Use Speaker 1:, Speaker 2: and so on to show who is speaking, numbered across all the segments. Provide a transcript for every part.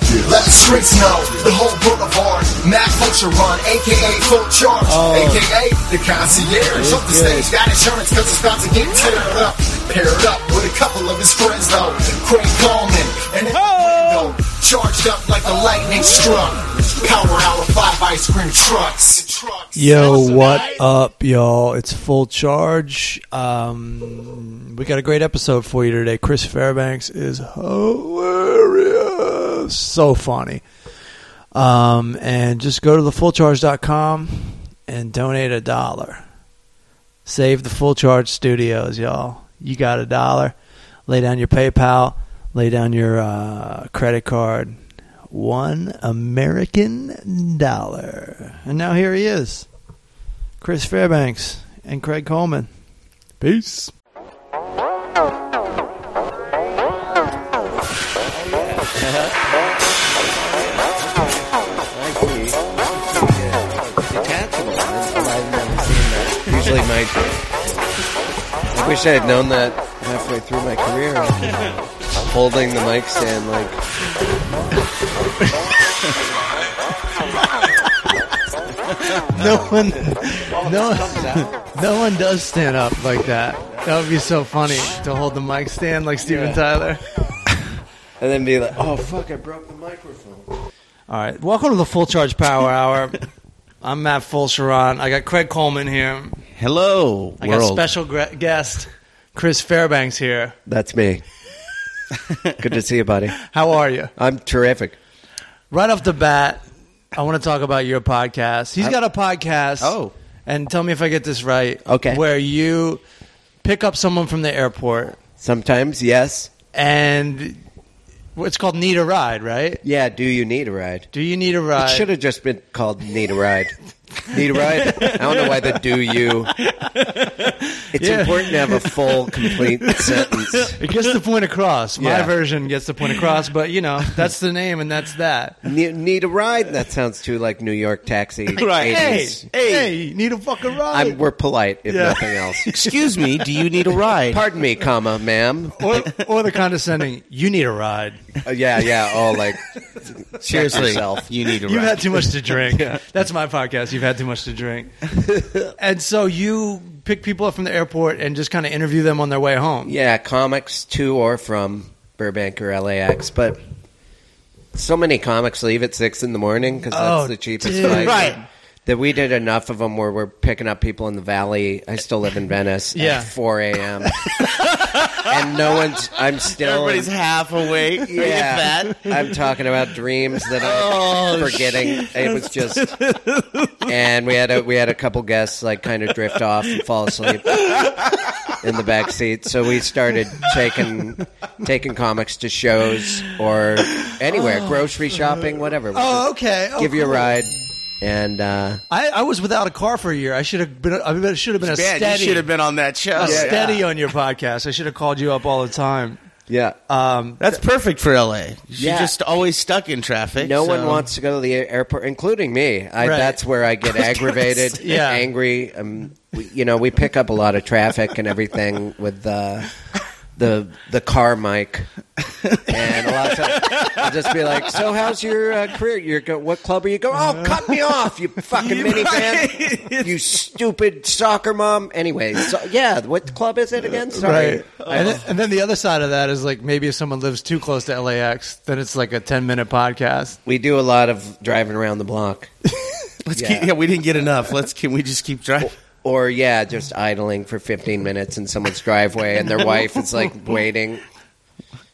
Speaker 1: Let the streets know the whole boulevard. Matt Fulcheron, aka Full Charge,
Speaker 2: Oh.
Speaker 1: aka the concierge. Up the stage, got insurance cause it's about to get teared up. Paired up with a couple of his friends though. Craig Coleman and his window. Charged up like the lightning struck. Power hour five ice cream trucks.
Speaker 2: Yo, what up, y'all? It's full charge. Um, we got a great episode for you today. Chris Fairbanks is hilarious, so funny. Um, and just go to thefullcharge.com and donate a dollar. Save the Full Charge Studios, y'all. You got a dollar. Lay down your PayPal. Lay down your uh, credit card. One American dollar. And now here he is, Chris Fairbanks and Craig Coleman. Peace.
Speaker 3: detachable. That's what I've never seen that. Usually my. I wish I had known that halfway through my career. Holding the mic stand like.
Speaker 2: No one, no, no one does stand up like that. That would be so funny to hold the mic stand like Steven Tyler.
Speaker 3: And then be like, oh fuck, I broke the microphone.
Speaker 2: All right, welcome to the Full Charge Power Hour. I'm Matt Fulcheron. I got Craig Coleman here.
Speaker 3: Hello,
Speaker 2: I got
Speaker 3: world.
Speaker 2: special gra- guest Chris Fairbanks here.
Speaker 3: That's me. Good to see you, buddy.
Speaker 2: How are you?
Speaker 3: I'm terrific.
Speaker 2: Right off the bat, I want to talk about your podcast. He's got a podcast.
Speaker 3: Oh.
Speaker 2: and tell me if I get this right.
Speaker 3: Okay.
Speaker 2: where you pick up someone from the airport
Speaker 3: Sometimes, yes.
Speaker 2: and it's called Need a Ride, right?
Speaker 3: Yeah, do you need a ride?
Speaker 2: Do you need a ride?
Speaker 3: Should have just been called Need a Ride. Need a Ride? I don't know why the do you. It's
Speaker 2: Yeah.
Speaker 3: important to have a full, complete sentence.
Speaker 2: It gets the point across. My
Speaker 3: Yeah.
Speaker 2: version gets the point across, but you know that's the name and that's that.
Speaker 3: Need, need a ride? That sounds too like New York taxi.
Speaker 4: Right.
Speaker 3: 80s.
Speaker 2: hey, you need a fucking ride.
Speaker 3: I'm, we're polite, if
Speaker 2: Yeah.
Speaker 3: nothing else.
Speaker 4: Excuse me, do you need a ride?
Speaker 3: Pardon me, comma, ma'am.
Speaker 2: or, or the condescending, you need a ride.
Speaker 3: Uh, yeah, yeah. Oh, like
Speaker 4: Seriously,
Speaker 3: yourself.
Speaker 4: you need a
Speaker 2: You've
Speaker 4: ride.
Speaker 2: had too much to drink. That's my podcast. You've had too much to drink. and so you pick people up from the airport and just kind of interview them on their way home.
Speaker 3: yeah, comics to or from Burbank or LAX, but so many comics leave at six in the morning because that's
Speaker 2: Oh,
Speaker 3: the cheapest
Speaker 2: dude.
Speaker 3: flight.
Speaker 4: Right.
Speaker 3: That we did enough of them where we're picking up people in the valley. I still live in Venice.
Speaker 2: Yeah.
Speaker 3: at four a.m. and no one's. I'm still.
Speaker 4: Everybody's half awake. Yeah.
Speaker 3: Yeah, I'm talking about dreams that
Speaker 4: Oh,
Speaker 3: I'm forgetting. It was just, and we had a we had a couple guests like kind of drift off and fall asleep in the back seat. So we started taking taking comics to shows or anywhere, grocery shopping, whatever. We'll
Speaker 2: Oh,
Speaker 3: just
Speaker 2: okay. Oh,
Speaker 3: give you a
Speaker 2: cool.
Speaker 3: ride, and uh,
Speaker 2: I, I was without a car for a year. I should have been. I should have been a
Speaker 4: Man, you
Speaker 2: steady.
Speaker 4: should have been on that show.
Speaker 2: a steady on your podcast. I should have called you up all the time.
Speaker 3: yeah.
Speaker 2: Um,
Speaker 4: That's perfect for LA. You're
Speaker 3: Yeah.
Speaker 4: just always stuck in traffic.
Speaker 3: No
Speaker 4: so-
Speaker 3: one wants to go to the air- airport, including me. I,
Speaker 2: Right.
Speaker 3: That's where I get aggravated,
Speaker 2: say. Yeah.
Speaker 3: angry. Um, we, you know, we pick up a lot of traffic and everything with the the the car mic, and a lot of times I'll just be like, "So, how's your uh, career? You're go- what club are you going? Oh, cut me off, you fucking minivan, you stupid soccer mom." Anyway, so, yeah, what club is it again? Sorry,
Speaker 2: Right. And, then- and then the other side of that is like maybe if someone lives too close to LAX, then it's like a 10 minute podcast.
Speaker 3: we do a lot of driving around the block.
Speaker 4: Let's
Speaker 3: Yeah.
Speaker 4: keep, yeah, we didn't get enough. Let's can we just keep driving?
Speaker 3: Or yeah, just idling for 15 minutes in someone's driveway, and their wife is like waiting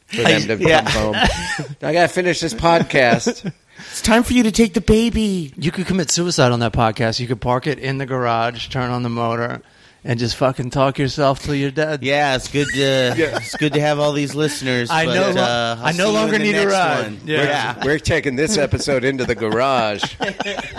Speaker 3: for them to
Speaker 4: Yeah.
Speaker 3: come home. I gotta finish this podcast.
Speaker 4: It's time for you to take the baby.
Speaker 2: You could commit suicide on that podcast. You could park it in the garage, turn on the motor, and just fucking talk yourself till you're dead.
Speaker 4: Yeah, it's good to it's good to have all these listeners.
Speaker 2: I
Speaker 4: but,
Speaker 2: no lo-
Speaker 4: uh, I'll
Speaker 2: I
Speaker 4: see
Speaker 2: no
Speaker 4: you in
Speaker 2: longer
Speaker 4: the
Speaker 2: need a
Speaker 4: next
Speaker 2: ride.
Speaker 4: one.
Speaker 2: Yeah.
Speaker 4: yeah.
Speaker 3: We're taking this episode into the garage.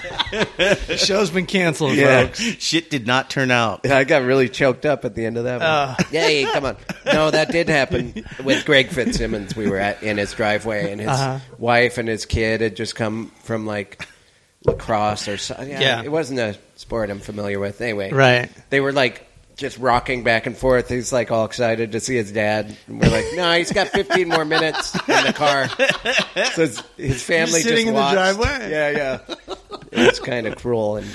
Speaker 2: The show's been canceled,
Speaker 3: Yeah.
Speaker 2: folks.
Speaker 4: Shit did not turn out.
Speaker 3: I got really choked up at the end of that one.
Speaker 2: Uh.
Speaker 3: Yay, come on. No, that did happen with Greg Fitzsimmons. We were at in his driveway, and his
Speaker 2: Uh-huh.
Speaker 3: wife and his kid had just come from like lacrosse or something.
Speaker 2: Yeah.
Speaker 3: It wasn't a sport I'm familiar with. Anyway.
Speaker 2: Right.
Speaker 3: They were like just rocking back and forth. He's like all excited to see his dad. And we're like, no, he's got 15 more minutes in the car. So his, his family
Speaker 2: sitting
Speaker 3: just
Speaker 2: in the
Speaker 3: watched.
Speaker 2: driveway.
Speaker 3: Yeah, yeah. It's kind of cruel and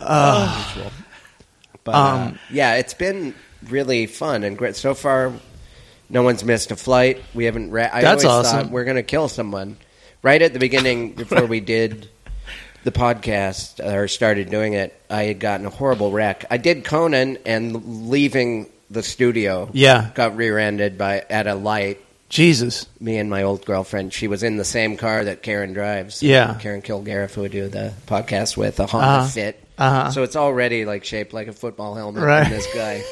Speaker 3: uh, unusual. But
Speaker 2: Um,
Speaker 3: uh, yeah, it's been really fun and great so far. No one's missed a flight. We haven't. Ra- I
Speaker 2: That's
Speaker 3: always
Speaker 2: awesome.
Speaker 3: thought we're going to kill someone. Right at the beginning, before we did the podcast or started doing it, I had gotten a horrible wreck. I did Conan and leaving the studio.
Speaker 2: Yeah.
Speaker 3: got rear-ended by at a light.
Speaker 2: Jesus.
Speaker 3: Me and my old girlfriend. She was in the same car that Karen drives.
Speaker 2: Yeah.
Speaker 3: Karen Kilgariff, who I do the podcast with, a Honda
Speaker 2: Uh-huh.
Speaker 3: Fit.
Speaker 2: Uh-huh.
Speaker 3: So it's already like shaped like a football helmet.
Speaker 2: Right.
Speaker 3: And this guy,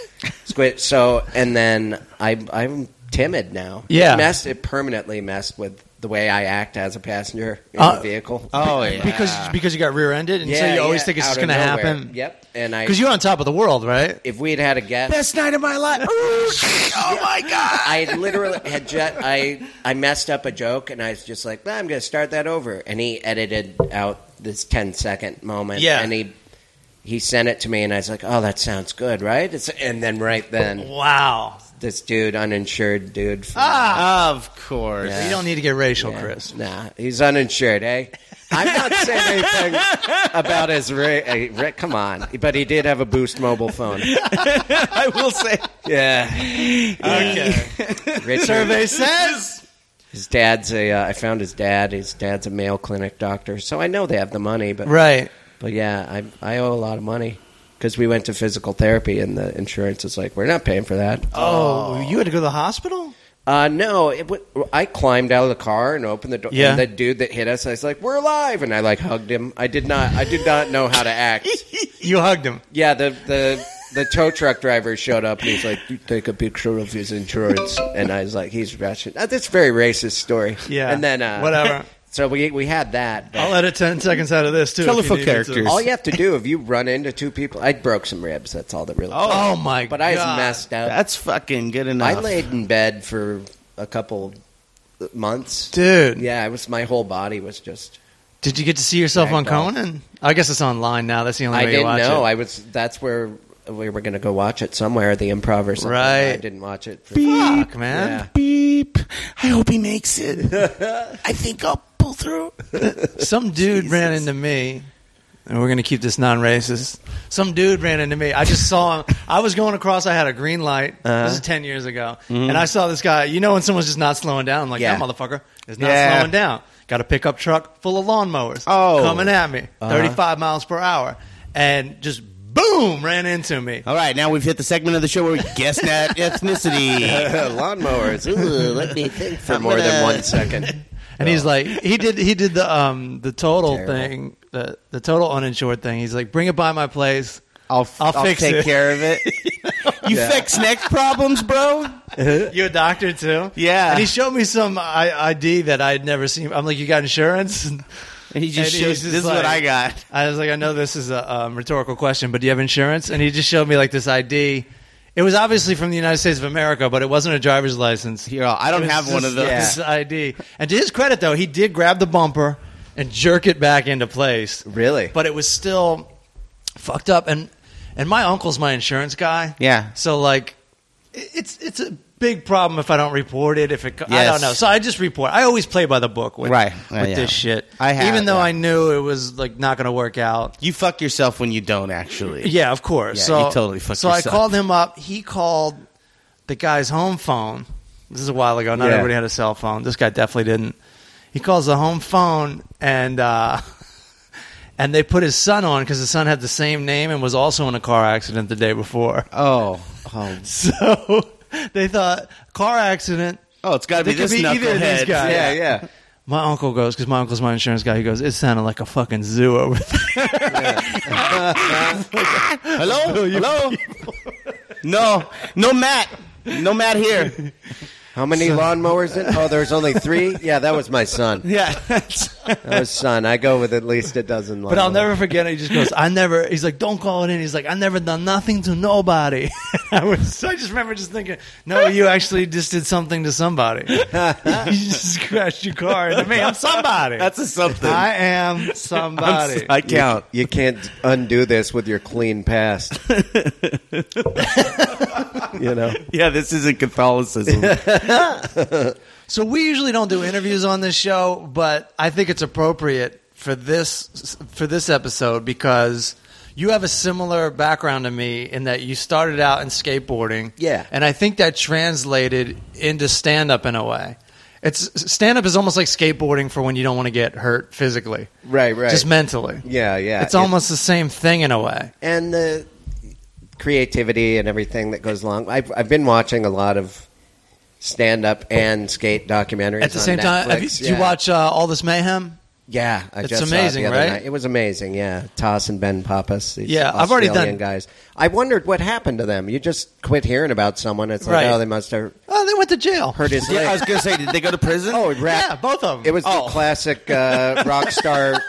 Speaker 3: Squid. So and then I, I'm timid now.
Speaker 2: Yeah.
Speaker 3: It messed. It permanently messed with the way I act as a passenger in
Speaker 2: Uh,
Speaker 3: the vehicle.
Speaker 4: Oh, yeah.
Speaker 2: Because because you got rear-ended, and so you always
Speaker 3: yeah,
Speaker 2: think it's
Speaker 3: out
Speaker 2: just
Speaker 3: of
Speaker 2: going to
Speaker 3: nowhere.
Speaker 2: happen.
Speaker 3: Yep. And I
Speaker 2: Because you're on top of the world, right?
Speaker 3: if we had had a guest,
Speaker 4: best night of my life. oh my god!
Speaker 3: I had literally had jet. I I messed up a joke, and I was just like, "Nah, I'm going to start that over. And he edited out this 10 second moment.
Speaker 2: Yeah.
Speaker 3: and he he sent it to me, and I was like, "Oh, that sounds good, right?" It's, and then right then,
Speaker 2: Wow.
Speaker 3: this dude, uninsured dude, from-
Speaker 2: Ah!
Speaker 4: Ah. Of course.
Speaker 3: Yeah.
Speaker 2: You don't need to get racial,
Speaker 3: Yeah.
Speaker 2: Oh, Chris.
Speaker 3: Nah, he's uninsured, eh? I'm not saying anything about his ra- eh, ra- Come on, but he did have a Boost mobile phone.
Speaker 4: I will say.
Speaker 3: Yeah,
Speaker 2: Okay.
Speaker 3: Richard,
Speaker 2: Survey says.
Speaker 3: His dad's a. Uh, I found his dad. His dad's a Mayo Clinic doctor, so I know they have the money. But
Speaker 2: Right.
Speaker 3: but yeah, I I owe a lot of money because we went to physical therapy, and the insurance is like, we're not paying for that.
Speaker 2: Oh, you had to go to the hospital?
Speaker 3: Uh, no, it w- I climbed out of the car and opened the door.
Speaker 2: Yeah.
Speaker 3: And the dude that hit us, I was like, we're alive, and I like hugged him. I did not. I did not know how to act.
Speaker 2: You hugged him.
Speaker 3: Yeah, the the the tow truck driver showed up and he's like, "You take a picture of his insurance," and I was like, "He's Russian." Uh, That's a very racist story.
Speaker 2: Yeah.
Speaker 3: and then uh,
Speaker 2: Whatever.
Speaker 3: So we we had that. but
Speaker 2: I'll edit 10 seconds out of this, too. if you
Speaker 4: Colorful
Speaker 2: need me to. Oh,
Speaker 4: characters.
Speaker 3: all you have to do if you run into two people, I broke some ribs. That's all that really.
Speaker 2: Oh, my
Speaker 3: but I was
Speaker 2: God.
Speaker 3: messed up.
Speaker 4: That's fucking good enough.
Speaker 3: I laid in bed for a couple months.
Speaker 2: Dude,
Speaker 3: Yeah, it was my whole body was just.
Speaker 2: did you get to see yourself on
Speaker 3: Ragdoll.
Speaker 2: Conan? I guess it's online now. That's the only
Speaker 3: I
Speaker 2: way you
Speaker 3: didn't
Speaker 2: watch
Speaker 3: know.
Speaker 2: it.
Speaker 3: I was. That's where we were going to go watch it somewhere, the improv or something.
Speaker 2: Right.
Speaker 3: I didn't watch it. For,
Speaker 4: Beep,
Speaker 2: Fuck, man.
Speaker 4: beep. I hope he makes it. I think I'll pull through.
Speaker 2: Some dude ran into me, and we're going to keep this non racist. Some dude ran into me. I just saw him. I was going across. I had a green light. This is 10 years ago. And I saw this guy. You know, when someone's just not slowing down, I'm like,
Speaker 3: Yeah.
Speaker 2: that motherfucker is not
Speaker 4: Yeah.
Speaker 2: slowing down. Got a pickup truck full of lawnmowers
Speaker 4: Oh.
Speaker 2: coming at me, 35 miles per hour, and just boom, ran into me.
Speaker 4: All right, now we've hit the segment of the show where we guess that ethnicity.
Speaker 3: lawnmowers. Ooh, let me think for
Speaker 4: I'm
Speaker 3: more than
Speaker 4: gonna-
Speaker 3: one second.
Speaker 2: And he's like, he did, he did the um, the total
Speaker 3: Terrible.
Speaker 2: thing, the the total uninsured thing. He's like, bring it by my place.
Speaker 4: I'll, f-
Speaker 2: I'll fix
Speaker 4: take
Speaker 2: it.
Speaker 4: care of it. you fix neck problems, bro?
Speaker 2: You a doctor too?
Speaker 4: Yeah.
Speaker 2: And he showed me some I- ID that I had never seen. I'm like, you got insurance?
Speaker 4: And
Speaker 2: And
Speaker 4: he
Speaker 2: And
Speaker 4: just
Speaker 2: he's
Speaker 4: shows,
Speaker 2: just
Speaker 4: this is what
Speaker 2: like-
Speaker 4: I got.
Speaker 2: I was like, I know this is a um, rhetorical question, but do you have insurance? And he just showed me like this ID. It was obviously from the United States of America, but it wasn't a driver's license.
Speaker 4: Here, I don't
Speaker 2: It was
Speaker 4: have one
Speaker 2: just
Speaker 4: of those.
Speaker 2: This ID. And to his credit, though, he did grab the bumper and jerk it back into place.
Speaker 3: Really?
Speaker 2: But it was still fucked up. And and my uncle's my insurance guy.
Speaker 4: Yeah.
Speaker 2: So like, i- it's it's a big problem if I don't report it. If it, co- I
Speaker 4: Yes.
Speaker 2: don't know. So I just report. I always play by the book with
Speaker 4: Right. Yeah,
Speaker 2: with
Speaker 4: yeah.
Speaker 2: this shit.
Speaker 4: I have,
Speaker 2: even though
Speaker 4: yeah.
Speaker 2: I knew it was like not going to work out.
Speaker 4: You fuck yourself when you don't, actually.
Speaker 2: Yeah, of course.
Speaker 4: Yeah,
Speaker 2: so
Speaker 4: you totally fucked
Speaker 2: So I
Speaker 4: yourself.
Speaker 2: called him up. He called the guy's home phone. This is a while ago. Not
Speaker 3: Yeah.
Speaker 2: everybody had a cell phone. This guy definitely didn't. He calls the home phone and uh, and they put his son on because his son had the same name and was also in a car accident the day before.
Speaker 4: Oh. Oh,
Speaker 2: So they thought car accident.
Speaker 4: oh it's got to be
Speaker 2: It could
Speaker 4: this
Speaker 2: be either of these
Speaker 4: knucklehead.
Speaker 2: guys.
Speaker 3: Yeah, yeah.
Speaker 2: My uncle goes because my uncle's my insurance guy. He goes, it sounded like a fucking zoo over there.
Speaker 4: Hello? Hello? no. No Matt. No Matt here.
Speaker 3: How many lawnmowers? In? Oh, there's only three. Yeah, that was my son.
Speaker 2: Yeah.
Speaker 3: That was son. I go with at least a dozen.
Speaker 2: But I'll
Speaker 3: lawnmowers.
Speaker 2: never forget it. He just goes, I never, he's like, don't call it in. He's like, I never done nothing to nobody. I was, I just remember just thinking, no, you actually just did something to somebody. you just crashed your car into me. I'm somebody.
Speaker 5: That's a something.
Speaker 2: I am
Speaker 5: I'm
Speaker 2: somebody.
Speaker 5: s- I count.
Speaker 3: You can't undo this with your clean past. you know.
Speaker 5: Yeah, this isn't Catholicism.
Speaker 2: so we usually don't do interviews on this show, but I think it's appropriate for this, for this episode because you have a similar background to me in that you started out in skateboarding.
Speaker 3: Yeah.
Speaker 2: And I think that translated into stand up in a way. It's stand up is almost like skateboarding for when you don't want to get hurt physically.
Speaker 3: Right, right.
Speaker 2: Just mentally.
Speaker 3: Yeah, yeah.
Speaker 2: It's almost the same thing in a way.
Speaker 3: and the creativity and everything that goes along. I've I've been watching a lot of stand up and skate documentaries
Speaker 2: At the
Speaker 3: on
Speaker 2: same time, have you,
Speaker 3: Netflix.
Speaker 2: do you
Speaker 3: Yeah.
Speaker 2: watch uh, All This Mayhem?
Speaker 3: Yeah, I
Speaker 2: It's
Speaker 3: just saw it
Speaker 2: amazing,
Speaker 3: the other
Speaker 2: right?
Speaker 3: night. It was amazing. Yeah, Toss and Ben Pappas. These
Speaker 2: Yeah,
Speaker 3: Australian
Speaker 2: I've already done-
Speaker 3: guys. I wondered what happened to them. You just quit hearing about someone. It's like,
Speaker 2: Right.
Speaker 3: oh, they must have
Speaker 2: Oh, they went to jail.
Speaker 3: hurt his leg.
Speaker 5: yeah, I was gonna say, did they go to prison?
Speaker 3: oh, it wrapped-
Speaker 2: Yeah, both of them.
Speaker 3: It was
Speaker 5: Oh.
Speaker 3: the classic uh, rock star.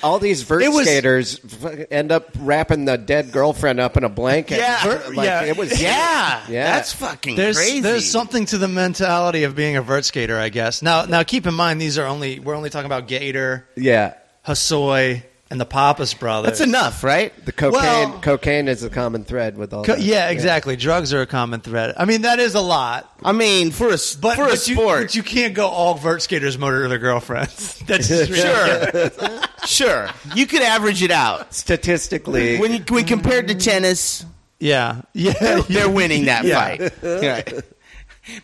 Speaker 3: All these vert
Speaker 2: It was-
Speaker 3: skaters f- end up wrapping the dead girlfriend up in a blanket.
Speaker 5: Yeah,
Speaker 3: Vert- like,
Speaker 2: yeah.
Speaker 3: it was.
Speaker 5: yeah,
Speaker 3: Yeah.
Speaker 5: That's fucking
Speaker 2: there's
Speaker 5: crazy.
Speaker 2: there's something to the mentality of being a vert skater, I guess. Now now keep in mind these are only we're only talking about Gator,
Speaker 3: yeah.
Speaker 2: Hassoy, and the Pappas brothers.
Speaker 5: That's enough, right?
Speaker 3: The cocaine,
Speaker 2: Well-
Speaker 3: cocaine is the common thread with all.
Speaker 2: Co-
Speaker 3: that.
Speaker 2: yeah, exactly. Drugs are a common thread. I mean, that is a lot.
Speaker 5: I mean, for a s-
Speaker 2: But,
Speaker 5: for a
Speaker 2: but you,
Speaker 5: sport,
Speaker 2: but you can't go all vert skaters murder their girlfriends. That's just really-
Speaker 5: sure, sure, you could average it out.
Speaker 3: Statistically,
Speaker 5: When you, when compared to tennis,
Speaker 2: Yeah, yeah.
Speaker 5: they're winning that fight. Right.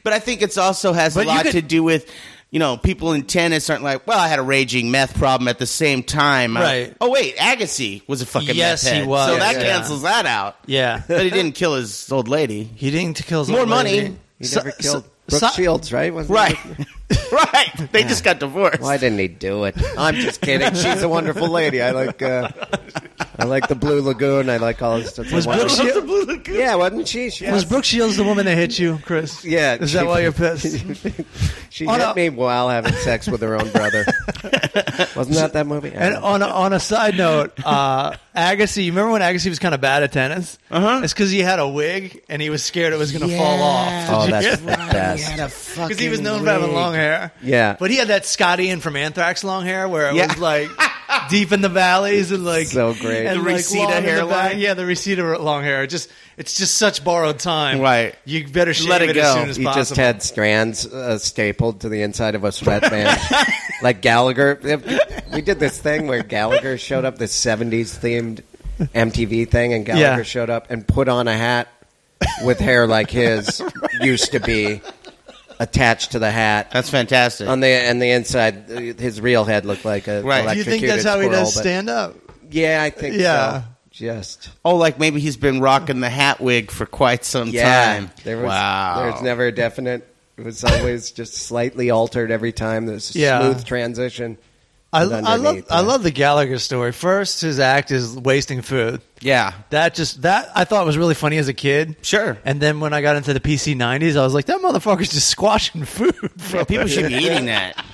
Speaker 5: But I think it's also has
Speaker 2: But
Speaker 5: a
Speaker 2: you
Speaker 5: lot
Speaker 2: could-
Speaker 5: to do with you know people in tennis aren't like, well, I had a raging meth problem at the same time. I-
Speaker 2: Right.
Speaker 5: oh wait, Agassi was a fucking
Speaker 2: Yes,
Speaker 5: meth
Speaker 2: he
Speaker 5: head,
Speaker 2: was.
Speaker 5: So that
Speaker 2: Yeah.
Speaker 5: cancels that out.
Speaker 2: yeah.
Speaker 5: But he didn't kill his old lady.
Speaker 2: He didn't kill his
Speaker 5: More
Speaker 2: old lady.
Speaker 5: money.
Speaker 3: he never
Speaker 2: So-
Speaker 3: killed
Speaker 2: so-
Speaker 3: Brooke Shields, right? Wasn't
Speaker 5: Right.
Speaker 3: he?
Speaker 5: right. They just got divorced.
Speaker 3: Why didn't he do it? I'm just kidding. She's a wonderful lady. I like. Uh, I like the Blue Lagoon. I like all this stuff.
Speaker 2: Was Brooke, Shields,
Speaker 3: yeah, wasn't she? She,
Speaker 2: was Brooke Shields the woman that hit you, Chris?
Speaker 3: Yeah,
Speaker 2: Is that
Speaker 3: she-
Speaker 2: why you're pissed?
Speaker 3: she
Speaker 2: on
Speaker 3: hit
Speaker 2: a-
Speaker 3: me while having sex with her own brother. wasn't that that movie? I
Speaker 2: And
Speaker 3: don't know.
Speaker 2: on a, on a side note, uh, Agassi, you remember when Agassi was kind of bad at tennis? Uh-huh. It's because he had a wig and he was scared it was going to fall off.
Speaker 3: Oh, that's the best.
Speaker 2: Because he was known for having long hair.
Speaker 3: Yeah.
Speaker 2: But he had that Scotty in from Anthrax long hair where it
Speaker 5: Yeah.
Speaker 2: was like deep in the valleys and like
Speaker 3: So great.
Speaker 2: And
Speaker 5: The
Speaker 2: like
Speaker 5: Reseda
Speaker 2: long in the
Speaker 5: hairline.
Speaker 2: back. yeah, the Reseda long hair. It Just it's just such borrowed time.
Speaker 5: Right.
Speaker 2: You better shave
Speaker 5: Let
Speaker 2: it,
Speaker 5: it
Speaker 2: as
Speaker 5: go.
Speaker 2: soon as
Speaker 3: He
Speaker 2: possible.
Speaker 3: just had strands uh, stapled to the inside of a sweatband, like Gallagher. We did this thing where Gallagher showed up, this '70s themed MTV thing, and Gallagher
Speaker 2: Yeah.
Speaker 3: showed up and put on a hat with hair like his used to be attached to the hat.
Speaker 5: That's fantastic.
Speaker 3: on the and the inside, uh, his real head looked like a
Speaker 5: Right.
Speaker 2: Do you think that's
Speaker 3: electrocuted
Speaker 2: how he does
Speaker 3: squirrel,
Speaker 2: stand up?
Speaker 3: but- Yeah, I think
Speaker 2: Yeah.
Speaker 3: so. Just
Speaker 5: oh, like maybe he's been rocking the hat wig for quite some
Speaker 3: yeah,
Speaker 5: time.
Speaker 3: there was
Speaker 5: wow.
Speaker 3: there was never a definite. It was always just slightly altered every time. There's a
Speaker 2: Yeah.
Speaker 3: smooth transition.
Speaker 2: I,
Speaker 3: But
Speaker 2: I love
Speaker 3: underneath,
Speaker 2: I
Speaker 3: yeah.
Speaker 2: love the Gallagher story. First, his act is wasting food.
Speaker 5: yeah.
Speaker 2: That just that I thought was really funny as a kid.
Speaker 5: Sure.
Speaker 2: And then when I got into the PC nineties, I was like, that motherfucker's just squashing food.
Speaker 5: Yeah, people should be eating that.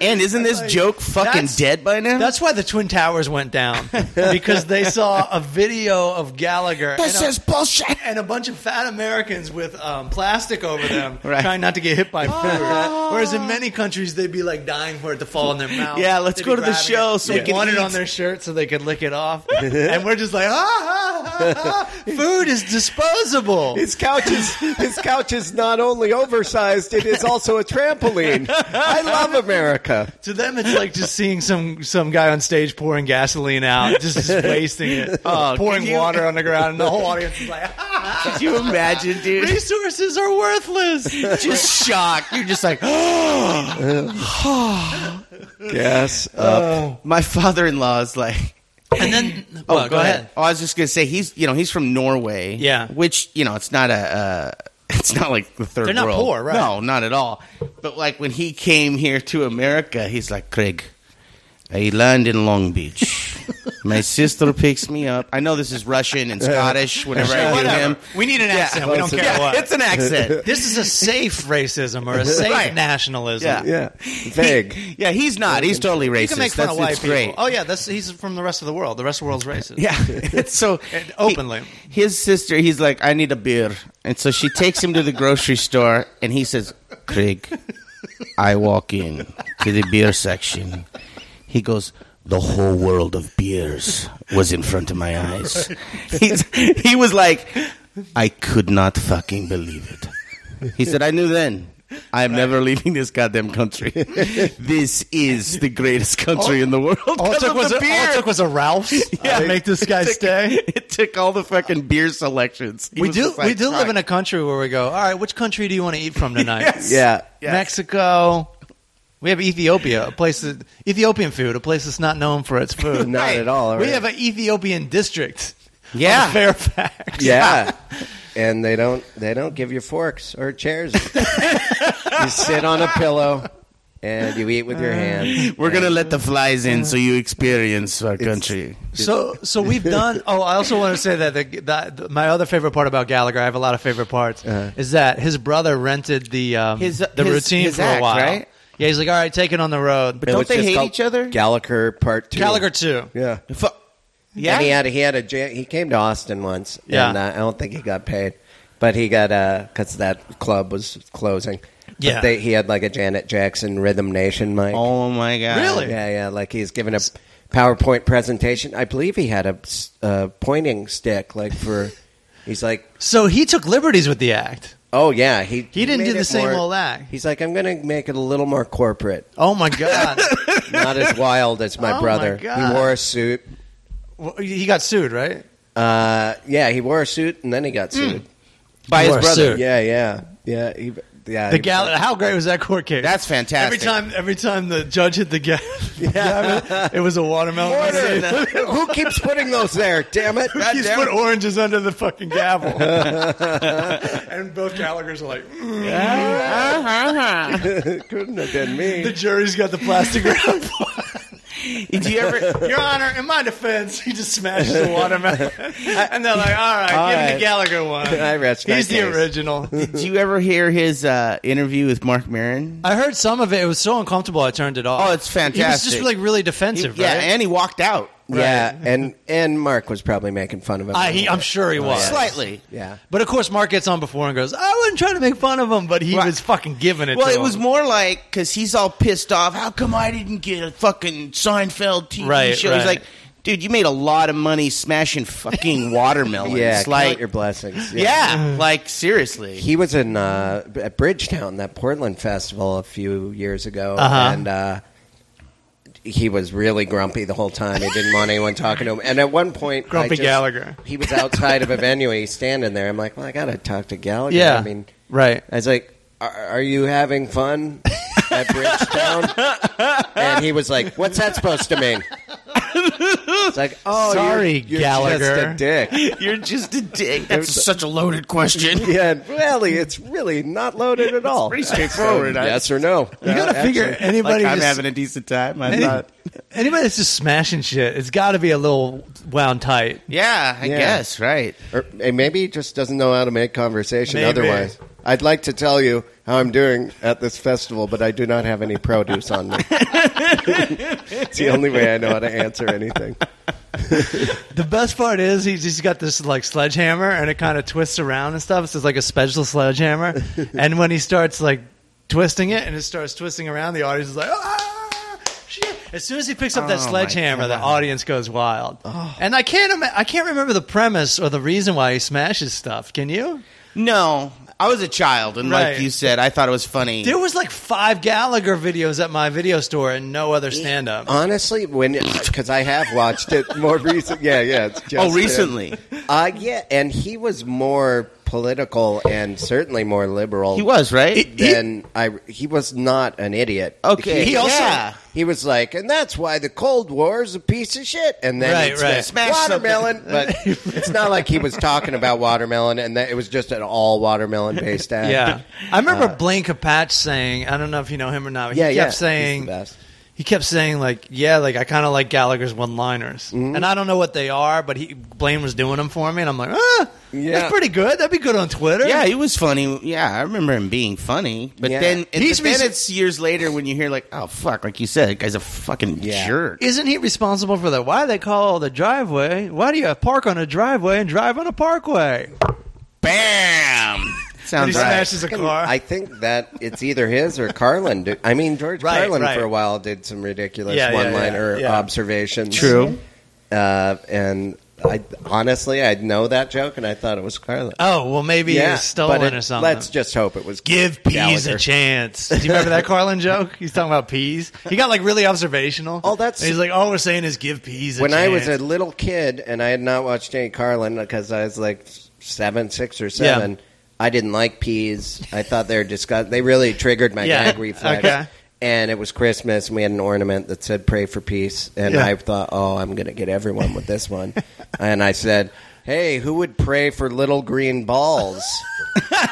Speaker 5: And isn't this joke fucking
Speaker 2: that's-
Speaker 5: dead by now?
Speaker 2: That's why the Twin Towers went down because they saw a video of Gallagher and
Speaker 4: This
Speaker 2: a,
Speaker 4: is bullshit.
Speaker 2: and a bunch of fat Americans with um, plastic over them
Speaker 5: Right. Ah.
Speaker 2: trying not to get hit by food. Whereas in many countries, they'd be like dying for it to fall in their mouth.
Speaker 5: Yeah, let's
Speaker 2: They'd
Speaker 5: go
Speaker 2: be
Speaker 5: to the
Speaker 2: grabbing
Speaker 5: show
Speaker 2: it.
Speaker 5: so
Speaker 2: they
Speaker 5: we can
Speaker 2: want it
Speaker 5: eat.
Speaker 2: on their shirt so they could lick it off. and we're just like, ah, ah, ah, ah, food is disposable.
Speaker 3: His couch is his couch is not only oversized, it is also a trampoline. I love America.
Speaker 2: To them, it's like just seeing some some guy on stage pouring gasoline out, just, just wasting it,
Speaker 5: Oh,
Speaker 2: pouring
Speaker 5: can you-
Speaker 2: water on the ground, and the whole audience is like, ah,
Speaker 5: Could you imagine, dude?
Speaker 2: "Resources are worthless."
Speaker 5: just shock. You're just like, oh.
Speaker 3: Yes, uh,
Speaker 5: My father-in-law is like,
Speaker 2: And then,
Speaker 5: Oh,
Speaker 2: well,
Speaker 5: go, ahead. Oh, I was just gonna say he's you know he's from Norway.
Speaker 2: Yeah.
Speaker 5: which you know it's not a uh, it's not like the third.
Speaker 2: They're not
Speaker 5: world.
Speaker 2: poor, right?
Speaker 5: No, not at all. But like when he came here to America, he's like Craig. I land in Long Beach. My sister picks me up. I know this is Russian and Scottish. Whenever I hear
Speaker 2: Whatever.
Speaker 5: him,
Speaker 2: We need an accent. we don't care
Speaker 5: Yeah,
Speaker 2: what.
Speaker 5: it's an accent.
Speaker 2: this is a safe racism or a safe
Speaker 5: Right.
Speaker 2: nationalism.
Speaker 5: Yeah.
Speaker 3: Yeah, vague.
Speaker 5: Yeah, he's not. He's totally racist.
Speaker 2: You can make fun of
Speaker 5: That's,
Speaker 2: white
Speaker 5: it's
Speaker 2: people.
Speaker 5: great.
Speaker 2: Oh yeah, that's he's from the rest of the world. The rest of the world's racist.
Speaker 5: Yeah, it's so
Speaker 2: And openly.
Speaker 5: he- his sister, he's like, I need a beer, and so she takes him to the grocery store, and he says, Craig, I walk in to the beer section. He goes. The whole world of beers was in front of my eyes. He's, he was like, I could not fucking believe it. He said, I knew then. I'm never leaving this goddamn country. This is the greatest country in the world.
Speaker 2: All it,
Speaker 5: 'cause
Speaker 2: took
Speaker 5: of
Speaker 2: was
Speaker 5: the
Speaker 2: a, all it
Speaker 5: beer.
Speaker 2: took was a Ralph's
Speaker 5: Yeah.
Speaker 2: to make this guy
Speaker 5: It took-
Speaker 2: stay.
Speaker 5: It took all the fucking beer selections. He
Speaker 2: We
Speaker 5: was
Speaker 2: do.
Speaker 5: just like,
Speaker 2: we do live
Speaker 5: "Fuck."
Speaker 2: in a country where we go. All right, which country do you want to eat from tonight?
Speaker 5: Yes.
Speaker 3: Yeah.
Speaker 5: Yes.
Speaker 2: Mexico. We have Ethiopia, a place that Ethiopian food, a place that's not known for its food.
Speaker 3: Not at all.
Speaker 2: We
Speaker 3: right? Ah.
Speaker 2: have an Ethiopian district. on
Speaker 5: Yeah.
Speaker 2: Fairfax.
Speaker 3: Yeah. and they don't they don't give you forks or chairs. you sit on a pillow and you eat with your hand.
Speaker 5: We're gonna let the flies in so you experience our country.
Speaker 2: So, so we've done. Oh, I also want to say that the, the, my other favorite part about Gallagher, I have a lot of favorite parts,
Speaker 3: Uh-huh.
Speaker 2: is that his brother rented the um,
Speaker 5: His-
Speaker 2: the
Speaker 5: his-
Speaker 2: routine
Speaker 5: his
Speaker 2: for a
Speaker 5: act,
Speaker 2: while.
Speaker 5: right?
Speaker 2: Yeah, he's like, all right, take it on the road. But
Speaker 5: Don't
Speaker 3: It's
Speaker 5: they
Speaker 3: just
Speaker 5: hate
Speaker 3: called
Speaker 5: each other?
Speaker 3: Gallagher Part Two.
Speaker 2: Gallagher too.
Speaker 3: Yeah.
Speaker 5: Fu-
Speaker 3: And he
Speaker 5: yeah.
Speaker 3: had he had a jam, he came to Austin once.
Speaker 2: Yeah.
Speaker 3: And uh, I don't think he got paid, but he got because that club was closing. But
Speaker 2: Yeah.
Speaker 3: they, he had like a Janet Jackson Rhythm Nation mic.
Speaker 5: Oh my god.
Speaker 2: Really?
Speaker 3: Yeah, yeah. Like he's giving a PowerPoint presentation. I believe he had a s- uh, pointing stick, like for. He's like,
Speaker 2: So he took liberties with the act.
Speaker 3: oh yeah, he
Speaker 2: He didn't
Speaker 3: made
Speaker 2: do the
Speaker 3: it
Speaker 2: same
Speaker 3: more-
Speaker 2: old act.
Speaker 3: He's like, I'm gonna make it a little more corporate,
Speaker 2: Oh my god,
Speaker 3: not as wild as
Speaker 2: Oh,
Speaker 3: my
Speaker 2: my
Speaker 3: brother.
Speaker 2: God.
Speaker 3: He wore a suit.
Speaker 2: Well, he got sued, right?
Speaker 3: Uh, yeah, he wore a suit and then he
Speaker 2: Hmm.
Speaker 3: got sued.
Speaker 5: By his
Speaker 2: Or
Speaker 5: brother.
Speaker 2: suit.
Speaker 3: Yeah, yeah, yeah. He, yeah,
Speaker 2: The
Speaker 3: he-
Speaker 2: Gall- How great was that court case?
Speaker 5: That's
Speaker 2: Every
Speaker 5: fantastic.
Speaker 2: time, every time the judge hit the gas, it was a watermelon.
Speaker 3: Order. Who keeps putting those there? Damn it!
Speaker 2: He's
Speaker 3: Goddamn.
Speaker 2: put oranges under the fucking gavel, and both Gallagher's are like, "Mm."
Speaker 3: Couldn't have been me.
Speaker 2: the jury's got the plastic wrap.
Speaker 5: Did you ever?
Speaker 2: Your Honor, in my defense, he just smashed the watermelon, and they're like, "All right,
Speaker 3: All
Speaker 2: give him
Speaker 3: right.
Speaker 2: the Gallagher one."
Speaker 3: I rest my
Speaker 2: He's the
Speaker 3: case.
Speaker 2: original.
Speaker 5: Did you ever hear his uh, interview with Mark Maron?
Speaker 2: I heard some of it. It was so uncomfortable, I turned it off.
Speaker 5: Oh, it's
Speaker 2: He was just
Speaker 5: fantastic.
Speaker 2: like really
Speaker 5: He-
Speaker 2: defensive,
Speaker 5: Yeah,
Speaker 2: right?
Speaker 5: and he walked out.
Speaker 3: Yeah, and and Mark was probably making fun of him.
Speaker 2: I, he, I'm sure he was.
Speaker 5: Slightly.
Speaker 3: Yeah.
Speaker 2: But of course, Mark gets on before and goes, "I wasn't trying to make fun of him, but he
Speaker 5: Right.
Speaker 2: was fucking giving it."
Speaker 5: Well,
Speaker 2: to
Speaker 5: it was
Speaker 2: him.
Speaker 5: more like because he's all pissed off. How come I didn't get a fucking Seinfeld TV
Speaker 2: Right,
Speaker 5: show?
Speaker 2: right.
Speaker 5: He's like, dude, you made a lot of money smashing fucking watermelons.
Speaker 3: Yeah,
Speaker 5: like
Speaker 3: count your blessings.
Speaker 5: Yeah, like seriously.
Speaker 3: He was in uh, at Bridgetown, that Portland festival, a few years ago,
Speaker 2: Uh-huh.
Speaker 3: and uh, he was really grumpy the whole time. He didn't want anyone talking to him. And at one point, I
Speaker 2: Grumpy
Speaker 3: just-
Speaker 2: Gallagher.
Speaker 3: he was outside of a venue. He's standing there. I'm like, well, I gotta talk to Gallagher.
Speaker 2: yeah.
Speaker 3: I mean,
Speaker 2: right.
Speaker 3: I was like, are, are you having fun at Bridgetown? and he was like, what's that supposed to mean? It's like, oh, you're-
Speaker 2: Sorry,
Speaker 3: you're
Speaker 2: Gallagher.
Speaker 3: just a dick.
Speaker 5: You're just a dick. That's such a loaded question.
Speaker 3: Yeah, and really, it's really not loaded at all.
Speaker 5: pretty straightforward.
Speaker 3: So, yes or no?
Speaker 2: You gotta figure anybody.
Speaker 5: I'm
Speaker 2: just-
Speaker 5: having a decent time. I'm
Speaker 2: any-
Speaker 5: not.
Speaker 2: anybody that's just smashing shit, it's got to be a little wound tight.
Speaker 5: Yeah, I
Speaker 3: Yeah.
Speaker 5: guess right.
Speaker 3: Or, and maybe he just doesn't know how to make conversation
Speaker 2: Maybe.
Speaker 3: otherwise. I'd like to tell you how I'm doing at this festival, but I do not have any produce on me. it's the only way I know how to answer anything.
Speaker 2: The best part is he's just got this like sledgehammer, and it kind of twists around and stuff. So it's like a special sledgehammer, and when he starts like twisting it, and it starts twisting around, the audience is like. "Ah, shit." As soon as he picks up that
Speaker 5: Oh, my
Speaker 2: sledgehammer, the
Speaker 5: God.
Speaker 2: audience goes wild.
Speaker 3: Oh.
Speaker 2: And I can't, ima- I can't remember the premise or the reason why he smashes stuff. Can you?
Speaker 5: No, I was a child, and
Speaker 2: Right.
Speaker 5: like you said, I thought it was funny. Oh,
Speaker 2: There was like five Gallagher videos at my video store and no other stand up.
Speaker 3: Honestly, when because I have watched it more recent. Yeah, yeah. It's just
Speaker 5: oh,
Speaker 3: him.
Speaker 5: recently
Speaker 3: Uh, yeah, and he was more political and certainly more liberal.
Speaker 5: he was right.
Speaker 3: then I he was not an idiot.
Speaker 5: Okay,
Speaker 3: he,
Speaker 5: he also-
Speaker 3: yeah. he was like, and that's why the Cold War is a piece of shit. And then
Speaker 2: Right,
Speaker 3: it's
Speaker 2: right.
Speaker 3: the
Speaker 5: Smash
Speaker 3: watermelon, but it's not like he was talking about watermelon, and that it was just an all watermelon based ad.
Speaker 2: Yeah. I remember Blaine Capatch saying, I don't know if you know him or not, but
Speaker 3: Uh. yeah,
Speaker 2: he
Speaker 3: yeah.
Speaker 2: kept
Speaker 3: He's
Speaker 2: saying
Speaker 3: the best.
Speaker 2: he kept saying like, "Yeah, like I kind of like Gallagher's one-liners,"
Speaker 3: Mm-hmm.
Speaker 2: and I don't know what they are, but he Blaine was doing them for me, and I'm like, "Ah,
Speaker 3: Yeah.
Speaker 2: that's pretty good. That'd be good on Twitter."
Speaker 5: Yeah, he was funny. Yeah, I remember him being funny. But
Speaker 3: Yeah.
Speaker 5: then, and,
Speaker 2: He's
Speaker 5: but then
Speaker 2: resi-
Speaker 5: it's years later when you hear like, oh fuck, like you said, that guy's a fucking
Speaker 3: Yeah.
Speaker 5: jerk.
Speaker 2: Isn't he responsible for that? Why do they call the driveway? Why do you park on a driveway and drive on a parkway?
Speaker 5: Bam.
Speaker 2: And he
Speaker 5: Sounds right.
Speaker 2: smashes a car.
Speaker 3: I think that it's either his or Carlin. did- I mean, George
Speaker 2: Right,
Speaker 3: Carlin
Speaker 2: right.
Speaker 3: for a while did some ridiculous
Speaker 2: Yeah, yeah,
Speaker 3: one-liner
Speaker 2: yeah, yeah.
Speaker 3: observations.
Speaker 5: True.
Speaker 3: Uh, and I honestly, I know that joke, and I thought it was Carlin.
Speaker 2: oh well, maybe he was stolen
Speaker 3: but it-
Speaker 2: or something.
Speaker 3: Let's just hope it was
Speaker 2: Give peas
Speaker 3: Gallagher.
Speaker 2: a chance. Do you remember that Carlin joke? He's talking about peas. He got like really observational.
Speaker 3: Oh, that's-
Speaker 2: And he's like, all we're saying is give peas. A
Speaker 3: when
Speaker 2: chance.
Speaker 3: I was a little kid and I had not watched Jay Carlin because I was like seven, six or seven. I didn't like peas. I thought they were disgusting. They really triggered my
Speaker 2: Yeah.
Speaker 3: gag reflex.
Speaker 2: Okay.
Speaker 3: And it was Christmas, and we had an ornament that said "Pray for peace." And
Speaker 2: Yeah.
Speaker 3: I thought, "Oh, I'm going to get everyone with this one." and I said, "Hey, who would pray for little green balls?"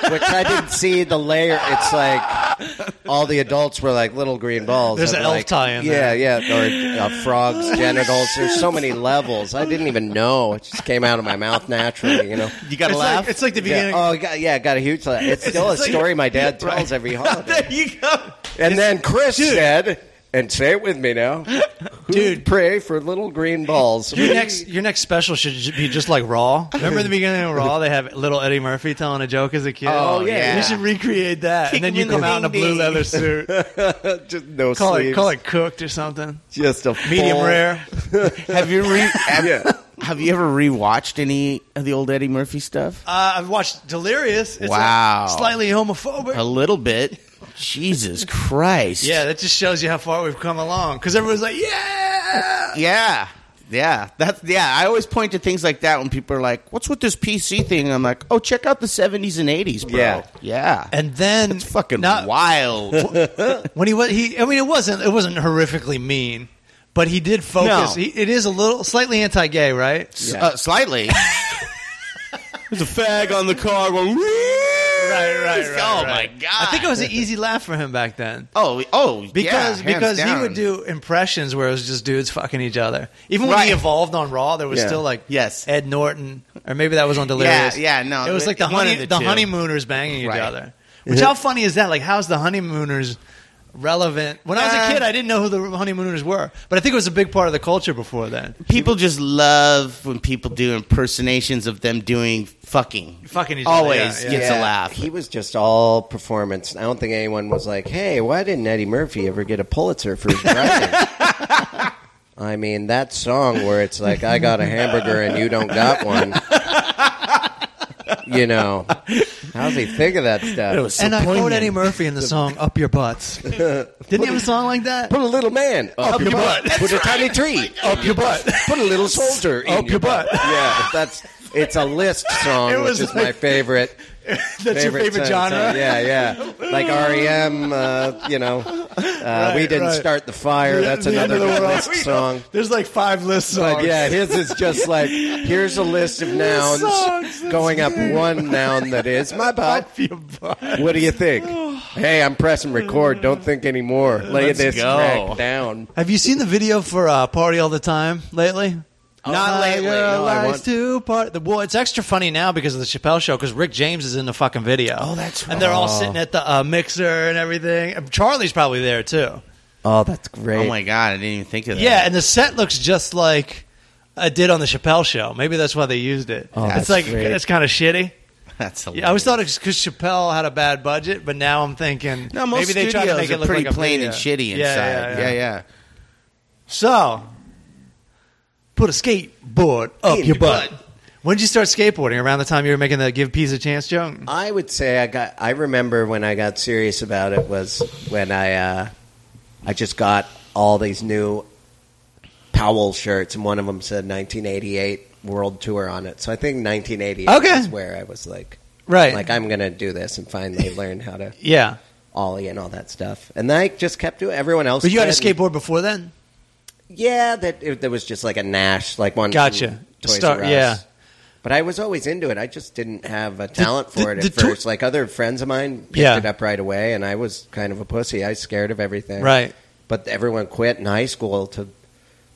Speaker 3: Which I didn't see the layer. It's like all the adults were like little green balls.
Speaker 2: There's
Speaker 3: I'm
Speaker 2: an elf
Speaker 3: like,
Speaker 2: tie in
Speaker 3: Yeah,
Speaker 2: there.
Speaker 3: yeah, or uh, frogs, genitals. There's so many levels. I didn't even know. It just came out of my mouth naturally, you know.
Speaker 5: You got to
Speaker 2: It's
Speaker 5: laugh.
Speaker 2: like, it's like the
Speaker 3: Yeah.
Speaker 2: beginning.
Speaker 3: Oh, I got, yeah, I got a huge laugh. It's still a
Speaker 2: it's like-
Speaker 3: story my dad tells every holiday.
Speaker 2: there you go.
Speaker 3: And then Chris said, and say it with me now,
Speaker 2: Dude.
Speaker 3: dude, pray for little green balls.
Speaker 2: Your next, your next special should ju- be just like Raw. Remember the beginning of Raw? They have little Eddie Murphy telling a joke as a kid.
Speaker 3: Oh, yeah.
Speaker 2: you should recreate that,
Speaker 5: Kick
Speaker 2: and then
Speaker 5: him
Speaker 2: you
Speaker 5: in the
Speaker 2: come out in a blue
Speaker 5: ding-ding.
Speaker 2: leather suit.
Speaker 3: just no
Speaker 2: Call it,
Speaker 3: sleeves.
Speaker 2: call it cooked or something.
Speaker 3: just a
Speaker 2: Medium
Speaker 3: full-
Speaker 2: rare.
Speaker 5: Have you re- have,
Speaker 3: Yeah.
Speaker 5: have you ever rewatched any of the old Eddie Murphy stuff?
Speaker 2: Uh, I've watched Delirious. It's
Speaker 5: Wow.
Speaker 2: uh, slightly homophobic.
Speaker 5: A little bit. Jesus Christ.
Speaker 2: Yeah, that just shows you how far we've come along. Because everyone's like, yeah.
Speaker 5: Yeah. Yeah. That's yeah. I always point to things like that when people are like, "What's with this PC thing?" I'm like, "Oh, check out the '70s and '80s, bro."
Speaker 3: Yeah.
Speaker 5: Yeah.
Speaker 2: And then
Speaker 5: it's fucking
Speaker 2: not-
Speaker 5: wild.
Speaker 2: when he was he. I mean, it wasn't it wasn't horrifically mean, but he did focus.
Speaker 5: No.
Speaker 2: He, it is a little slightly anti-gay, right?
Speaker 5: uh, slightly. There's a fag on the car going. Right, Oh my god.
Speaker 2: I think it was an easy laugh for him back then.
Speaker 5: Oh, oh,
Speaker 2: Because
Speaker 5: yeah, hands
Speaker 2: because
Speaker 5: down.
Speaker 2: he would do impressions where it was just dudes fucking each other. Even when
Speaker 5: Right.
Speaker 2: he evolved on Raw, there was
Speaker 3: Yeah.
Speaker 2: still like
Speaker 5: Yes.
Speaker 2: Ed Norton or maybe that was on Delirious.
Speaker 5: Yeah, yeah, no,
Speaker 2: it was like the
Speaker 5: one of
Speaker 2: honey,
Speaker 5: the
Speaker 2: the,
Speaker 5: two.
Speaker 2: honeymooners banging
Speaker 5: Right.
Speaker 2: each other. Which how funny is that? Like how's the honeymooners relevant? When I was
Speaker 5: Uh,
Speaker 2: a kid, I didn't know who the honeymooners were, but I think it was a big part of the culture before then.
Speaker 5: People just love when people do impersonations of them doing fucking.
Speaker 2: Fucking each other,
Speaker 5: always
Speaker 2: yeah, yeah.
Speaker 5: gets a laugh.
Speaker 3: He was just all performance. I don't think anyone was like, "Hey, why didn't Eddie Murphy ever get a Pulitzer for his writing?" I mean, that song where it's like, "I got a hamburger and you don't got one." You know, how's he think of that stuff?
Speaker 2: and I quote Eddie Murphy in the song "Up Your Butts." Didn't he have a song like that?
Speaker 3: Put a little man up, your,
Speaker 2: your
Speaker 3: butt.
Speaker 2: butt.
Speaker 3: Put a tiny tree up your butt. Put a little soldier in
Speaker 2: Up your butt.
Speaker 3: Yeah, that's it's a list song,
Speaker 2: It
Speaker 3: which
Speaker 2: was
Speaker 3: is my
Speaker 2: like-
Speaker 3: favorite.
Speaker 2: That's your favorite
Speaker 3: song, so,
Speaker 2: genre.
Speaker 3: yeah, yeah. Like REM, uh, you know. Uh, we didn't
Speaker 2: right.
Speaker 3: start the fire. That's
Speaker 2: The end
Speaker 3: another
Speaker 2: of the
Speaker 3: good
Speaker 2: world.
Speaker 3: list song.
Speaker 2: There's like five lists.
Speaker 3: But yeah, his is just like here's a list of nouns
Speaker 2: songs, that's
Speaker 3: going up one noun that is my butt. What do you think? Hey, I'm pressing record. Don't think anymore. Lay
Speaker 5: Let's
Speaker 3: this
Speaker 5: go.
Speaker 3: track down.
Speaker 2: Have you seen the video for uh, "Party All the Time" lately?
Speaker 3: Oh,
Speaker 5: Not
Speaker 2: My
Speaker 5: lately,
Speaker 2: girl
Speaker 5: no, I
Speaker 2: likes
Speaker 5: want-
Speaker 2: to party. The- Well, it's extra funny now because of the Chappelle show. Because Rick James is in the fucking video. Oh,
Speaker 5: that's
Speaker 2: And they're all sitting at the uh, mixer and everything. And Charlie's probably there too.
Speaker 3: Oh, that's great.
Speaker 5: Oh my god, I didn't even think of that.
Speaker 2: Yeah, and the set looks just like it did on the Chappelle show. Maybe that's why they used it.
Speaker 3: Oh,
Speaker 2: it's
Speaker 3: that's
Speaker 2: like
Speaker 3: great.
Speaker 2: it's kind of shitty.
Speaker 5: that's hilarious.
Speaker 2: Yeah, I always thought it was because Chappelle had a bad budget, but now I'm thinking
Speaker 5: No, most
Speaker 2: maybe they try to
Speaker 5: studios
Speaker 2: make
Speaker 5: are
Speaker 2: it look
Speaker 5: pretty
Speaker 2: like a
Speaker 5: plain
Speaker 2: video.
Speaker 5: and shitty inside.
Speaker 2: Yeah,
Speaker 5: Yeah, yeah.
Speaker 2: yeah, yeah. So, put a skateboard up
Speaker 3: In
Speaker 2: your
Speaker 3: your
Speaker 2: butt. When did you start skateboarding? Around the time you were making the "Give Peas a Chance" joke.
Speaker 3: I would say I got. I remember when I got serious about it was when I uh, I just got all these new Powell shirts, and one of them said 1988 World Tour on it. So I think 1988
Speaker 2: Okay.
Speaker 3: is where I was like,
Speaker 2: Right.
Speaker 3: like I'm gonna do this, and finally learn how to
Speaker 2: yeah,
Speaker 3: ollie and all that stuff. And then I just kept doing. Everyone else,
Speaker 2: but you had a
Speaker 3: did, and-
Speaker 2: skateboard before then.
Speaker 3: Yeah, that it, there was just like a Nash, like one.
Speaker 2: Gotcha.
Speaker 3: from Toys
Speaker 2: Start-
Speaker 3: R Us.
Speaker 2: yeah.
Speaker 3: But I was always into it. I just didn't have a talent
Speaker 2: the-
Speaker 3: for it
Speaker 2: the
Speaker 3: at
Speaker 2: tour-
Speaker 3: first. like other friends of mine picked
Speaker 2: Yeah.
Speaker 3: it up right away, and I was kind of a pussy. I was scared of everything.
Speaker 2: Right.
Speaker 3: but everyone quit in high school to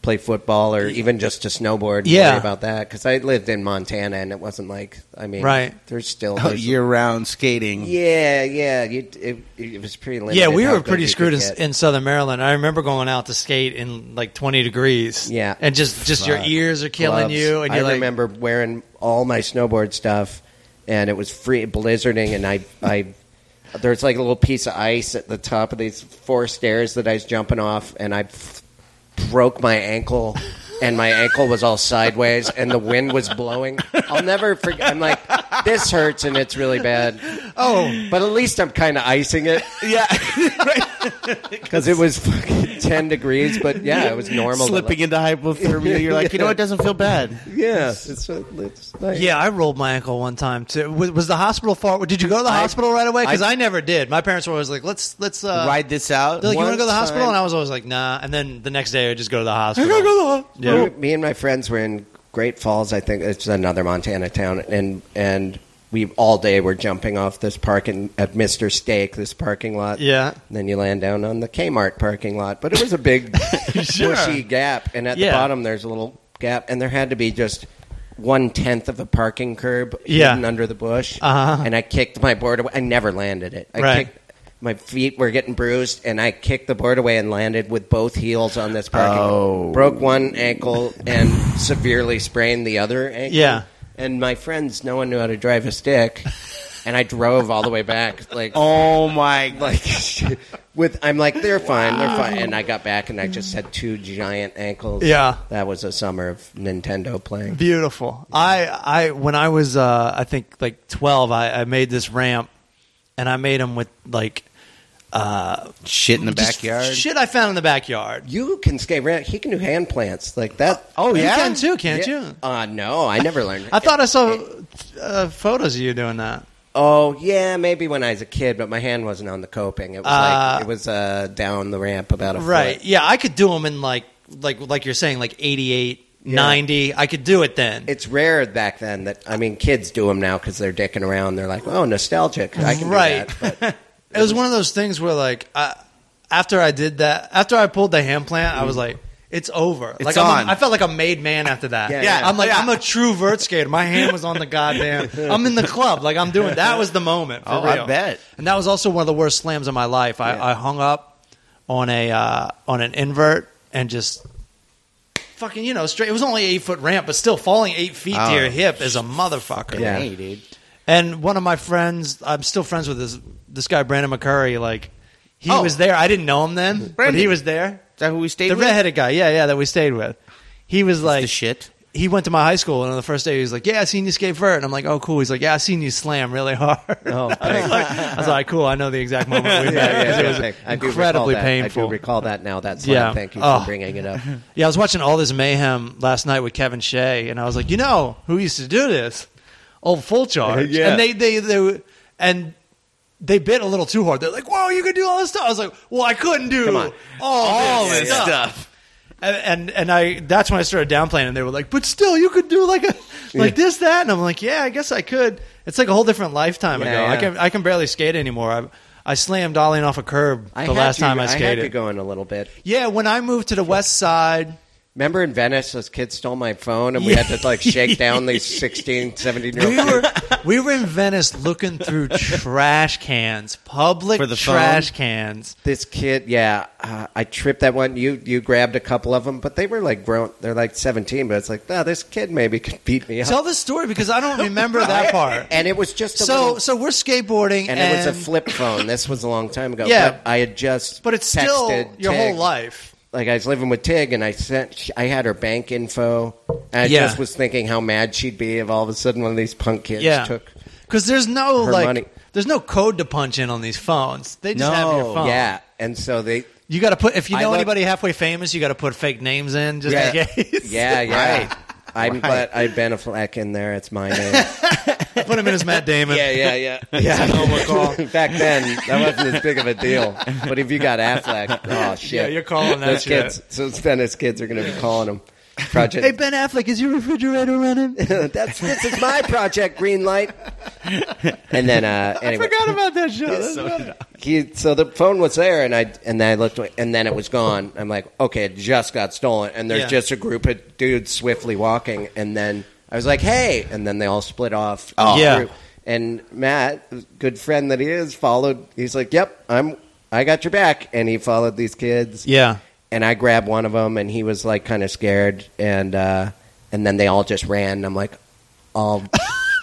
Speaker 3: play football or even just to snowboard. and
Speaker 2: Yeah.
Speaker 3: worry about that because I lived in Montana and it wasn't like I mean,
Speaker 2: Right.
Speaker 3: There's still
Speaker 5: Oh,
Speaker 3: there's-
Speaker 5: year-round skating.
Speaker 3: yeah, yeah. You, it, it was pretty limited.
Speaker 2: Yeah, we
Speaker 3: how
Speaker 2: were
Speaker 3: good
Speaker 2: pretty
Speaker 3: you could
Speaker 2: screwed in,
Speaker 3: get.
Speaker 2: in Southern Maryland. I remember going out to skate in like 20 degrees.
Speaker 3: Yeah.
Speaker 2: and just just your
Speaker 5: Fuck.
Speaker 2: ears are killing
Speaker 3: gloves.
Speaker 2: you, and
Speaker 3: I
Speaker 2: you're like,
Speaker 3: remember wearing all my snowboard stuff, and it was free blizzarding, and I, I there's like a little piece of ice at the top of these four stairs that I was jumping off, and I f- broke my ankle. And my ankle was all sideways, and the wind was blowing. I'll never forget. I'm like, this hurts, and it's really bad. Oh, but at least I'm kind of icing it
Speaker 5: Yeah,
Speaker 3: because it was fucking ten degrees. But yeah, it was normal. but,
Speaker 5: slipping into hypothermia. You're like, you know, it doesn't feel bad.
Speaker 3: like, yeah, it's, it's nice.
Speaker 2: yeah, I rolled my ankle one time too. Was, was the hospital far? Did you go to the hospital right away? Because I, never did. My parents were always like, let's let's uh,
Speaker 5: Ride this out.
Speaker 2: They're like, you want to
Speaker 5: One
Speaker 2: go to the hospital?
Speaker 5: time-
Speaker 2: And I was always like, nah. And then the next day, I just go to the hospital.
Speaker 3: We were- me and my friends were in Great Falls. I think it's another Montana town, and and we all day were jumping off this parking at Mister Steak, this parking lot.
Speaker 2: Yeah.
Speaker 3: And then you land down on the Kmart parking lot, but it was a big bushy gap, and at
Speaker 2: Yeah.
Speaker 3: the bottom there's a little gap, and there had to be just. One tenth of a parking curb
Speaker 2: Yeah.
Speaker 3: hidden under the bush,
Speaker 2: Uh-huh.
Speaker 3: and I kicked my board away. I never landed it. I
Speaker 2: Right.
Speaker 3: kicked, my feet were getting bruised, and I kicked the board away and landed with both heels on this parking.
Speaker 5: Oh.
Speaker 3: Broke one ankle and severely sprained the other ankle.
Speaker 2: Yeah.
Speaker 3: And my friends, no one knew how to drive a stick, and I drove all the way back. Like,
Speaker 5: Oh my!
Speaker 3: like with I'm like they're fine, they're fine. And I got back and I just had two giant ankles.
Speaker 2: Yeah.
Speaker 3: That was a summer of Nintendo playing.
Speaker 2: Beautiful. I, I when I was uh, I think like twelve, I, I made this ramp, and I made them with like uh,
Speaker 5: Shit in the
Speaker 2: just
Speaker 5: backyard.
Speaker 2: shit I found in the backyard.
Speaker 3: You can skate around. He can do hand plants like that.
Speaker 5: Oh
Speaker 2: You
Speaker 5: yeah.
Speaker 2: can too, can't you?
Speaker 3: Uh, no, I never learned.
Speaker 2: I thought I saw uh, photos of you doing that.
Speaker 3: Oh yeah, maybe when I was a kid, but my hand wasn't on the coping. It was
Speaker 2: Uh,
Speaker 3: like it was uh, down the ramp about a foot.
Speaker 2: Right. Yeah, I could do them in like like like you're saying like 88, 90. I could do it then.
Speaker 3: It's rare back then that I mean, kids do them now because they're dicking around. They're like, oh, nostalgic. I can
Speaker 2: right.
Speaker 3: do that. But
Speaker 2: it was one of those things where like I, after I did that, after I pulled the hand plant, I was like. It's over. like I'm
Speaker 5: on.
Speaker 2: a, I felt like a made man after that.
Speaker 3: Yeah, yeah.
Speaker 2: I'm like I'm a true vert skater. My hand was on the goddamn. I'm in the club. Like I'm doing. That was the moment. For
Speaker 5: Oh, I
Speaker 2: real.
Speaker 5: bet.
Speaker 2: And that was also one of the worst slams of my life. I, I hung up on a uh, on an invert and just fucking you know straight. It was only eight foot ramp, but still falling eight feet to
Speaker 5: Oh.
Speaker 2: your hip is a motherfucker.
Speaker 3: Yeah.
Speaker 5: Hey, dude.
Speaker 2: And one of my friends, I'm still friends with this this guy Brandon McCurry. Like he
Speaker 5: Oh.
Speaker 2: was there. I didn't know him then, but he
Speaker 5: Brandon.
Speaker 2: was there.
Speaker 5: Is that who we stayed
Speaker 2: The
Speaker 5: with?
Speaker 2: redheaded guy, yeah, yeah, that we stayed with. He was like
Speaker 5: the shit.
Speaker 2: He went to my high school, and on the first day, he was like, "Yeah, I seen you skate vert," and I'm like, "Oh, cool." He's like, "Yeah, I seen you slam really hard." Oh, I, was like, I was like, "Cool, I know the exact moment we met."
Speaker 3: yeah,
Speaker 2: 'cause
Speaker 3: yeah,
Speaker 2: it was
Speaker 3: yeah. I do recall
Speaker 2: incredibly
Speaker 3: that. I
Speaker 2: painful.
Speaker 3: do recall that now. That's
Speaker 2: Yeah.
Speaker 3: yeah. Thank you for
Speaker 2: Oh.
Speaker 3: bringing it up.
Speaker 2: Yeah, I was watching all this mayhem last night with Kevin Shea, and I was like, you know who used to do this? Old Full Charge.
Speaker 5: Yeah.
Speaker 2: And they they they and they bit a little too hard. They're like, "Whoa, you could do all this stuff." I was like, "Well, I couldn't do all, this, stuff." And, and and I that's when I started downplaying, and they were like, "But still, you could do like a like this that," and I'm like, "Yeah, I guess I could." It's like a whole different lifetime ago. I
Speaker 3: yeah.
Speaker 2: can I can barely skate anymore. I I slammed Dolly off a curb
Speaker 3: I
Speaker 2: the
Speaker 3: had
Speaker 2: last
Speaker 3: you-
Speaker 2: time I
Speaker 3: I had you
Speaker 2: skated.
Speaker 3: going a little bit.
Speaker 2: yeah, when I moved to the west side.
Speaker 3: Remember in Venice, those kids stole my phone, and we had to like shake down these 16, 17 year old
Speaker 2: we were we were in Venice looking through trash cans, public
Speaker 5: For the
Speaker 2: trash
Speaker 5: phone?
Speaker 2: cans.
Speaker 3: this kid, yeah, uh, I tripped that one. You you grabbed a couple of them, but they were like grown. They're like seventeen, but it's like, no, this kid maybe could beat me up.
Speaker 2: Tell the story because I don't remember that part.
Speaker 3: and it was just a
Speaker 2: So
Speaker 3: little,
Speaker 2: so we're skateboarding
Speaker 3: and, it was a flip phone. This was a long time ago.
Speaker 2: Yeah.
Speaker 3: but I had just
Speaker 2: but it's still
Speaker 3: texted
Speaker 2: your
Speaker 3: Tig.
Speaker 2: whole life.
Speaker 3: Like I was living with Tig, and I sent I had her bank info. And I
Speaker 2: Yeah.
Speaker 3: just was thinking how mad she'd be if all of a sudden one of these punk kids
Speaker 2: Yeah.
Speaker 3: took.
Speaker 2: Cuz there's no
Speaker 3: her
Speaker 2: like
Speaker 3: money.
Speaker 2: there's no code to punch in on these phones. They just have your phone.
Speaker 3: Yeah, and so they
Speaker 2: You got to put if you
Speaker 3: I
Speaker 2: know
Speaker 3: love-
Speaker 2: anybody halfway famous, you got to put fake names in just
Speaker 3: Yeah.
Speaker 2: in case.
Speaker 3: yeah yeah.
Speaker 5: Right.
Speaker 3: I'm glad I Ben Affleck in there. It's my name.
Speaker 2: put him in as Matt Damon.
Speaker 3: Yeah, yeah, yeah. yeah. Back then, that wasn't as big of a deal. But if you got Affleck, oh shit,
Speaker 2: Yeah, you're calling that
Speaker 3: Those
Speaker 2: shit.
Speaker 3: kids, so Venice kids are going to be calling him. project.
Speaker 2: Hey, Ben Affleck, is your refrigerator running?
Speaker 3: That's this is my project, green light. And then uh, anyway,
Speaker 2: Forgot about that show. That's funny.
Speaker 3: he, so the phone was there, and I and then I looked, away, and then it was gone. I'm like, okay, it just got stolen, and there's
Speaker 2: Yeah.
Speaker 3: just a group of dudes swiftly walking, and then I was like, hey, and then they all split off.
Speaker 5: Oh.
Speaker 2: Yeah.
Speaker 3: Group. And Matt, good friend that he is, followed. He's like, yep, I'm, I got your back, and he followed these kids.
Speaker 2: yeah.
Speaker 3: and I grabbed one of them, and he was like kind of scared, and uh, and then they all just ran. And I'm like, all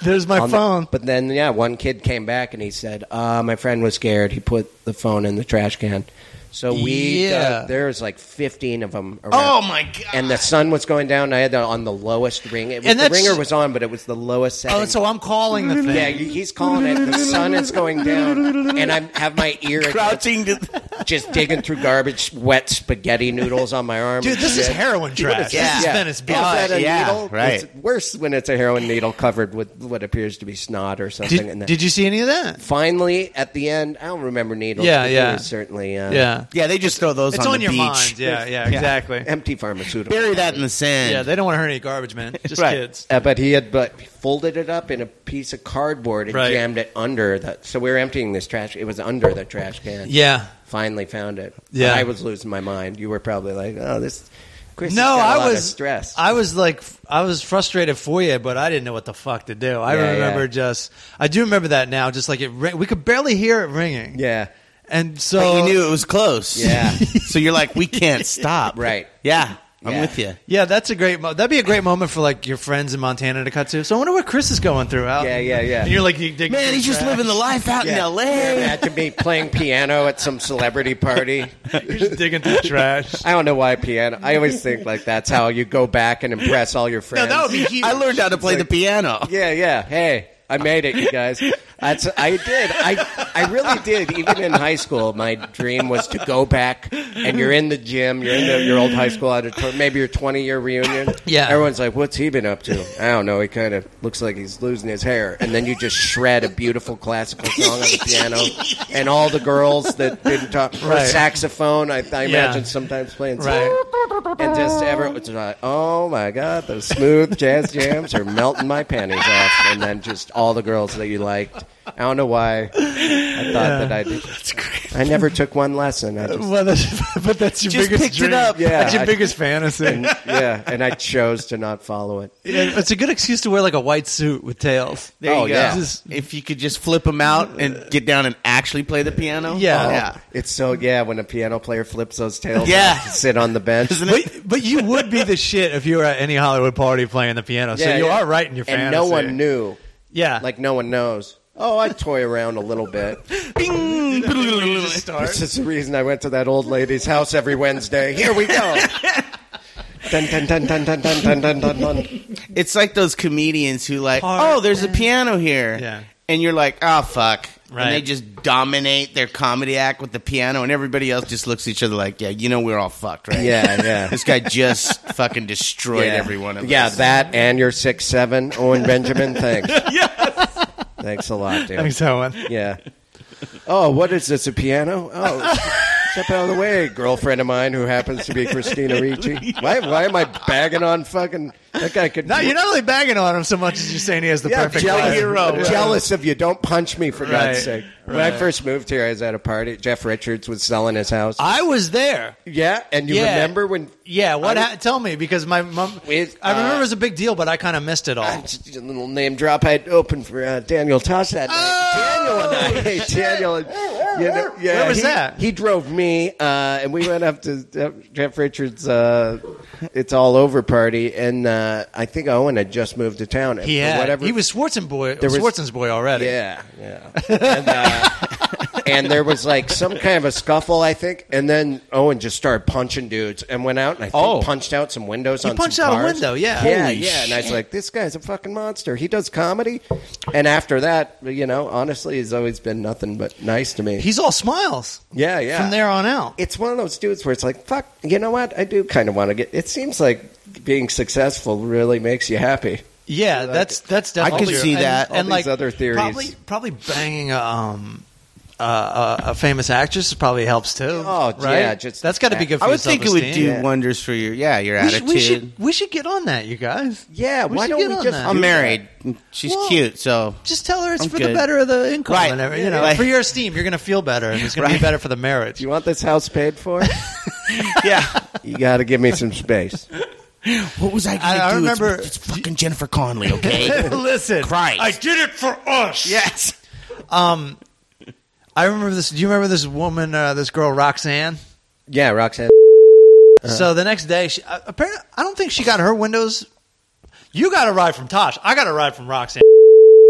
Speaker 2: There's my
Speaker 3: on the-
Speaker 2: phone.
Speaker 3: but then yeah, one kid came back and he said, uh, "My friend was scared. He put the phone in the trash can." So we
Speaker 2: Yeah.
Speaker 3: dug- there was like 15 of them. Around.
Speaker 5: Oh my god!
Speaker 3: And the sun was going down. I had that on the lowest ring. It was,
Speaker 2: And
Speaker 3: the
Speaker 2: that's-
Speaker 3: ringer was on, but it was the lowest setting.
Speaker 2: oh, so I'm calling the thing.
Speaker 3: yeah, he's calling it. The sun is going down, and I have my ear
Speaker 5: Crouching to
Speaker 3: just digging through garbage, wet spaghetti noodles on my arm.
Speaker 2: Dude,
Speaker 3: and
Speaker 2: this is
Speaker 3: shit.
Speaker 2: heroin trash. This is Venice Beach.
Speaker 3: Is Oh, that a
Speaker 5: yeah,
Speaker 3: needle?
Speaker 5: right.
Speaker 3: It's worse when it's a heroin needle covered with what appears to be snot or something. and
Speaker 2: Did,
Speaker 3: then
Speaker 2: did you see any of that?
Speaker 3: finally, at the end, I don't remember needles.
Speaker 2: Yeah,
Speaker 3: but there
Speaker 2: yeah.
Speaker 3: was certainly. Uh,
Speaker 2: Yeah.
Speaker 5: yeah, they just throw those.
Speaker 2: It's
Speaker 5: on,
Speaker 2: on,
Speaker 5: the
Speaker 2: your
Speaker 5: beach.
Speaker 2: mind. Yeah, yeah, exactly.
Speaker 3: Empty pharmaceutical.
Speaker 5: Bury that in the sand.
Speaker 2: Yeah, they don't want to hurt any garbage, man. Just
Speaker 5: Right.
Speaker 2: kids.
Speaker 3: Uh, but he had but folded it up in a piece of cardboard and
Speaker 2: Right.
Speaker 3: jammed it under the. So we were emptying this trash. It was under the trash can.
Speaker 2: Yeah.
Speaker 3: Finally found it.
Speaker 2: Yeah.
Speaker 3: I was losing my mind. You were probably like, "Oh, this." Chris
Speaker 2: no,
Speaker 3: has got a
Speaker 2: I
Speaker 3: lot of
Speaker 2: was
Speaker 3: stressed.
Speaker 2: I was like, f- I was frustrated for you, but I didn't know what the fuck to do. I
Speaker 3: Yeah,
Speaker 2: remember
Speaker 3: yeah.
Speaker 2: just, I do remember that now. Just like it, ri- we could barely hear it ringing.
Speaker 3: yeah.
Speaker 2: and so
Speaker 5: But you knew it was close.
Speaker 3: Yeah.
Speaker 5: so you're like, we can't stop.
Speaker 3: Right.
Speaker 5: Yeah. I'm
Speaker 3: Yeah.
Speaker 5: with you.
Speaker 2: Yeah, that's a great. Mo- that'd be a great moment for like your friends in Montana to cut to. So I wonder what Chris is going through. Out
Speaker 3: Yeah, yeah, yeah.
Speaker 2: And you're like, you dig
Speaker 5: Man, he's just living the life out in L.A.
Speaker 3: Had to be playing piano at some celebrity party.
Speaker 2: You're just digging through trash.
Speaker 3: I don't know why piano. I always think like that's how you go back and impress all your
Speaker 2: no,
Speaker 3: friends.
Speaker 2: that would be huge.
Speaker 5: I learned how to play the piano.
Speaker 3: yeah, yeah. Hey, I made it, you guys. That's I did. I I really did. Even in high school, my dream was to go back and you're in the gym, you're in the, your old high school auditorium, maybe your 20 year reunion.
Speaker 2: Yeah.
Speaker 3: Everyone's like, "What's he been up to?" I don't know. He kind of looks like he's losing his hair. And then you just shred a beautiful classical song on the piano, and all the girls that didn't talk or
Speaker 2: Right.
Speaker 3: saxophone. I, I
Speaker 2: Yeah.
Speaker 3: imagine sometimes playing
Speaker 2: Right.
Speaker 3: and just ever was like, oh my god, those smooth jazz jams are melting my panties off. And then just all the girls that you liked. I don't know why. I thought that I did. That's great. I never took one lesson. I just,
Speaker 2: Well, that's, but that's your
Speaker 5: Just
Speaker 2: biggest
Speaker 5: picked it
Speaker 2: dream.
Speaker 5: up.
Speaker 3: Yeah,
Speaker 2: that's your
Speaker 3: I-
Speaker 2: biggest fantasy.
Speaker 3: yeah, and I chose to not follow it.
Speaker 2: Yeah, it's a good excuse to wear like a white suit with tails.
Speaker 5: There
Speaker 3: Oh,
Speaker 5: you go.
Speaker 3: yeah.
Speaker 2: Just-
Speaker 5: If you could just flip them out and get down and actually play the piano.
Speaker 2: Yeah.
Speaker 5: Oh, yeah.
Speaker 3: It's so yeah when a piano player flips those tails.
Speaker 5: Yeah.
Speaker 3: and sit on the bench.
Speaker 5: Isn't it?
Speaker 2: But, but you would be the shit if you were at any Hollywood party playing the piano. so
Speaker 3: Yeah,
Speaker 2: you
Speaker 3: yeah.
Speaker 2: are right in your fantasy.
Speaker 3: And no one knew.
Speaker 2: Yeah.
Speaker 3: Like no one knows. Oh, I toy around a little bit.
Speaker 5: Bing!
Speaker 3: This is the reason I went to that old lady's house every Wednesday. Here we go. dun, dun, dun, dun, dun, dun, dun, dun, dun, dun.
Speaker 5: It's like those comedians who like,
Speaker 2: Heart
Speaker 5: oh, there's a piano here,
Speaker 2: Yeah.
Speaker 5: and you're like, oh fuck,
Speaker 2: Right.
Speaker 5: and they just dominate their comedy act with the piano, and everybody else just looks at each other like, yeah, you know we're all fucked, right?
Speaker 3: Yeah, yeah.
Speaker 5: this guy just fucking destroyed
Speaker 3: Yeah.
Speaker 5: every one of
Speaker 3: Yeah,
Speaker 5: us.
Speaker 3: that and your six seven Owen Benjamin. Thanks. Thanks a lot, dude.
Speaker 2: Thanks, Owen.
Speaker 3: Yeah. Oh, what is this? A piano? Oh, step out of the way, girlfriend of mine who happens to be Christina Ricci. Why? Why am I bagging on fucking that guy? Could
Speaker 2: No, you're not really bagging on him so much as you're saying he has the perfect life.
Speaker 3: Jealous of you. Don't punch me for God's
Speaker 2: Right,
Speaker 3: sake. When I first moved here, I was at a party. Jeff Richards was selling his house.
Speaker 2: I was there.
Speaker 3: yeah, and you
Speaker 2: Yeah.
Speaker 3: remember when?
Speaker 2: Yeah, what?
Speaker 3: I-
Speaker 2: Ha- tell me because my mom.
Speaker 3: With,
Speaker 2: I remember
Speaker 3: uh,
Speaker 2: it was a big deal, but I kind of missed it all.
Speaker 3: Uh, just a little name drop. I had opened for uh, Daniel Tosh that night.
Speaker 2: Oh,
Speaker 3: Daniel and I. Daniel. And, you know, yeah,
Speaker 2: Where was
Speaker 3: he,
Speaker 2: that?
Speaker 3: He drove me, uh, and we went up to uh, Jeff Richards' uh, "It's All Over" party, and uh, I think Owen had just moved to town. And
Speaker 2: he
Speaker 3: for
Speaker 2: had.
Speaker 3: whatever.
Speaker 2: he was Schwarzen boy.
Speaker 3: There was-
Speaker 2: Schwarzen's boy already.
Speaker 3: Yeah, yeah. And, uh, and there was like some kind of a scuffle, I think, and then Owen just started punching dudes and went out and I think
Speaker 2: Oh.
Speaker 3: punched out some windows on
Speaker 2: punched
Speaker 3: some
Speaker 2: out a
Speaker 3: cars.
Speaker 2: window, yeah.
Speaker 3: yeah,
Speaker 2: Holy
Speaker 3: yeah. And I was like, this guy's a fucking monster. He does comedy, and after that, you know, honestly, he's always been nothing but nice to me.
Speaker 2: He's all smiles.
Speaker 3: yeah, yeah.
Speaker 2: From there on out.
Speaker 3: It's one of those dudes where it's like, fuck, you know what? I do kind of want to get. It seems like being successful really makes you happy.
Speaker 2: Yeah, that's that's
Speaker 5: I
Speaker 2: definitely.
Speaker 5: could
Speaker 2: true.
Speaker 5: see that.
Speaker 2: and,
Speaker 3: All
Speaker 2: and
Speaker 3: these
Speaker 2: like
Speaker 3: other theories.
Speaker 2: Probably, probably banging a, um uh, a, a famous actress probably helps too.
Speaker 3: Oh,
Speaker 2: right?
Speaker 3: yeah, just-
Speaker 2: that's got to be good. for
Speaker 5: I
Speaker 2: your
Speaker 5: would think it would do
Speaker 2: self-esteem.
Speaker 5: wonders for your yeah your
Speaker 2: We
Speaker 5: attitude.
Speaker 2: should, we should we should get on that, you guys.
Speaker 3: Yeah,
Speaker 2: We
Speaker 3: why
Speaker 2: should
Speaker 3: don't
Speaker 2: get
Speaker 3: we
Speaker 2: on
Speaker 3: just-
Speaker 2: that.
Speaker 5: I'm married. She's
Speaker 2: Well-
Speaker 5: cute, so
Speaker 2: Just tell her it's
Speaker 5: I'm
Speaker 2: for the
Speaker 5: good.
Speaker 2: better of the income
Speaker 5: Right.
Speaker 2: and everything. You know,
Speaker 5: Right.
Speaker 2: for your esteem, you're going to feel better, and it's going to be
Speaker 5: Right.
Speaker 2: better for the marriage.
Speaker 3: Do you want this house paid for?
Speaker 5: yeah.
Speaker 3: you got to give me some space.
Speaker 4: What was I
Speaker 2: I-
Speaker 4: gonna
Speaker 2: I
Speaker 4: do? It's-
Speaker 2: remember-
Speaker 4: it's, fucking Jennifer Connelly, okay?
Speaker 2: Listen,
Speaker 4: Christ.
Speaker 5: did it for us. Yes.
Speaker 2: Um, I remember this. Do you remember this woman, uh, this girl Roxanne?
Speaker 3: Uh-huh. Yeah, Roxanne.
Speaker 2: So the next day, she, uh, apparently, I don't think she got her windows. You got a ride from Tosh. I got a ride from Roxanne.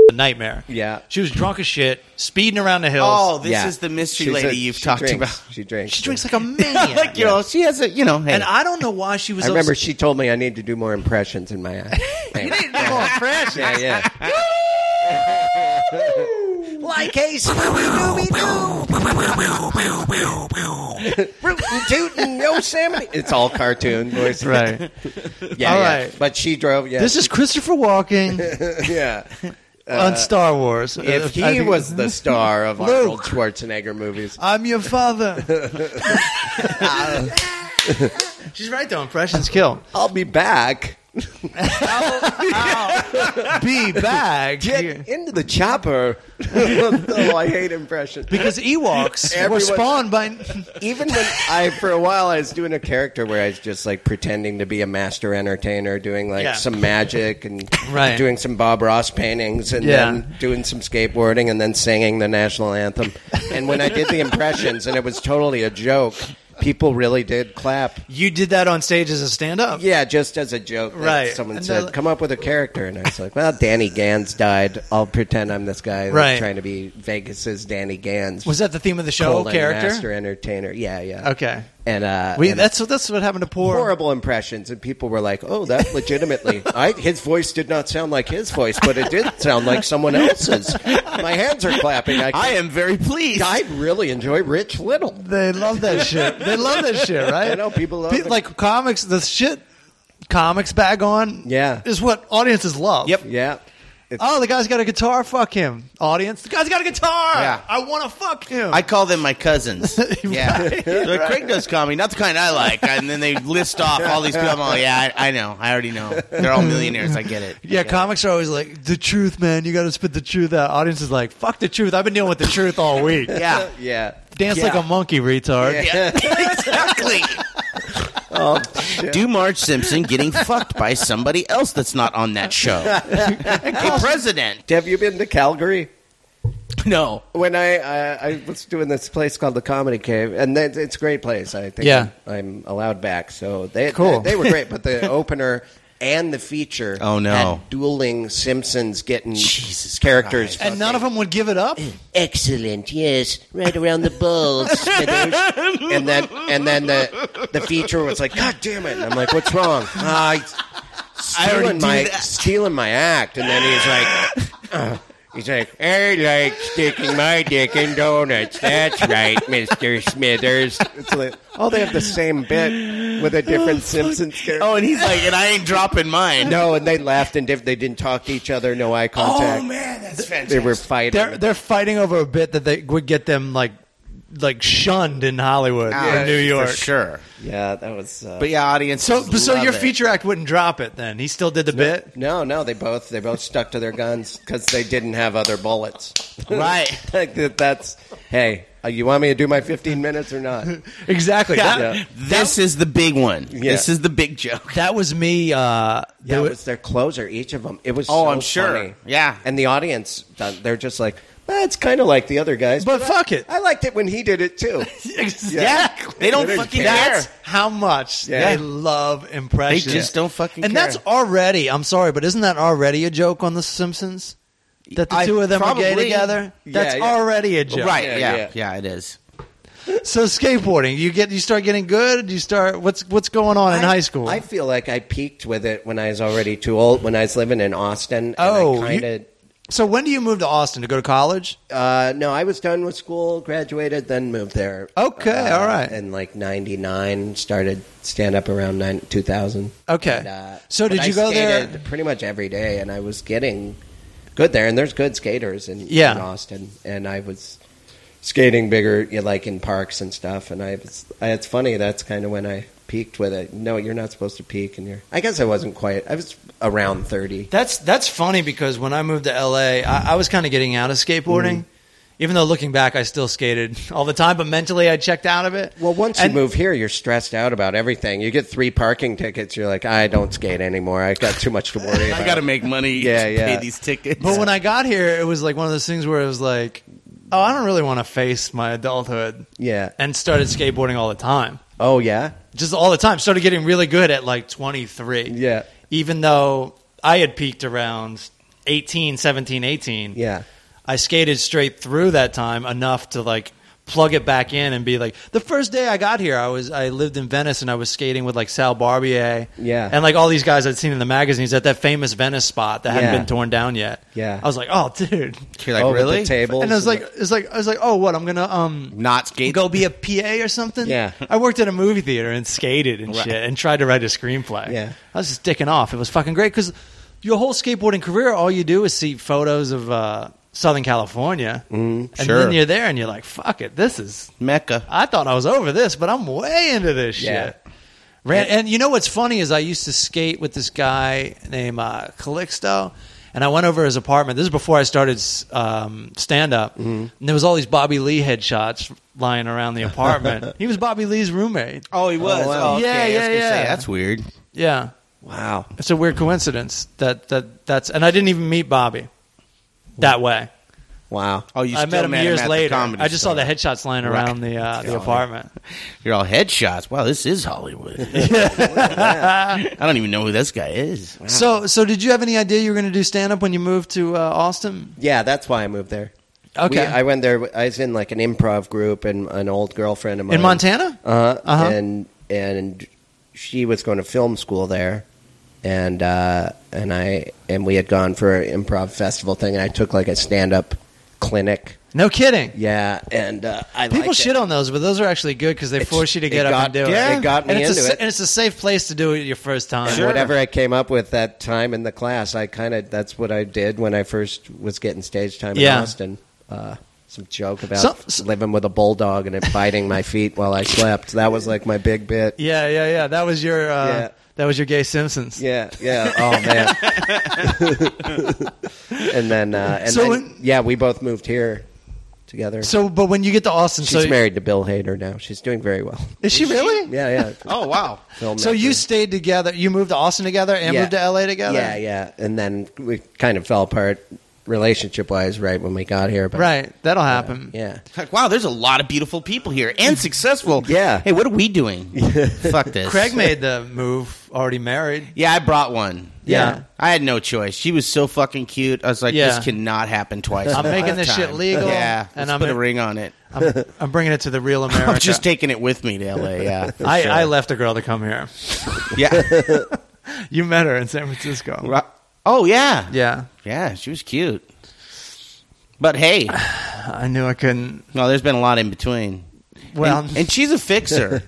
Speaker 2: A nightmare.
Speaker 3: Yeah.
Speaker 2: She was drunk as shit, speeding around the hills.
Speaker 5: Oh, this
Speaker 3: Yeah.
Speaker 5: is the mystery
Speaker 3: She's a-
Speaker 5: lady you've
Speaker 3: she
Speaker 5: talked
Speaker 3: drinks.
Speaker 5: about.
Speaker 3: She drinks.
Speaker 2: she drinks like a maniac.
Speaker 5: like you know, she has a you know. Hey,
Speaker 2: and I don't know why she was.
Speaker 3: I remember
Speaker 2: upset.
Speaker 3: she told me I need to do more impressions in my act. yeah, yeah.
Speaker 2: like a
Speaker 3: Rootin' tootin' Yosemite. It's all cartoon voice.
Speaker 5: right.
Speaker 3: Yeah,
Speaker 2: All
Speaker 3: yeah.
Speaker 2: right.
Speaker 3: But she drove. Yeah,
Speaker 2: This is Christopher Walking
Speaker 3: yeah.
Speaker 2: on Star Wars. Uh,
Speaker 3: If
Speaker 2: I
Speaker 3: he
Speaker 2: think-
Speaker 3: was the star of
Speaker 2: Luke.
Speaker 3: Arnold Schwarzenegger movies,
Speaker 2: I'm your father. She's right though. Impressions kill.
Speaker 3: I'll be back.
Speaker 2: Be back
Speaker 3: Get
Speaker 2: here.
Speaker 3: into the chopper. oh, I hate impressions.
Speaker 2: because Ewoks were
Speaker 3: Everyone-
Speaker 2: spawned by.
Speaker 3: Even when I, for a while, I was doing a character where I was just like pretending to be a master entertainer, doing like
Speaker 2: Yeah.
Speaker 3: some magic and
Speaker 2: Right.
Speaker 3: doing some Bob Ross paintings and
Speaker 2: Yeah.
Speaker 3: then doing some skateboarding and then singing the national anthem. And when I did the impressions, and it was totally a joke, people really did clap.
Speaker 2: You did that on stage as a stand-up.
Speaker 3: Yeah, just as a joke. that
Speaker 2: Right.
Speaker 3: Someone
Speaker 2: And they're-
Speaker 3: said, "Come up with a character," and I was like, "Well, Danny Gans died. I'll pretend I'm this guy that's
Speaker 2: Right.
Speaker 3: trying to be Vegas's Danny Gans."
Speaker 2: Was that the theme of the show?
Speaker 3: colon
Speaker 2: character.
Speaker 3: master entertainer? Yeah, yeah.
Speaker 2: Okay.
Speaker 3: And uh,
Speaker 2: We,
Speaker 3: and
Speaker 2: that's that's what happened to poor.
Speaker 3: horrible impressions, and people were like, "Oh, that legitimately, I, his voice did not sound like his voice, but it did sound like someone else's." My hands are clapping. I,
Speaker 5: I am very pleased.
Speaker 3: I really enjoy Rich Little.
Speaker 2: They love that shit. They love that shit, right?
Speaker 3: I know, people love
Speaker 2: Pe-
Speaker 3: it.
Speaker 2: like comics. The shit comics back on.
Speaker 3: Yeah.
Speaker 2: is what audiences love.
Speaker 5: Yep.
Speaker 3: Yeah. It's,
Speaker 2: Oh, the guy's got a guitar. Fuck him, audience. The guy's got a guitar.
Speaker 5: Yeah.
Speaker 2: I want to fuck him.
Speaker 5: I call them my cousins. Yeah, They're like, Craig does comedy, not the kind I like. And then they list off all these people. I'm like, yeah, I, I know, I already know. They're all millionaires. I get it.
Speaker 2: yeah, comics are always like the truth, man. You got to spit the truth out. Audience is like, fuck the truth. I've been dealing with the truth all week.
Speaker 5: Yeah,
Speaker 3: yeah.
Speaker 2: Dance like a monkey, retard.
Speaker 5: exactly.
Speaker 3: Um,
Speaker 5: Do Marge Simpson getting fucked by somebody else that's not on that show? A president?
Speaker 3: Have you been to Calgary?
Speaker 5: No.
Speaker 3: when I, I I was doing this place called the Comedy Cave, and that, it's a great place. I think
Speaker 2: Yeah.
Speaker 3: I'm allowed back, so they
Speaker 2: Cool.
Speaker 3: they, they were great. But the opener and the feature,
Speaker 5: Oh, no.
Speaker 3: had dueling Simpsons getting
Speaker 5: Jesus
Speaker 3: characters,
Speaker 2: And none of them would give it up.
Speaker 3: excellent, yes, right around the balls, and then and then the the feature was like, God damn it! And I'm like, what's wrong? Ah, he's stealing
Speaker 5: do
Speaker 3: my
Speaker 5: that.
Speaker 3: stealing my act, and then he's like. uh, He's like, I like sticking my dick in donuts. That's right, Mr. Smithers. Oh, It's like, oh, they have the same bit with a different Simpsons character.
Speaker 5: Oh, and he's like, and I ain't dropping mine.
Speaker 3: no, and they laughed and diff- they didn't talk to each other, no eye contact.
Speaker 5: man, that's
Speaker 3: they
Speaker 5: fantastic.
Speaker 3: were fighting.
Speaker 2: Oh, They're they're fighting over a bit that they would get them like like shunned in Hollywood or New York.
Speaker 5: for sure.
Speaker 3: yeah, that was. Uh,
Speaker 5: But yeah, audience.
Speaker 2: So so
Speaker 5: love
Speaker 2: your
Speaker 5: it.
Speaker 2: feature act wouldn't drop it then. He still did the bit.
Speaker 3: No, no, they both they both stuck to their guns because they didn't have other bullets.
Speaker 5: Right.
Speaker 3: like that, that's hey, uh, you want me to do my fifteen minutes or not?
Speaker 2: Exactly.
Speaker 5: Yeah.
Speaker 2: That,
Speaker 3: Yeah.
Speaker 5: This is the big one.
Speaker 3: Yeah.
Speaker 5: This is the big joke.
Speaker 2: that was me. Uh,
Speaker 3: That
Speaker 2: there wa-
Speaker 3: was their closer. Each of them, it was.
Speaker 5: Oh,
Speaker 3: so
Speaker 5: I'm sure.
Speaker 3: funny.
Speaker 5: Yeah.
Speaker 3: and the audience, they're just like, that's kind of like the other guys,
Speaker 2: But
Speaker 3: I-
Speaker 2: fuck it."
Speaker 3: I liked it when he did it too.
Speaker 2: exactly.
Speaker 5: Yeah. They don't
Speaker 3: They don't
Speaker 5: fucking
Speaker 3: care.
Speaker 5: care.
Speaker 2: That's how much
Speaker 3: Yeah.
Speaker 2: they love impressions.
Speaker 5: They just don't fucking
Speaker 2: And
Speaker 5: care.
Speaker 2: that's already. I'm sorry, but isn't that already a joke on The Simpsons? That the
Speaker 5: I-
Speaker 2: two of them are gay
Speaker 5: probably.
Speaker 2: together. That's
Speaker 3: yeah.
Speaker 2: already a joke.
Speaker 5: Right.
Speaker 3: Yeah,
Speaker 5: Yeah yeah,
Speaker 3: yeah.
Speaker 5: it is.
Speaker 2: So skateboarding, you get you start getting good. You start what's what's going on in
Speaker 3: I-
Speaker 2: high school?
Speaker 3: I feel like I peaked with it when I was already too old. When I was living in Austin, and
Speaker 2: Oh,
Speaker 3: I
Speaker 2: you-
Speaker 3: kind of.
Speaker 2: so when do you move to Austin to go to college?
Speaker 3: Uh, no, I was done with school, graduated, then moved there.
Speaker 2: Okay,
Speaker 3: Uh,
Speaker 2: all right.
Speaker 3: In like '99, started stand up around nine, 2000.
Speaker 2: Okay.
Speaker 3: And, uh,
Speaker 2: Eh. so
Speaker 3: but
Speaker 2: did
Speaker 3: I
Speaker 2: you go there?
Speaker 3: skated Pretty much every day, and I was getting good there. And there's good skaters in,
Speaker 2: Yeah.
Speaker 3: in Austin, and I was skating bigger, you know, like in parks and stuff. And I, it's, I, it's funny. That's kind of when I peaked with it. No, you're not supposed to peak, and you're. I guess I wasn't quite. I was around thirty.
Speaker 2: That's that's funny because when I moved to LA, I, I was kind of getting out of
Speaker 3: Mm.
Speaker 2: skateboarding. Even though looking back, I still skated all the time, but mentally I checked out of it.
Speaker 3: Well, once
Speaker 2: And-
Speaker 3: you move here, you're stressed out about everything. You get three parking tickets. You're like, I don't skate anymore. I got too much to worry about.
Speaker 5: I gotta make money.
Speaker 3: Yeah,
Speaker 5: to
Speaker 3: yeah.
Speaker 5: Pay these tickets.
Speaker 2: But when I got here, it was like one of those things where it was like, oh, I don't really want to face my adulthood.
Speaker 3: Yeah.
Speaker 2: And started skateboarding all the time.
Speaker 3: Oh yeah.
Speaker 2: Just all the time. Started getting really good at like 23.
Speaker 3: Yeah.
Speaker 2: Even though I had peaked around 18, 17, 18.
Speaker 3: Yeah.
Speaker 2: I skated straight through that time enough to like plug it back in and be like the first day I got here I was I lived in Venice and I was skating with like Sal Barbier
Speaker 3: Yeah.
Speaker 2: and like all these guys I'd seen in the magazines at that famous Venice spot that hadn't
Speaker 3: Yeah.
Speaker 2: been torn down yet
Speaker 3: Yeah.
Speaker 2: I was like oh dude
Speaker 5: You're like,
Speaker 3: oh, with
Speaker 5: really?
Speaker 3: The tables
Speaker 2: and I was like it's like I was like oh what I'm gonna um
Speaker 5: Not skate.
Speaker 2: go be a PA or something
Speaker 3: Yeah.
Speaker 2: I worked at a movie theater and skated and
Speaker 5: Right.
Speaker 2: shit and tried to write a screenplay
Speaker 3: Yeah.
Speaker 2: I was just dicking off it was fucking great because your whole skateboarding career all you do is see photos of uh Southern California, and
Speaker 5: Mm, Sure.
Speaker 2: then you're there and you're like, fuck it, this is.
Speaker 5: Mecca.
Speaker 2: I thought I was over this, but I'm way into this
Speaker 3: Yeah.
Speaker 2: shit. Ran, and you know what's funny is I used to skate with this guy named uh, Calixto, and I went over his apartment. This is before I started um, stand up,
Speaker 5: Mm-hmm.
Speaker 2: and there was all these Bobby Lee headshots lying around the apartment. he was Bobby Lee's roommate.
Speaker 5: Oh, he was.
Speaker 3: wow.
Speaker 5: okay.
Speaker 2: Yeah,
Speaker 5: I was
Speaker 2: yeah,
Speaker 5: gonna say,
Speaker 2: yeah.
Speaker 5: that's weird.
Speaker 2: Yeah,
Speaker 3: wow.
Speaker 2: it's a weird coincidence that that that's. And I didn't even meet Bobby that way.
Speaker 3: Wow.
Speaker 5: Oh, you
Speaker 2: I
Speaker 5: still
Speaker 2: met him years
Speaker 5: at the
Speaker 2: later.
Speaker 5: comedy
Speaker 2: I just saw
Speaker 5: store.
Speaker 2: the headshots lying around the uh, the apartment.
Speaker 5: You're all headshots. Wow, this is Hollywood. I don't even know who this guy is.
Speaker 2: So, so did you have any idea you were going to do stand up when you moved to uh, Austin?
Speaker 3: Yeah, that's why I moved there.
Speaker 2: Okay.
Speaker 3: We- I went there. I was in like an improv group, and an old girlfriend of mine
Speaker 2: In Montana?
Speaker 3: Uh-huh,
Speaker 2: Uh-huh.
Speaker 3: And and she was going to film school there, and uh, and I and we had gone for an improv festival thing, and I took like a stand up clinic.
Speaker 2: No kidding.
Speaker 3: Yeah, and uh, I
Speaker 2: People
Speaker 3: liked
Speaker 2: shit
Speaker 3: it.
Speaker 2: on those, but those are actually good because they
Speaker 3: It's-
Speaker 2: force you to
Speaker 3: it
Speaker 2: get up
Speaker 3: got-
Speaker 2: and do
Speaker 3: yeah,
Speaker 2: it.
Speaker 3: it got me
Speaker 2: and it's a,
Speaker 3: into
Speaker 2: sa-
Speaker 3: it.
Speaker 2: And it's a safe place to do it your first time.
Speaker 3: And Whatever I came up with that time in the class, I kind of that's what I did when I first was getting stage time
Speaker 2: Yeah.
Speaker 3: in Austin. Uh, some joke about
Speaker 2: Some- s-
Speaker 3: living with a bulldog and it biting my feet while I slept. That was like my big bit.
Speaker 2: Yeah, yeah, yeah. That was your uh,
Speaker 3: Yeah.
Speaker 2: that was your Gay Simpsons.
Speaker 3: Yeah, yeah. Oh man. and then, uh, and
Speaker 2: So
Speaker 3: then-
Speaker 2: when-
Speaker 3: yeah, we both moved here together.
Speaker 2: So, but when you get to Austin,
Speaker 3: She's
Speaker 2: so
Speaker 3: married to Bill Hader now. She's doing very well.
Speaker 2: is she really?
Speaker 3: Yeah, yeah.
Speaker 5: Oh, wow.
Speaker 3: Filmmaker.
Speaker 2: So you stayed together. You moved to Austin together and
Speaker 3: Yeah.
Speaker 2: moved to LA together.
Speaker 3: Yeah, yeah. And then we kind of fell apart relationship wise right when we got here. But
Speaker 2: Right. That'll happen.
Speaker 3: Yeah.
Speaker 5: Like, wow, there's a lot of beautiful people here and successful.
Speaker 3: Yeah.
Speaker 5: Hey, what are we doing? Fuck this.
Speaker 2: Craig made the move. Already married.
Speaker 5: Yeah, I brought one.
Speaker 2: Yeah.
Speaker 5: I had no choice. She was so fucking cute. I was like,
Speaker 2: Yeah.
Speaker 5: this cannot happen twice.
Speaker 2: I'm
Speaker 5: in my
Speaker 2: making this
Speaker 5: lifetime.
Speaker 2: shit legal,
Speaker 5: Yeah.
Speaker 2: and
Speaker 5: let's
Speaker 2: I'm
Speaker 5: put
Speaker 2: gonna-
Speaker 5: a ring on it.
Speaker 2: I'm, I'm bringing it to the real America.
Speaker 5: I'm just taking it with me to LA. Yeah. for
Speaker 2: I,
Speaker 5: sure.
Speaker 2: I left a girl to come here.
Speaker 5: Yeah.
Speaker 2: You met her in San Francisco.
Speaker 5: Ro- oh, yeah.
Speaker 2: Yeah,
Speaker 5: Yeah, she was cute. But hey,
Speaker 2: I knew I couldn't.
Speaker 5: no, there's been a lot in between.
Speaker 2: Well,
Speaker 5: and, and she's a fixer.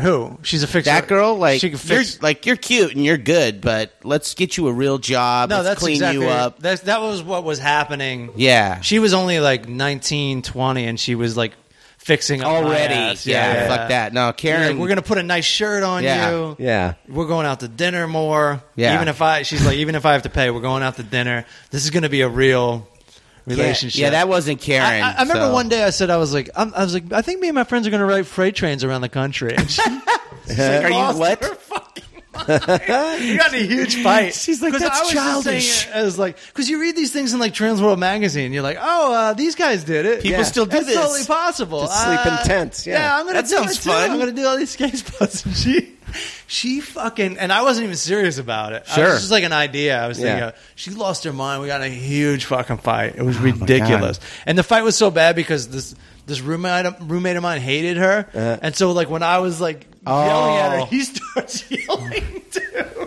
Speaker 2: who? She's a fixer.
Speaker 5: That girl, like,
Speaker 2: she can fix.
Speaker 5: you're, like you're cute and you're good, but let's get you a real job.
Speaker 2: no,
Speaker 5: let's
Speaker 2: that's
Speaker 5: clean
Speaker 2: exactly.
Speaker 5: you up.
Speaker 2: That's, that was what was happening.
Speaker 5: Yeah,
Speaker 2: she was only like 19, 20, and she was like fixing up my
Speaker 5: already.
Speaker 2: ass.
Speaker 5: Yeah, fuck that. No,
Speaker 2: She's
Speaker 5: Karen,
Speaker 2: like, we're gonna put a nice shirt on
Speaker 5: Yeah.
Speaker 2: you.
Speaker 3: Yeah.
Speaker 2: We're going out to dinner more.
Speaker 5: Yeah.
Speaker 2: Even if I, she's like, even if I have to pay, we're going out to dinner. This is gonna be a real
Speaker 5: Yeah,
Speaker 2: relationship.
Speaker 5: Yeah, that wasn't Karen.
Speaker 2: I, I- I remember
Speaker 5: so-
Speaker 2: one day I said I was like I'm, I was like I think me and my friends are going to ride freight trains around the country. And she
Speaker 5: Like, are you
Speaker 2: lost
Speaker 5: what?
Speaker 2: her fucking mind. you got in a huge fight.
Speaker 5: She's like,
Speaker 2: 'Cause
Speaker 5: "That's
Speaker 2: I was just saying
Speaker 5: childish."
Speaker 2: it As like, because you read these things in like Trans World magazine, you're like, oh, uh, these guys did it.
Speaker 5: People Yeah. still do
Speaker 2: It's
Speaker 5: this.
Speaker 2: totally possible.
Speaker 3: Just sleep in
Speaker 2: Uh,
Speaker 3: tents, yeah.
Speaker 2: I'm gonna
Speaker 5: That
Speaker 2: do
Speaker 5: sounds
Speaker 2: it too.
Speaker 5: fun.
Speaker 2: I'm gonna do all these skate spots. And she, she fucking, and I wasn't even serious about it. I
Speaker 5: Sure.
Speaker 2: was just like an idea. I was thinking,
Speaker 3: Yeah.
Speaker 2: of. she lost her mind. We got in a huge fucking fight. It
Speaker 5: Oh
Speaker 2: was ridiculous. And the fight was so bad because this this roommate roommate of mine hated her,
Speaker 3: Uh-huh.
Speaker 2: and so like when I was like yelling at
Speaker 3: Oh.
Speaker 2: her, he starts yelling too.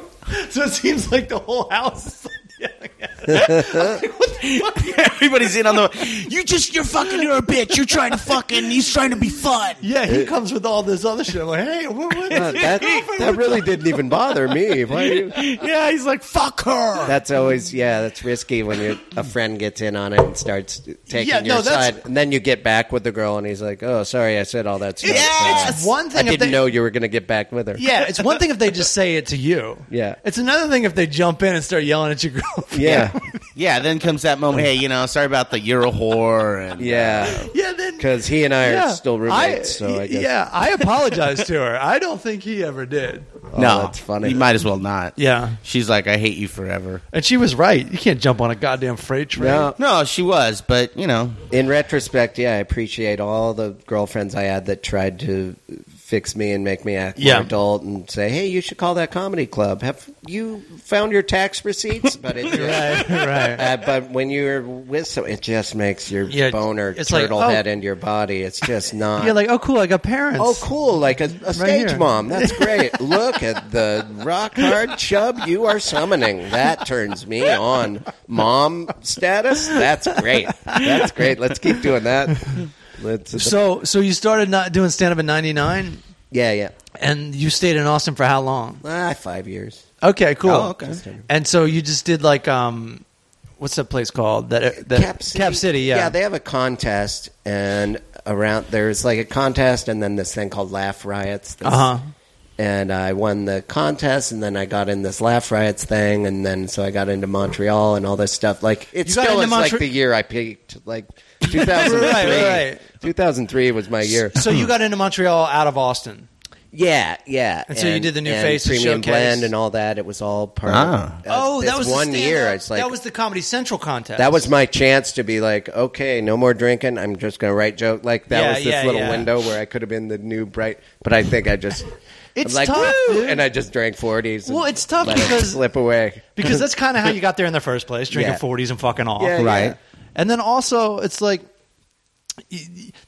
Speaker 2: So it seems like the whole house is like yelling at her.
Speaker 5: Everybody's in on the. You just you're fucking you're a bitch. You're trying to fucking. He's trying to be fun.
Speaker 2: Yeah, he comes with all this other shit. I'm like, hey, what, what?
Speaker 3: Uh, that that really didn't even bother me. Why are you-
Speaker 5: Yeah, he's like fuck her.
Speaker 3: That's always yeah. That's risky when you, a friend gets in on it and starts taking
Speaker 2: Yeah,
Speaker 3: your
Speaker 2: no, that's-
Speaker 3: side, and then you get back with the girl, and he's like, "Oh, sorry, I said all that stuff.
Speaker 2: It's- it's
Speaker 3: Uh,
Speaker 2: one thing
Speaker 3: I
Speaker 2: if
Speaker 3: didn't
Speaker 2: they-
Speaker 3: know you were going to get back with her.
Speaker 2: Yeah, it's one thing if they just say it to you.
Speaker 3: Yeah.
Speaker 2: It's another thing if they jump in and start yelling at your girlfriend.
Speaker 3: yeah,
Speaker 5: Yeah, then comes that moment. Hey, you know, sorry about the you're a whore. And,
Speaker 3: yeah."
Speaker 2: Yeah, then
Speaker 3: Because he and I
Speaker 2: yeah,
Speaker 3: are still roommates, so I guess
Speaker 2: Yeah, I apologize to her. I don't think he ever did.
Speaker 3: Oh, that's funny.
Speaker 5: You might as well not.
Speaker 2: Yeah.
Speaker 5: She's like, I hate you forever.
Speaker 2: And she was right. You can't jump on a goddamn freight train.
Speaker 3: No,
Speaker 5: No, she was, but you know,
Speaker 3: in retrospect, yeah, I appreciate all the girlfriends I had that tried to fix me and make me act
Speaker 2: Yeah.
Speaker 3: more adult and say, "Hey, you should call that comedy club. Have you found your tax receipts?" But it,
Speaker 2: Right, right.
Speaker 3: Uh, but when you're with someone, it just makes your
Speaker 2: Yeah,
Speaker 3: boner
Speaker 2: it's like,
Speaker 3: turtle
Speaker 2: oh.
Speaker 3: head into your body. It's just not.
Speaker 2: You're like, oh, cool, I got parents.
Speaker 3: oh, cool! Like a, a stage
Speaker 2: here.
Speaker 3: mom. That's great. Look at the rock hard chub you are summoning. That turns me on. Mom status. That's great. That's great. Let's keep doing that. Let's.
Speaker 2: So, so you started not doing stand up in '99,
Speaker 3: yeah, yeah.
Speaker 2: and you stayed in Austin for how long?
Speaker 3: Ah, five years.
Speaker 2: Okay, cool.
Speaker 5: Oh, okay.
Speaker 2: And so you just did like, um, what's that place called? That, that
Speaker 3: Cap City.
Speaker 2: Yeah.
Speaker 3: they have a contest, and around there's like a contest, and then this thing called Laugh Riots. this-
Speaker 2: Uh-huh.
Speaker 3: And I won the contest, and then I got in this Laugh Riots thing, and then so I got into Montreal and all this stuff. Like it
Speaker 2: got
Speaker 3: still
Speaker 2: into
Speaker 3: is like
Speaker 2: Montre-
Speaker 3: the year I peaked, like 2003.
Speaker 2: Right, right.
Speaker 3: 2003 was my year.
Speaker 2: so you got into Montreal out of Austin.
Speaker 3: Yeah, yeah.
Speaker 2: And so you did the New
Speaker 3: and
Speaker 2: Faces
Speaker 3: premium
Speaker 2: showcase.
Speaker 3: blend and all that. It was all part.
Speaker 5: Ah.
Speaker 3: Of,
Speaker 2: oh,
Speaker 3: this
Speaker 2: that was the
Speaker 3: one year.
Speaker 2: stand-up-
Speaker 3: It's like
Speaker 2: that was the Comedy Central contest.
Speaker 3: that was my chance to be like, okay, no more drinking. I'm just going to write joke. Like that
Speaker 2: Yeah,
Speaker 3: was this
Speaker 2: yeah,
Speaker 3: little
Speaker 2: yeah.
Speaker 3: window where I could have been the new bright, but I think I just
Speaker 2: It's
Speaker 3: I'm like,
Speaker 2: tough,
Speaker 3: "Woo!"
Speaker 2: dude.
Speaker 3: and I just drank forties.
Speaker 2: Well, it's tough because-
Speaker 3: slip away.
Speaker 2: because that's kind of how you got there in the first place, drinking
Speaker 3: Yeah.
Speaker 2: 40s and fucking off.
Speaker 3: Yeah,
Speaker 5: Right.
Speaker 3: yeah.
Speaker 2: And then also, it's like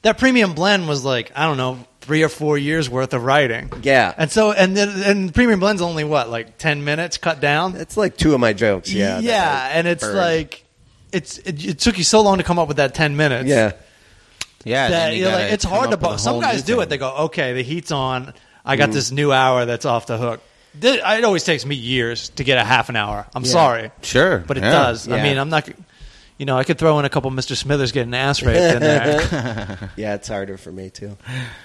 Speaker 2: that premium blend was like I don't know three or four years worth of writing.
Speaker 3: Yeah.
Speaker 2: And so and then and premium blend's only what like ten minutes cut down.
Speaker 3: It's like two of my jokes. Yeah, that
Speaker 2: Yeah,
Speaker 3: I
Speaker 2: and it's
Speaker 3: burned.
Speaker 2: like it's it, it took you so long to come up with that ten minutes.
Speaker 3: yeah,
Speaker 5: yeah, then
Speaker 2: That
Speaker 5: you
Speaker 2: you're like
Speaker 5: gotta
Speaker 2: it's
Speaker 5: come
Speaker 2: hard to.
Speaker 5: up with
Speaker 2: Bu-
Speaker 5: a
Speaker 2: some
Speaker 5: whole
Speaker 2: guys
Speaker 5: new
Speaker 2: do it.
Speaker 5: thing. Mm.
Speaker 2: They go, okay, the heat's on. I got this new hour that's off the hook. Th- It always takes me years to get a half an hour. I'm sorry.
Speaker 5: Sure,
Speaker 2: But it
Speaker 5: yeah.
Speaker 2: does. I
Speaker 3: Yeah.
Speaker 2: mean, I'm not. You know, I could throw in a couple Mr. Smithers getting ass raped in there.
Speaker 3: yeah. It's harder for me too.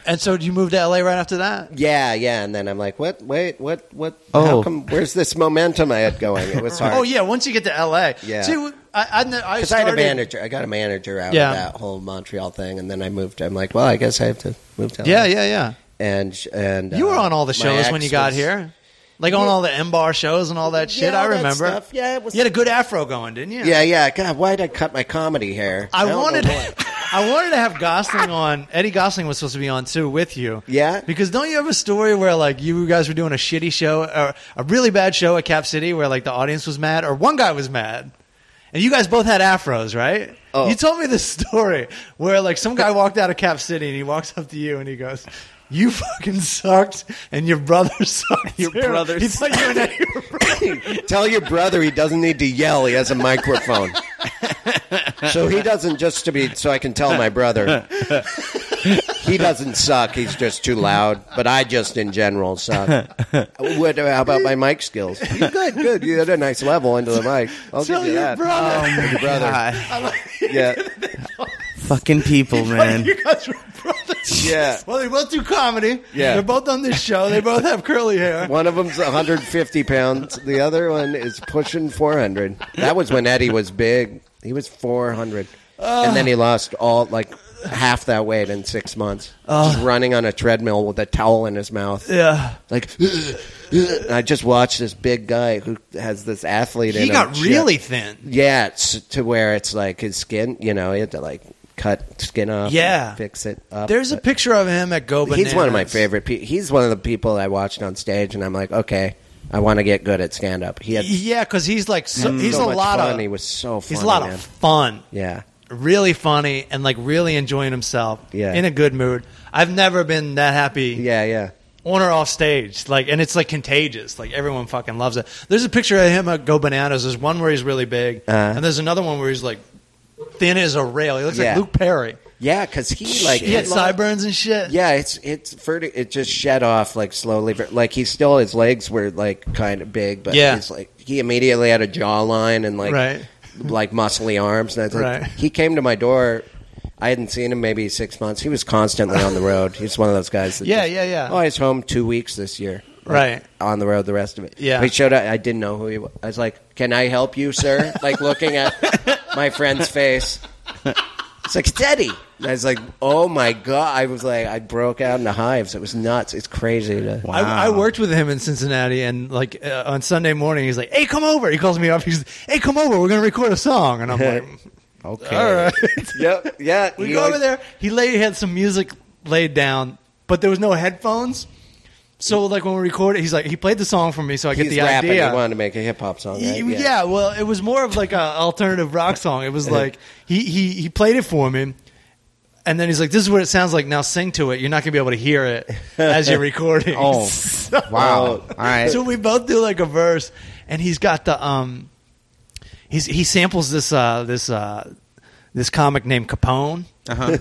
Speaker 2: and so you moved to LA right after that?
Speaker 3: Yeah, yeah. And then I'm like, what? Wait, what? What? How
Speaker 5: Oh.
Speaker 3: come? Where's this momentum I had going? It was hard.
Speaker 2: Oh, yeah. Once you get to LA.
Speaker 3: Yeah.
Speaker 2: See, I, I, kn- I
Speaker 3: Because I had a
Speaker 2: started-
Speaker 3: manager. I got a manager out
Speaker 2: Yeah.
Speaker 3: of that whole Montreal thing, and then I moved. I'm like, well, I guess I have to move to. LA.
Speaker 2: Yeah, yeah, yeah.
Speaker 3: and sh- and
Speaker 2: You were
Speaker 3: uh,
Speaker 2: on all the
Speaker 3: my
Speaker 2: shows
Speaker 3: ex
Speaker 2: when you got
Speaker 3: was-
Speaker 2: here. Like on all the M bar shows and all that
Speaker 3: Yeah,
Speaker 2: shit. I
Speaker 3: all that
Speaker 2: remember.
Speaker 3: stuff. Yeah, it was-
Speaker 2: You had a good afro going, didn't you?
Speaker 3: Yeah, yeah. God, why did I cut my comedy hair?
Speaker 2: I,
Speaker 3: don't know
Speaker 2: wanted
Speaker 3: why.
Speaker 2: I wanted to have Gosling on. Eddie Gosling was supposed to be on too with you.
Speaker 3: Yeah?
Speaker 2: Because don't you have a story where like you guys were doing a shitty show or a really bad show at Cap City where like the audience was mad or one guy was mad. And you guys both had afros, right?
Speaker 3: Oh.
Speaker 2: You told me this story where like some guy walked out of Cap City and he walks up to you and he goes you fucking sucked, and your brother sucked. Your
Speaker 5: brother
Speaker 2: He thought you and Eddie were
Speaker 3: Tell your brother he doesn't need to yell. He has a microphone. so he doesn't just to be so I can tell my brother. he doesn't suck. He's just too loud. But I just in general suck. What? How about my mic skills? You're good, good. You had a nice level into the mic. I'll
Speaker 2: Tell
Speaker 3: give you
Speaker 2: your
Speaker 3: that. Um,
Speaker 2: brother.
Speaker 3: Tell your brother.
Speaker 5: God.
Speaker 3: Yeah,
Speaker 5: Fucking people, man.
Speaker 2: You guys were brothers.
Speaker 3: yeah.
Speaker 2: Well, they both do comedy.
Speaker 3: Yeah.
Speaker 2: They're both on this show. They both have curly hair.
Speaker 3: One of them's 150 pounds. The other one is pushing 400. That was when Eddie was big. He was 400, and
Speaker 2: Ah.
Speaker 3: then he lost all like half that weight in six months.
Speaker 2: Ah.
Speaker 3: just running on a treadmill with a towel in his mouth.
Speaker 2: Yeah.
Speaker 3: Like, and I just watched this big guy who has this athlete. in
Speaker 2: He
Speaker 3: him.
Speaker 2: got
Speaker 3: Yeah.
Speaker 2: really thin.
Speaker 3: yeah, it's to where it's like his skin. You know, he had to like cut skin off.
Speaker 2: Yeah.
Speaker 3: and fix it up.
Speaker 2: There's a
Speaker 3: But-
Speaker 2: picture of him at Go Oh, Bananas.
Speaker 3: He's one of my favorite people. He's one of the people I watched on stage, and I'm like, okay, I want to get good at stand up. He had
Speaker 2: Yeah, because he's like so, he's
Speaker 3: Mm. so
Speaker 2: a
Speaker 3: much
Speaker 2: lot
Speaker 3: fun.
Speaker 2: of
Speaker 3: He was so funny.
Speaker 2: he's a lot
Speaker 3: man.
Speaker 2: of fun,
Speaker 3: yeah.
Speaker 2: really funny, and like really enjoying himself.
Speaker 3: Yeah.
Speaker 2: in a good mood. I've never been that happy
Speaker 3: Yeah, yeah.
Speaker 2: on or off stage. Like, and it's like contagious. Like everyone fucking loves it. There's a picture of him at Go Bananas. There's one where he's really big,
Speaker 3: Uh-huh.
Speaker 2: and there's another one where he's like thin as a rail. He looks
Speaker 3: Yeah.
Speaker 2: like Luke Perry.
Speaker 3: Yeah, because he like
Speaker 2: He had
Speaker 3: headlocked-
Speaker 2: sideburns and shit.
Speaker 3: Yeah, it's it's verti- it just shed off like slowly. ver- Like he still his legs were like kind of big, but
Speaker 2: Yeah.
Speaker 3: he's like he immediately had a jawline and like
Speaker 2: Right.
Speaker 3: like muscly arms. And I was like,
Speaker 2: Right.
Speaker 3: he came to my door. I hadn't seen him maybe six months. He was constantly on the road. He's one of those guys. That
Speaker 2: Yeah,
Speaker 3: just,
Speaker 2: yeah, yeah.
Speaker 3: Oh, he's home two weeks this year. Like,
Speaker 2: Right.
Speaker 3: on the road the rest of it.
Speaker 2: Yeah.
Speaker 3: he showed up. I didn't know who he was. I was like, "Can I help you, sir?" like looking at my friend's face. It's like, steady. And I was like, oh my God. I was like, I broke out into hives. It was nuts. It's crazy. To,
Speaker 2: I, I worked with him in Cincinnati, and like uh, on Sunday morning, he's like, "Hey, come over." He calls me up. He's, "Hey, come over. We're gonna record a song," and I'm like,
Speaker 5: Okay.
Speaker 2: "All right."
Speaker 3: Yep. Yeah.
Speaker 2: we
Speaker 3: he
Speaker 2: go over
Speaker 3: like-
Speaker 2: there. He laid, had some music laid down, but there was no headphones. So like when we recorded, he's like, he played the song for me, so I get
Speaker 3: He's
Speaker 2: the
Speaker 3: rapping.
Speaker 2: idea.
Speaker 3: He wanted to make a hip hop
Speaker 2: Y-
Speaker 3: song. Right?
Speaker 2: yeah. well, it was more of like an alternative rock song. It was like he, he he played it for me, and then he's like, "This is what it sounds like. Now sing to it. You're not gonna be able to hear it as you're recording."
Speaker 5: Oh,
Speaker 2: So-
Speaker 5: wow. All right.
Speaker 2: So we both do like a verse, and he's got the um, he's he samples this uh this uh this comic named Capone.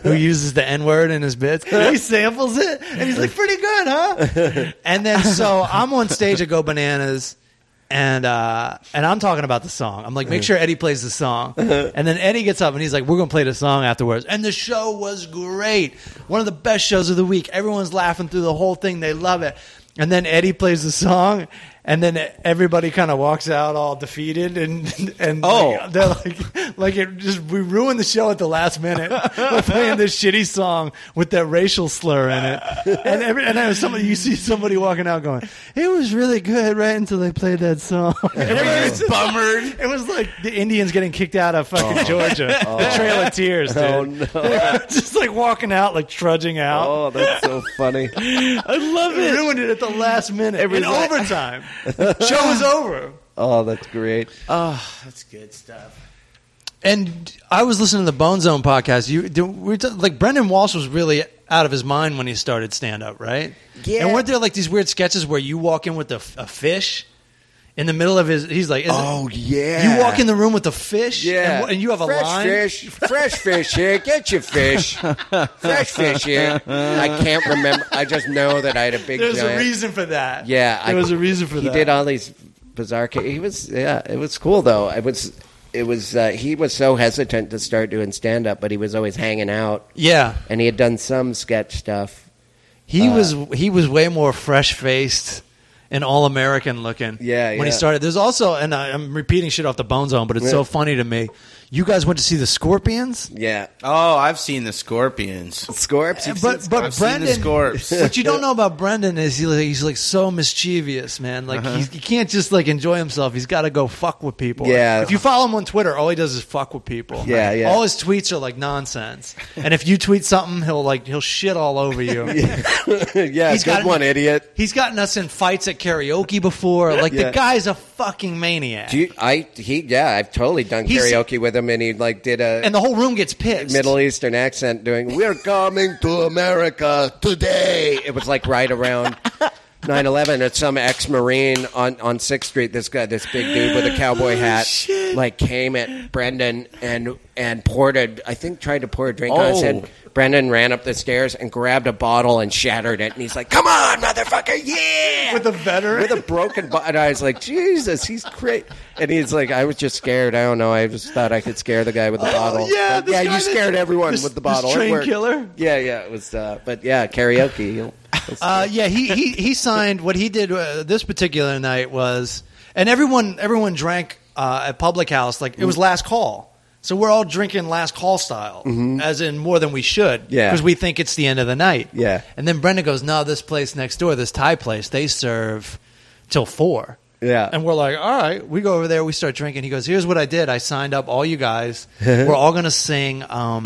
Speaker 2: Who uses the N word in his bits? He samples it, and he's like, "Pretty good, huh?" And then so I'm on stage at Go Bananas, and uh, and I'm talking about the song. I'm like, "Make sure Eddie plays the song." And then Eddie gets up and he's like, "We're gonna play the song afterwards." And the show was great, one of the best shows of the week. Everyone's laughing through the whole thing; they love it. And then Eddie plays the song, and then everybody kind of walks out all defeated, and and
Speaker 5: Oh.
Speaker 2: like, they're like, like it just we ruined the show at the last minute by playing this shitty song with that racial slur in it, and every, and I was somebody you see somebody walking out going, it was really good right until they played that song. it, was,
Speaker 5: Bummered.
Speaker 2: it was like the Indians getting kicked out of fucking Georgia, the Trail of Tears, dude.
Speaker 3: Oh, no.
Speaker 2: just like walking out, like trudging out.
Speaker 3: Oh, that's so funny.
Speaker 2: I love it. Ruined it at the last minute in
Speaker 3: like-
Speaker 2: overtime. Show was over.
Speaker 3: Oh, that's great.
Speaker 5: That's good stuff.
Speaker 2: And I was listening to the Bone Zone podcast. You do- we were t- like Brendan Walsh was really out of his mind when he started stand up, right?
Speaker 3: Yeah.
Speaker 2: And weren't there like these weird sketches where you walk in with a, f- a fish in the middle of his? He's like, is it-
Speaker 3: Oh, yeah.
Speaker 2: You walk in the room with a fish, and,
Speaker 3: Yeah.
Speaker 2: wh- and you have a
Speaker 3: fresh
Speaker 2: line.
Speaker 3: fish. Fresh fish here. Get your fish. Fresh fish here. I can't remember. I just know that I had a big
Speaker 2: There's
Speaker 3: giant.
Speaker 2: a reason for that.
Speaker 3: Yeah,
Speaker 2: there was a reason for
Speaker 3: he
Speaker 2: that.
Speaker 3: He did all these bizarre. Ca- he was yeah, it was cool though. It was it was uh, he was so hesitant to start doing stand up, but he was always hanging out,
Speaker 2: yeah,
Speaker 3: and he had done some sketch stuff.
Speaker 2: He
Speaker 3: Uh,
Speaker 2: was he was way more fresh faced and all American looking.
Speaker 3: Yeah,
Speaker 2: when
Speaker 3: yeah.
Speaker 2: he started. There's also, and I, I'm repeating shit off the Bone Zone, but it's so
Speaker 3: Yeah.
Speaker 2: funny to me. You guys went to see the Scorpions,
Speaker 3: Yeah,
Speaker 5: Oh, I've seen the Scorpions.
Speaker 3: Scorps. you've
Speaker 2: Uh, but
Speaker 3: seen-
Speaker 2: but
Speaker 5: I've
Speaker 2: Brendan.
Speaker 5: seen the Scorps.
Speaker 2: what you don't know about Brendan is he like, he's like so mischievous, man. Like
Speaker 3: Uh-huh.
Speaker 2: he's, he can't just like enjoy himself. He's got to go fuck with people.
Speaker 3: Yeah.
Speaker 2: If you follow him on Twitter, all he does is fuck with people.
Speaker 3: Yeah, yeah.
Speaker 2: All his tweets are like nonsense. and if you tweet something, he'll like he'll shit all over you.
Speaker 3: yeah,
Speaker 2: he's
Speaker 3: good
Speaker 2: gotta be-
Speaker 3: one, idiot.
Speaker 2: He's gotten us in fights at karaoke before. Like the
Speaker 3: Yeah.
Speaker 2: guy's a fucking maniac,
Speaker 3: Do you, I he yeah, I've totally done
Speaker 2: He's-
Speaker 3: karaoke with him, and he like did a
Speaker 2: and the whole room gets pissed.
Speaker 3: Middle Eastern accent doing, We're coming to America today. It was like right around 9 11 at some ex Marine on, on 6th Street. This guy, this big dude with a cowboy hat, like came at Brendan and and poured a, I think tried to pour a drink on his head. Brendan ran up the stairs and grabbed a bottle and shattered it. And he's like, Come on, motherfucker, yeah!
Speaker 2: with a veteran.
Speaker 3: with a broken body. And I was like, Jesus, he's great. And he's like, I was just scared. I don't know. I just thought I could scare the guy with the bottle.
Speaker 2: Oh, yeah,
Speaker 3: But
Speaker 2: this
Speaker 3: yeah.
Speaker 2: guy
Speaker 3: You
Speaker 2: that-
Speaker 3: scared everyone
Speaker 2: this-
Speaker 3: with the
Speaker 2: this
Speaker 3: bottle. It
Speaker 2: train
Speaker 3: worked.
Speaker 2: killer?
Speaker 3: Yeah, yeah. It was. Uh, but yeah, karaoke. You'll-
Speaker 2: uh, yeah, he, he he signed. What he did uh, this particular night was, and everyone everyone drank uh, at public house. Like it was
Speaker 3: Mm-hmm.
Speaker 2: last call, so we're all drinking last call style, as in more than we should,
Speaker 3: Mm-hmm. Yeah.
Speaker 2: because we think it's the end of the night.
Speaker 3: Yeah.
Speaker 2: and then Brenda goes, "No, this place next door, this Thai place, they serve till four.
Speaker 3: Yeah.
Speaker 2: and we're like, "All right." We go over there, we start drinking. He goes, "Here's what I did. I signed up all you guys. we're all gonna sing." Um,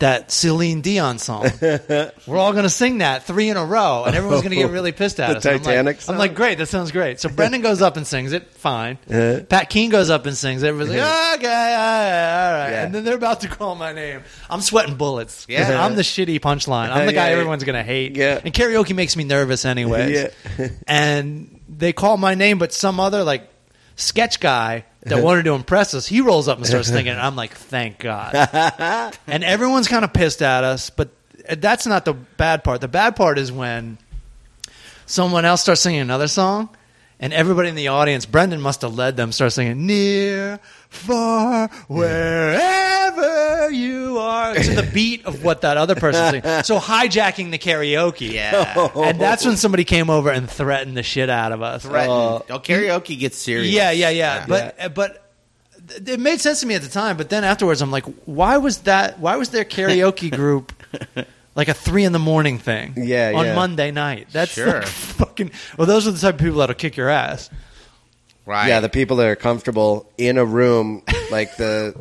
Speaker 2: that Celine Dion song. We're all going to sing that three in a row, and everyone's going to get really pissed at
Speaker 3: Oh. The
Speaker 2: us. And I'm like-
Speaker 3: Titanic
Speaker 2: I'm
Speaker 3: song?
Speaker 2: like, great, that sounds great. So Brendan goes up and sings it, fine. Pat Keane goes up and sings it. Everybody's like, okay, all right, all right.
Speaker 3: Yeah.
Speaker 2: And then they're about to call my name. I'm sweating bullets. 'cause
Speaker 5: Yeah.
Speaker 2: I'm the shitty punchline. I'm the
Speaker 3: Yeah,
Speaker 2: guy
Speaker 3: yeah.
Speaker 2: everyone's going to hate.
Speaker 3: Yeah.
Speaker 2: And karaoke makes me nervous anyways.
Speaker 3: Yeah.
Speaker 2: and they call my name, but some other, like, sketch guy that wanted to impress us, he rolls up and starts singing. And I'm like, thank God and everyone's kind of pissed at us but that's not the bad part the bad part is when someone else starts singing another song and everybody in the audience brendan must have led them start singing near far wherever you are to the beat of what that other person's singing so hijacking the karaoke yeah and that's when somebody came over and threatened the shit out of us
Speaker 5: Threatened. oh, karaoke gets serious.
Speaker 2: Uh, yeah, yeah, yeah. But uh, but th- it made sense to me at the time. But then afterwards, I'm like, why was that? Why was their karaoke group like a three in the morning thing?
Speaker 3: Yeah,
Speaker 2: on
Speaker 3: yeah.
Speaker 2: Monday night. That's
Speaker 5: Sure.
Speaker 2: like fucking. Well, those are the type of people that'll kick your ass.
Speaker 5: right.
Speaker 3: Yeah, the people that are comfortable in a room, like the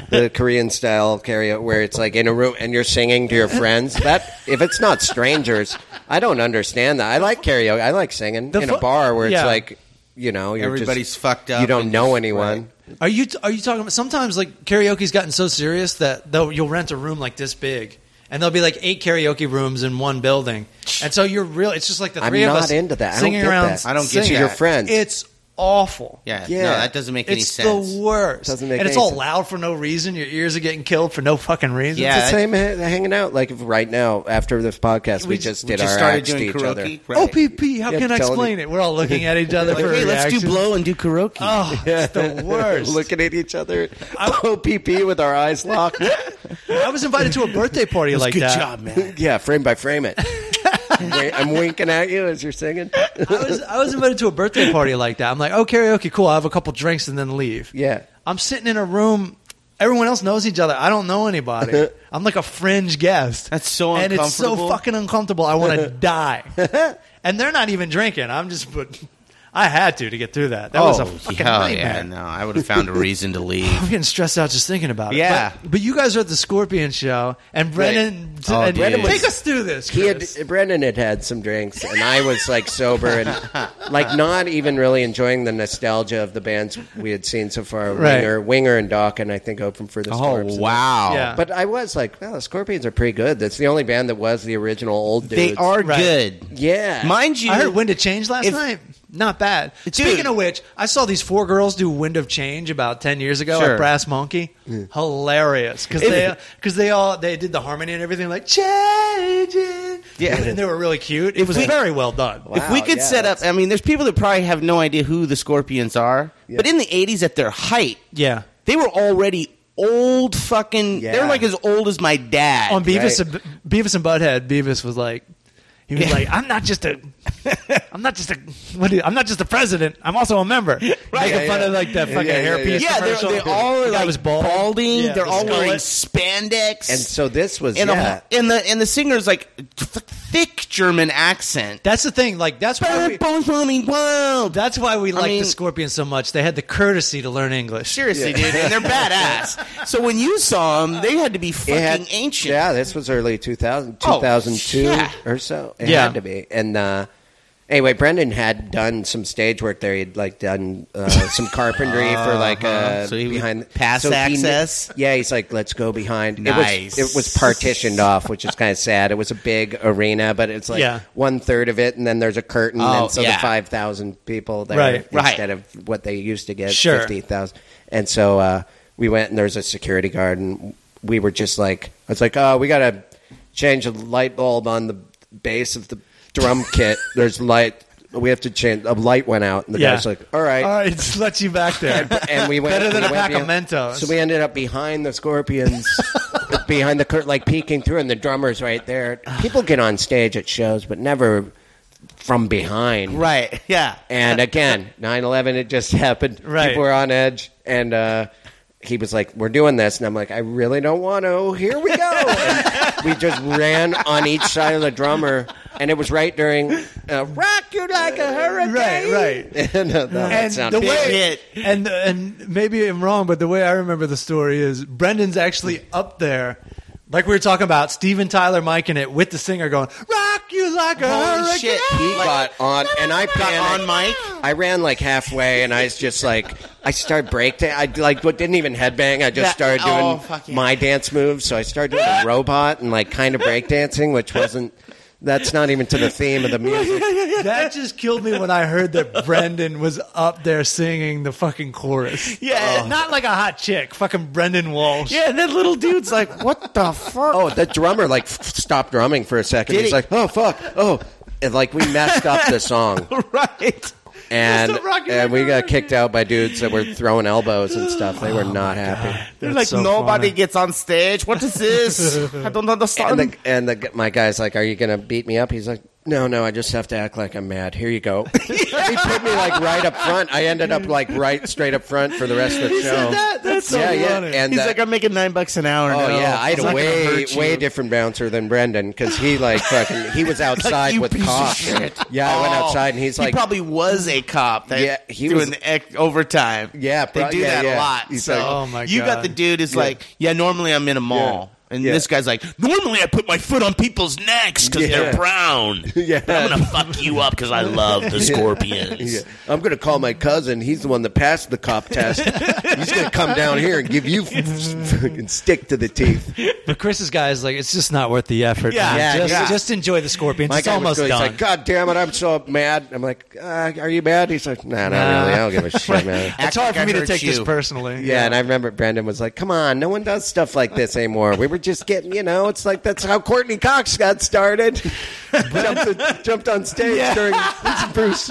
Speaker 3: the Korean style karaoke, where it's like in a room and you're singing to your friends. That if it's not strangers, I don't understand that. I like karaoke. I like singing
Speaker 2: The
Speaker 3: in
Speaker 2: fu-
Speaker 3: a bar where
Speaker 2: yeah.
Speaker 3: it's like you know you're just-
Speaker 5: Everybody's fucked up
Speaker 3: You don't
Speaker 5: and
Speaker 3: know
Speaker 5: just-
Speaker 3: anyone.
Speaker 2: Are you are you talking about sometimes like karaoke's gotten so serious that though you'll rent a room like this big. And there'll be like eight karaoke rooms in one building, and so you're real. It's just like the
Speaker 3: I'm
Speaker 2: three of
Speaker 3: not
Speaker 2: us
Speaker 3: into that. I don't
Speaker 2: singing
Speaker 3: get
Speaker 2: around.
Speaker 3: that.
Speaker 5: I don't get
Speaker 2: singing.
Speaker 3: your friends.
Speaker 2: It's awful.
Speaker 5: Yeah,
Speaker 3: Yeah.
Speaker 5: no, that doesn't make any
Speaker 2: it's
Speaker 5: sense.
Speaker 2: the worst.
Speaker 3: Doesn't make
Speaker 2: and it's
Speaker 3: any
Speaker 2: all
Speaker 3: sense.
Speaker 2: loud for no reason. Your ears are getting killed for no fucking reason.
Speaker 5: Yeah,
Speaker 3: It's the same ha- hanging out. Like if right now after this podcast, we, just did our
Speaker 5: started
Speaker 3: acts
Speaker 5: doing
Speaker 3: to each
Speaker 5: karaoke.
Speaker 3: other.
Speaker 5: Right.
Speaker 2: Oh, OPP. How
Speaker 3: Yeah,
Speaker 2: can I
Speaker 3: telling
Speaker 2: explain
Speaker 3: it-
Speaker 2: it? We're all looking at each other
Speaker 5: Like,
Speaker 2: for
Speaker 5: hey, let's do
Speaker 2: reactions.
Speaker 5: blow and do karaoke.
Speaker 2: Oh, it's the worst.
Speaker 3: Looking at each other, OPP with our eyes locked.
Speaker 2: I was invited to a birthday party like
Speaker 5: Good
Speaker 2: that.
Speaker 5: job, man.
Speaker 3: yeah, frame by frame it. Wait, I'm winking at you as you're singing.
Speaker 2: I was I was invited to a birthday party like that. I'm like, oh, karaoke, cool. I will have a couple drinks and then leave.
Speaker 3: Yeah.
Speaker 2: I'm sitting in a room. Everyone else knows each other. I don't know anybody. I'm like a fringe guest.
Speaker 5: That's so
Speaker 2: and it's so
Speaker 5: uncomfortable.
Speaker 2: fucking uncomfortable. I want to die. And they're not even drinking. I'm just, but I had to to get through that. That was a fucking
Speaker 5: Oh, hell
Speaker 2: nightmare.
Speaker 5: yeah, no, I would have found a reason to leave.
Speaker 2: I'm getting stressed out just thinking about it.
Speaker 5: Yeah.
Speaker 2: but, but you guys are at the Scorpion show, and Brennan,
Speaker 5: Oh,
Speaker 2: and
Speaker 5: Brennan
Speaker 2: take
Speaker 3: was-
Speaker 2: us through this.
Speaker 3: He had
Speaker 2: Chris.
Speaker 3: Brendan had had some drinks, and I was like sober and like not even really enjoying the nostalgia of the bands we had seen so far.
Speaker 2: Right.
Speaker 3: Winger, Winger, and Doc, and I think open for the Storms.
Speaker 5: Oh, wow,
Speaker 2: Yeah.
Speaker 3: But I was like, well, the Scorpions are pretty good. That's the only band that was the original old dudes.
Speaker 5: they are
Speaker 2: Right.
Speaker 5: good.
Speaker 3: Yeah.
Speaker 5: Mind you,
Speaker 2: I heard Wind of Change last
Speaker 5: If-
Speaker 2: night. Not bad. Speaking of which, I saw these four girls do Wind of Change about ten years ago
Speaker 5: Sure.
Speaker 2: at Brass Monkey. Hilarious because they because they all they did the harmony and everything like changing.
Speaker 5: Yeah.
Speaker 2: and they were really cute. It was
Speaker 5: we-
Speaker 2: very well done.
Speaker 5: if we
Speaker 3: Wow,
Speaker 5: could
Speaker 3: yeah,
Speaker 5: set up, I mean, there's people that probably have no idea who the Scorpions are, but in the '80s, at their height,
Speaker 2: Yeah,
Speaker 5: they were already old fucking.
Speaker 3: Yeah.
Speaker 5: They're like as old as my dad.
Speaker 2: on Beavis
Speaker 3: Right.
Speaker 2: and Beavis and Butthead, Beavis was like. He was
Speaker 5: Yeah.
Speaker 2: like, I'm not just a, I'm not just a, what do you, I'm not just a president. I'm also a member. Making
Speaker 3: yeah,
Speaker 2: fun
Speaker 3: yeah.
Speaker 2: of like that
Speaker 3: Yeah,
Speaker 2: fucking
Speaker 3: yeah, yeah,
Speaker 2: hairpiece.
Speaker 5: yeah, they're,
Speaker 2: commercial.
Speaker 5: they
Speaker 2: The
Speaker 5: all are
Speaker 2: guy
Speaker 5: like
Speaker 2: was bald.
Speaker 5: balding.
Speaker 2: Yeah,
Speaker 5: they're
Speaker 2: the
Speaker 5: all wearing
Speaker 2: skullet.
Speaker 5: spandex,
Speaker 3: and so this was
Speaker 5: and, the
Speaker 3: yeah.
Speaker 5: whole- and the and the singer's like th- thick German accent.
Speaker 2: That's the thing. Like that's why we,
Speaker 5: Bones on the world.
Speaker 2: That's why we like
Speaker 5: mean-
Speaker 2: the Scorpions so much. They had the courtesy to learn English.
Speaker 5: Seriously, dude, and they're badass. So when you saw them, they had to be fucking
Speaker 3: It had-
Speaker 5: ancient.
Speaker 3: Yeah, this was early 2000,
Speaker 5: Oh,
Speaker 3: 2002
Speaker 5: yeah.
Speaker 3: or so. It
Speaker 2: Yeah.
Speaker 3: had to be. And uh, anyway, Brendan had done some stage work there. He'd like done uh, some carpentry for like uh,
Speaker 5: Uh-huh. So he would
Speaker 3: behind
Speaker 5: pass
Speaker 3: he kn-
Speaker 5: access?
Speaker 3: yeah, he's like, let's go behind.
Speaker 5: Nice.
Speaker 3: It was, it was partitioned off, which is kind of sad. It was a big arena, but it's like
Speaker 2: Yeah.
Speaker 3: one third of it, and then there's a curtain,
Speaker 5: Oh,
Speaker 3: and so
Speaker 5: yeah.
Speaker 3: the five thousand people there
Speaker 2: Right,
Speaker 3: instead
Speaker 5: right.
Speaker 3: of what they used to get
Speaker 2: Sure.
Speaker 3: fifty thousand. And so uh, we went, and there's a security guard, and we were just like, I was like, oh, we gotta change a light bulb on the base of the drum kit. There's light. We have to change. A light went out, and the guy's like, all right.
Speaker 2: All right, just let you back there.
Speaker 3: And we went
Speaker 2: Better than
Speaker 3: we
Speaker 2: a
Speaker 3: went
Speaker 2: pack of
Speaker 3: behind-
Speaker 2: Mentos.
Speaker 3: So we ended up behind the Scorpions, behind the curtain, like peeking through, and the drummer's right there. People get on stage at shows, but never from behind.
Speaker 5: Right. Yeah.
Speaker 3: And again, 9 11, it just happened.
Speaker 2: Right.
Speaker 3: People were on edge. And uh, he was like, We're doing this. And I'm like, I really don't want to. Here we go. And we just ran on each side of the drummer. And it was right during uh, Rock You Like a Hurricane.
Speaker 2: Uh, Right, right.
Speaker 3: And, uh, no, that
Speaker 2: And
Speaker 3: sounded
Speaker 2: the way,
Speaker 5: hit.
Speaker 2: and and maybe I'm wrong, but the way I remember the story is Brendan's actually up there Like we were talking about, Steven Tyler Mike in it with the singer going, Rock you like a
Speaker 5: Holy
Speaker 2: hurricane.
Speaker 5: shit.
Speaker 3: He got on, and I
Speaker 5: Got
Speaker 3: panicked.
Speaker 5: on mic.
Speaker 3: I ran like halfway, and I was just like, I started breakdancing. I like what didn't even headbang. I just
Speaker 5: That-
Speaker 3: started
Speaker 5: oh,
Speaker 3: doing
Speaker 5: fuck yeah.
Speaker 3: my dance moves. So I started doing a robot and like kind of breakdancing, which wasn't. That's not even to the theme of the music.
Speaker 2: That just killed me when I heard that Brendan was up there singing the fucking chorus.
Speaker 5: Yeah.
Speaker 2: Not like a hot chick, fucking Brendan Walsh.
Speaker 5: Yeah, and that little dude's like, what the fuck?
Speaker 3: Oh, the drummer like f- stopped drumming for a second.
Speaker 5: Did
Speaker 3: He's
Speaker 5: he?
Speaker 3: like, oh fuck, oh, and, like we messed up the song.
Speaker 5: right.
Speaker 3: and
Speaker 2: Stop rocking
Speaker 3: and
Speaker 2: my
Speaker 3: we got
Speaker 2: nerves.
Speaker 3: kicked out by dudes that were throwing elbows and stuff. They were
Speaker 5: Oh
Speaker 3: not happy.
Speaker 5: They're
Speaker 2: That's so
Speaker 5: like, nobody
Speaker 2: funny.
Speaker 5: gets on stage. What is this? I don't
Speaker 3: And
Speaker 5: understand.
Speaker 3: the, and the my guy's like, "Are you gonna beat me up?" He's like, "No, no, I just have to act like I'm mad." Here you go. He put me like right up front. I ended up like right straight up front for the rest of the show.
Speaker 5: that? That's so
Speaker 3: yeah, yeah.
Speaker 2: funny.
Speaker 3: And
Speaker 5: He's
Speaker 3: the-
Speaker 5: like, I'm making nine bucks an hour
Speaker 3: Oh
Speaker 5: now.
Speaker 3: yeah, I had
Speaker 5: It's
Speaker 3: a
Speaker 5: not gonna
Speaker 3: way
Speaker 5: hurt you.
Speaker 3: way different bouncer than Brendan because he like fucking he was outside
Speaker 5: you
Speaker 3: with
Speaker 5: piece of
Speaker 3: cops.
Speaker 5: shit.
Speaker 3: Yeah, I went
Speaker 5: Oh.
Speaker 3: outside and he's
Speaker 5: he
Speaker 3: like,
Speaker 5: probably was a cop. That
Speaker 3: Yeah, he
Speaker 5: doing
Speaker 3: was-
Speaker 5: the ec- overtime.
Speaker 3: Yeah,
Speaker 5: they
Speaker 3: prob-
Speaker 5: do
Speaker 3: yeah,
Speaker 5: that
Speaker 3: yeah.
Speaker 5: a lot.
Speaker 3: He's
Speaker 5: so
Speaker 3: like-
Speaker 2: Oh, my
Speaker 5: you got
Speaker 2: God.
Speaker 5: the dude is like, yeah, normally I'm in a mall, and
Speaker 3: Yeah.
Speaker 5: this guy's like, normally I put my foot on people's necks because
Speaker 3: Yeah.
Speaker 5: they're brown.
Speaker 3: Yeah.
Speaker 5: but I'm gonna fuck you up because I love the scorpions.
Speaker 3: Yeah. I'm going to call my cousin. He's the one that passed the cop test. He's going to come down here and give you fucking stick to the teeth.
Speaker 2: But Chris's guy is like, it's just not worth the effort.
Speaker 5: Yeah,
Speaker 2: man.
Speaker 3: yeah,
Speaker 2: just,
Speaker 3: yeah.
Speaker 2: just enjoy the scorpions. it's
Speaker 3: guy was
Speaker 2: almost
Speaker 3: good.
Speaker 2: done.
Speaker 3: He's like, God damn it, I'm so mad. I'm like, uh, Are you mad? He's like, Nah, not
Speaker 2: Nah.
Speaker 3: really. I don't give a shit, man.
Speaker 5: Act
Speaker 2: it's hard
Speaker 5: like
Speaker 2: for
Speaker 5: I
Speaker 2: me to
Speaker 5: hurt
Speaker 2: take this
Speaker 5: you.
Speaker 2: personally.
Speaker 3: Yeah, and I remember Brandon was like, "Come on, no one does stuff like this anymore. We were just getting, you know, it's like that's how Courtney Cox got started. jumped, jumped on stage during Bruce.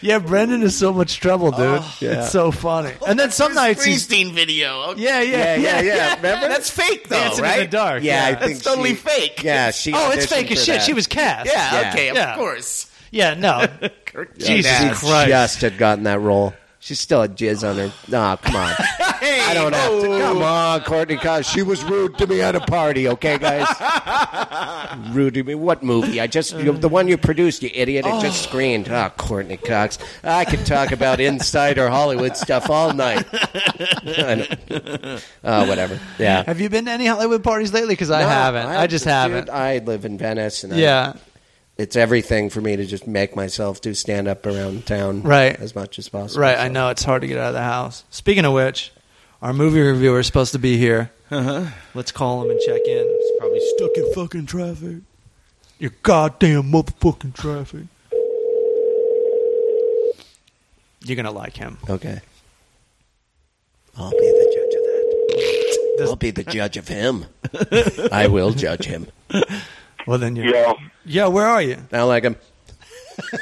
Speaker 2: Yeah, Brendan is so much trouble, dude.
Speaker 3: Oh. yeah.
Speaker 2: It's so funny. And then some nights he's
Speaker 5: Springsteen video. Okay.
Speaker 2: yeah, yeah,
Speaker 3: Yeah, yeah, yeah. Remember?
Speaker 5: That's fake though,
Speaker 2: Dancing
Speaker 5: right?
Speaker 2: in the dark.
Speaker 3: yeah, I
Speaker 5: That's
Speaker 3: think
Speaker 5: totally
Speaker 3: she-
Speaker 5: fake.
Speaker 3: Yeah, she.
Speaker 2: Oh, it's
Speaker 3: auditioned
Speaker 2: fake as
Speaker 3: for
Speaker 2: shit.
Speaker 3: that.
Speaker 2: She was cast.
Speaker 5: Yeah,
Speaker 3: Yeah.
Speaker 5: okay,
Speaker 2: Yeah.
Speaker 5: of course.
Speaker 2: Yeah, no.
Speaker 5: Kirk
Speaker 2: Jesus
Speaker 5: Douglas.
Speaker 2: Christ.
Speaker 3: just had gotten that role. She still had jizz on her. Nah, come on. I don't have to. Come on, Courtney Cox. She was rude to me at a party. Okay, guys. rude to me. What movie? I just you, the one you produced, you idiot. It
Speaker 2: Oh.
Speaker 3: just screened. Ah, Courtney Cox. I could talk about insider Hollywood stuff all night. I don't- uh, whatever. Yeah.
Speaker 2: Have you been to any Hollywood parties lately? Because I
Speaker 3: No,
Speaker 2: haven't. I, just
Speaker 3: dude,
Speaker 2: haven't.
Speaker 3: I live in Venice, and I-
Speaker 2: yeah.
Speaker 3: it's everything for me to just make myself do stand up around town,
Speaker 2: Right.
Speaker 3: as much as possible.
Speaker 2: Right, I
Speaker 3: so.
Speaker 2: know it's hard to get out of the house. Speaking of which, our movie reviewer is supposed to be here. Let's call him and check in. He's probably stuck in fucking traffic. Your goddamn motherfucking traffic. You're gonna like him.
Speaker 3: Okay. I'll be the judge of that.
Speaker 2: Does-
Speaker 3: I'll be the judge of him. I will judge him.
Speaker 2: Well, then you.
Speaker 6: Yo,
Speaker 2: Yeah, where are you?
Speaker 3: Now, like him.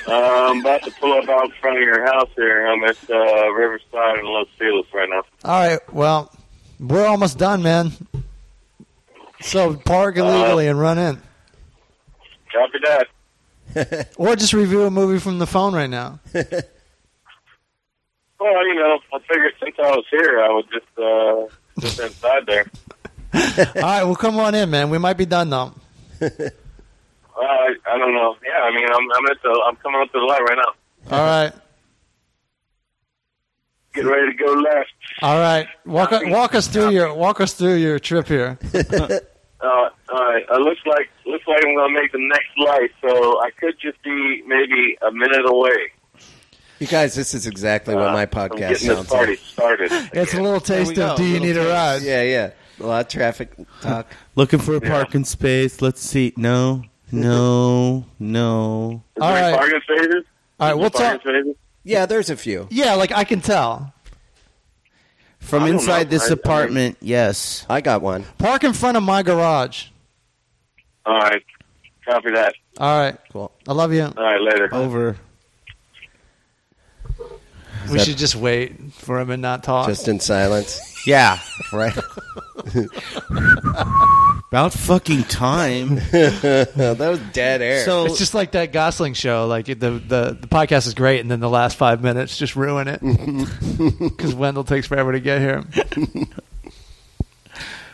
Speaker 6: uh, I'm about to pull up out in front of your house here. I'm at uh, Riverside and Los Feliz right now.
Speaker 2: All right. Well, we're almost done, man. So park illegally and run in,
Speaker 6: Copy that.
Speaker 2: or just review a movie from the phone right now.
Speaker 6: Well, you know, I figured since I was here, I was just uh, just inside there.
Speaker 2: All right. Well, come on in, man. We might be done though.
Speaker 6: Uh, I, I don't know. Yeah, I mean, I'm I'm at the I'm coming up to the light right now.
Speaker 2: All right.
Speaker 6: Get ready to go left.
Speaker 2: All right, walk walk us through your walk us through your trip here.
Speaker 6: Uh, all right. It looks like looks like I'm gonna make the next light, so I could just be maybe a minute away.
Speaker 3: You guys, this is exactly what
Speaker 6: Uh,
Speaker 3: my
Speaker 6: I'm
Speaker 3: podcast
Speaker 6: getting this
Speaker 3: sounds
Speaker 6: party
Speaker 3: like.
Speaker 6: started.
Speaker 2: It's a little taste
Speaker 5: go,
Speaker 2: of Do you
Speaker 5: little
Speaker 2: need a ride?
Speaker 3: Yeah, yeah. A lot of traffic talk.
Speaker 5: Looking for a
Speaker 6: Yeah. parking
Speaker 5: space. Let's see. No, no, no.
Speaker 6: Is
Speaker 2: All
Speaker 6: there
Speaker 2: right.
Speaker 6: Parking phases.
Speaker 2: All right, what's up?
Speaker 6: Parking phases?
Speaker 3: Yeah, there's a few.
Speaker 2: Yeah, like I can tell.
Speaker 5: From
Speaker 6: I don't
Speaker 5: inside
Speaker 6: know. I- I
Speaker 5: this
Speaker 6: mean-
Speaker 5: apartment, yes.
Speaker 3: I got one.
Speaker 2: Park in front of my garage.
Speaker 6: All right. Copy that.
Speaker 2: All right,
Speaker 3: Cool.
Speaker 2: I love you.
Speaker 6: All right. Later.
Speaker 3: Oh,
Speaker 5: Over.
Speaker 2: We should just wait for him and not talk.
Speaker 3: Just in silence.
Speaker 5: Yeah.
Speaker 3: Right.
Speaker 5: About fucking time.
Speaker 3: that was dead air.
Speaker 5: So
Speaker 2: it's just like that Gosling show. Like the, the the podcast is great, and then the last five minutes just ruin it because Wendell takes forever to get here.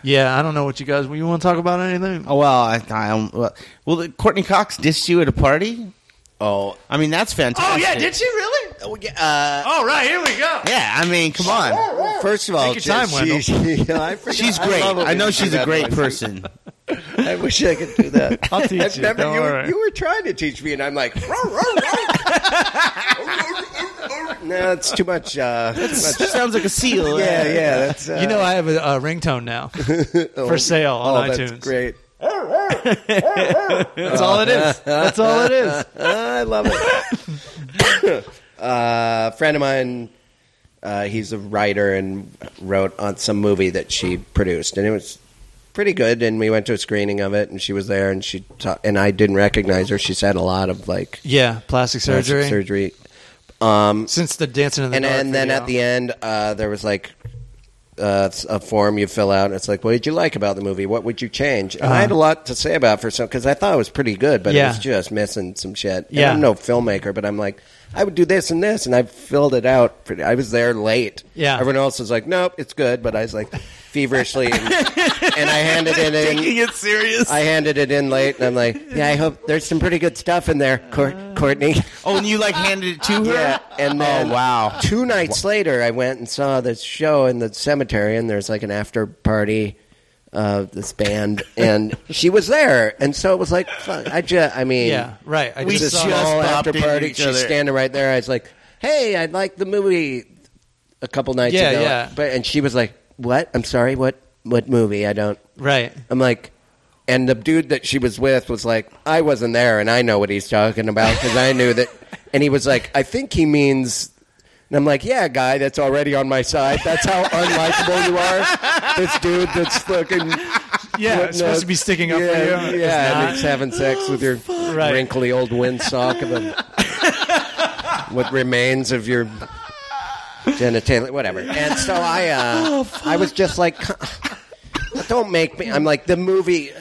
Speaker 2: yeah, I don't know what you guys. You want to talk about anything?
Speaker 5: Oh, well, I, I um, well, well, Courtney Cox dissed you at a party.
Speaker 3: oh,
Speaker 5: I mean, that's fantastic.
Speaker 2: she really?
Speaker 3: oh, yeah, uh,
Speaker 7: All right, here we go.
Speaker 5: Yeah, I mean, come on.
Speaker 3: First of all,
Speaker 2: Take your time,
Speaker 3: just- she- she- I forgot-
Speaker 5: She's
Speaker 3: I
Speaker 5: great.
Speaker 3: love when
Speaker 5: I, know
Speaker 3: you
Speaker 5: she's
Speaker 3: do
Speaker 5: a
Speaker 3: that
Speaker 5: great
Speaker 3: voice.
Speaker 5: person.
Speaker 3: I wish I could do that.
Speaker 2: I'll teach
Speaker 3: I've
Speaker 2: you.
Speaker 3: never,
Speaker 2: Don't
Speaker 3: you, were,
Speaker 2: worry.
Speaker 3: you were trying to teach me, and I'm like, "Row, row, row." no, it's too much. Uh, too much-
Speaker 5: sounds like a seal.
Speaker 3: yeah, yeah, that's uh,
Speaker 2: you know, I have a, a ringtone now for sale
Speaker 3: oh,
Speaker 2: on
Speaker 3: that's
Speaker 2: iTunes.
Speaker 3: great.
Speaker 2: That's all it is. That's all it is.
Speaker 3: I love it. uh, a friend of mine, uh, he's a writer and wrote on some movie that she produced, and it was pretty good. And we went to a screening of it, and she was there, and she ta- and I didn't recognize her. She's had a lot of like
Speaker 2: Yeah, plastic
Speaker 3: plastic
Speaker 2: surgery.
Speaker 3: surgery. Um,
Speaker 2: Since the dancing in the
Speaker 3: and
Speaker 2: Dark
Speaker 3: and then
Speaker 2: video.
Speaker 3: at the end, uh, there was like. Uh, a form you fill out. And it's like, what did you like about the movie? What would you change? And I had a lot to say about it for some because I thought it was pretty good, but
Speaker 2: Uh-huh. Yeah.
Speaker 3: it was just missing some shit. And
Speaker 2: Yeah.
Speaker 3: I'm no filmmaker, but I'm like, I would do this and this, and I filled it out. Pretty, I was there late.
Speaker 2: Yeah.
Speaker 3: everyone else was like, nope, it's good, but I was like, feverishly, and, and I handed it in.
Speaker 5: get serious.
Speaker 3: I handed it in late, and I'm like, yeah, I hope there's some pretty good stuff in there, Court- Courtney.
Speaker 5: oh, and you like handed it to her?
Speaker 3: Yeah, and then
Speaker 5: Oh, wow.
Speaker 3: two nights later, I went and saw this show in the cemetery, and there's like an after party. Uh, this band and she was there, and so it was like, fuck, I just, I mean,
Speaker 2: yeah, right. I
Speaker 5: We
Speaker 3: it's a
Speaker 2: just saw.
Speaker 5: just
Speaker 3: small
Speaker 5: bumped
Speaker 3: after
Speaker 5: into
Speaker 3: party.
Speaker 5: each
Speaker 3: She's
Speaker 5: other.
Speaker 3: standing right there. I was like, hey, I liked the movie a couple nights
Speaker 2: Yeah,
Speaker 3: ago,
Speaker 2: yeah.
Speaker 3: but and she was like, what? I'm sorry, what? What movie? I don't.
Speaker 2: Right.
Speaker 3: I'm like, and the dude that she was with was like, I wasn't there, and I know what he's talking about because I knew that. And he was like, I think he means. And I'm like, yeah, guy, that's already on my side. That's how unlikable you are. This dude that's fucking.
Speaker 2: Yeah,
Speaker 3: what-
Speaker 2: it's supposed to be sticking up
Speaker 3: yeah,
Speaker 2: for you. It's
Speaker 3: Yeah, and
Speaker 2: not. Oh,
Speaker 3: it's having sex with your
Speaker 2: Right.
Speaker 3: wrinkly old windsock of a. what remains of your genitalia, whatever. And so I, uh,
Speaker 2: Oh,
Speaker 3: I was just like, don't make me. I'm like the movie uh,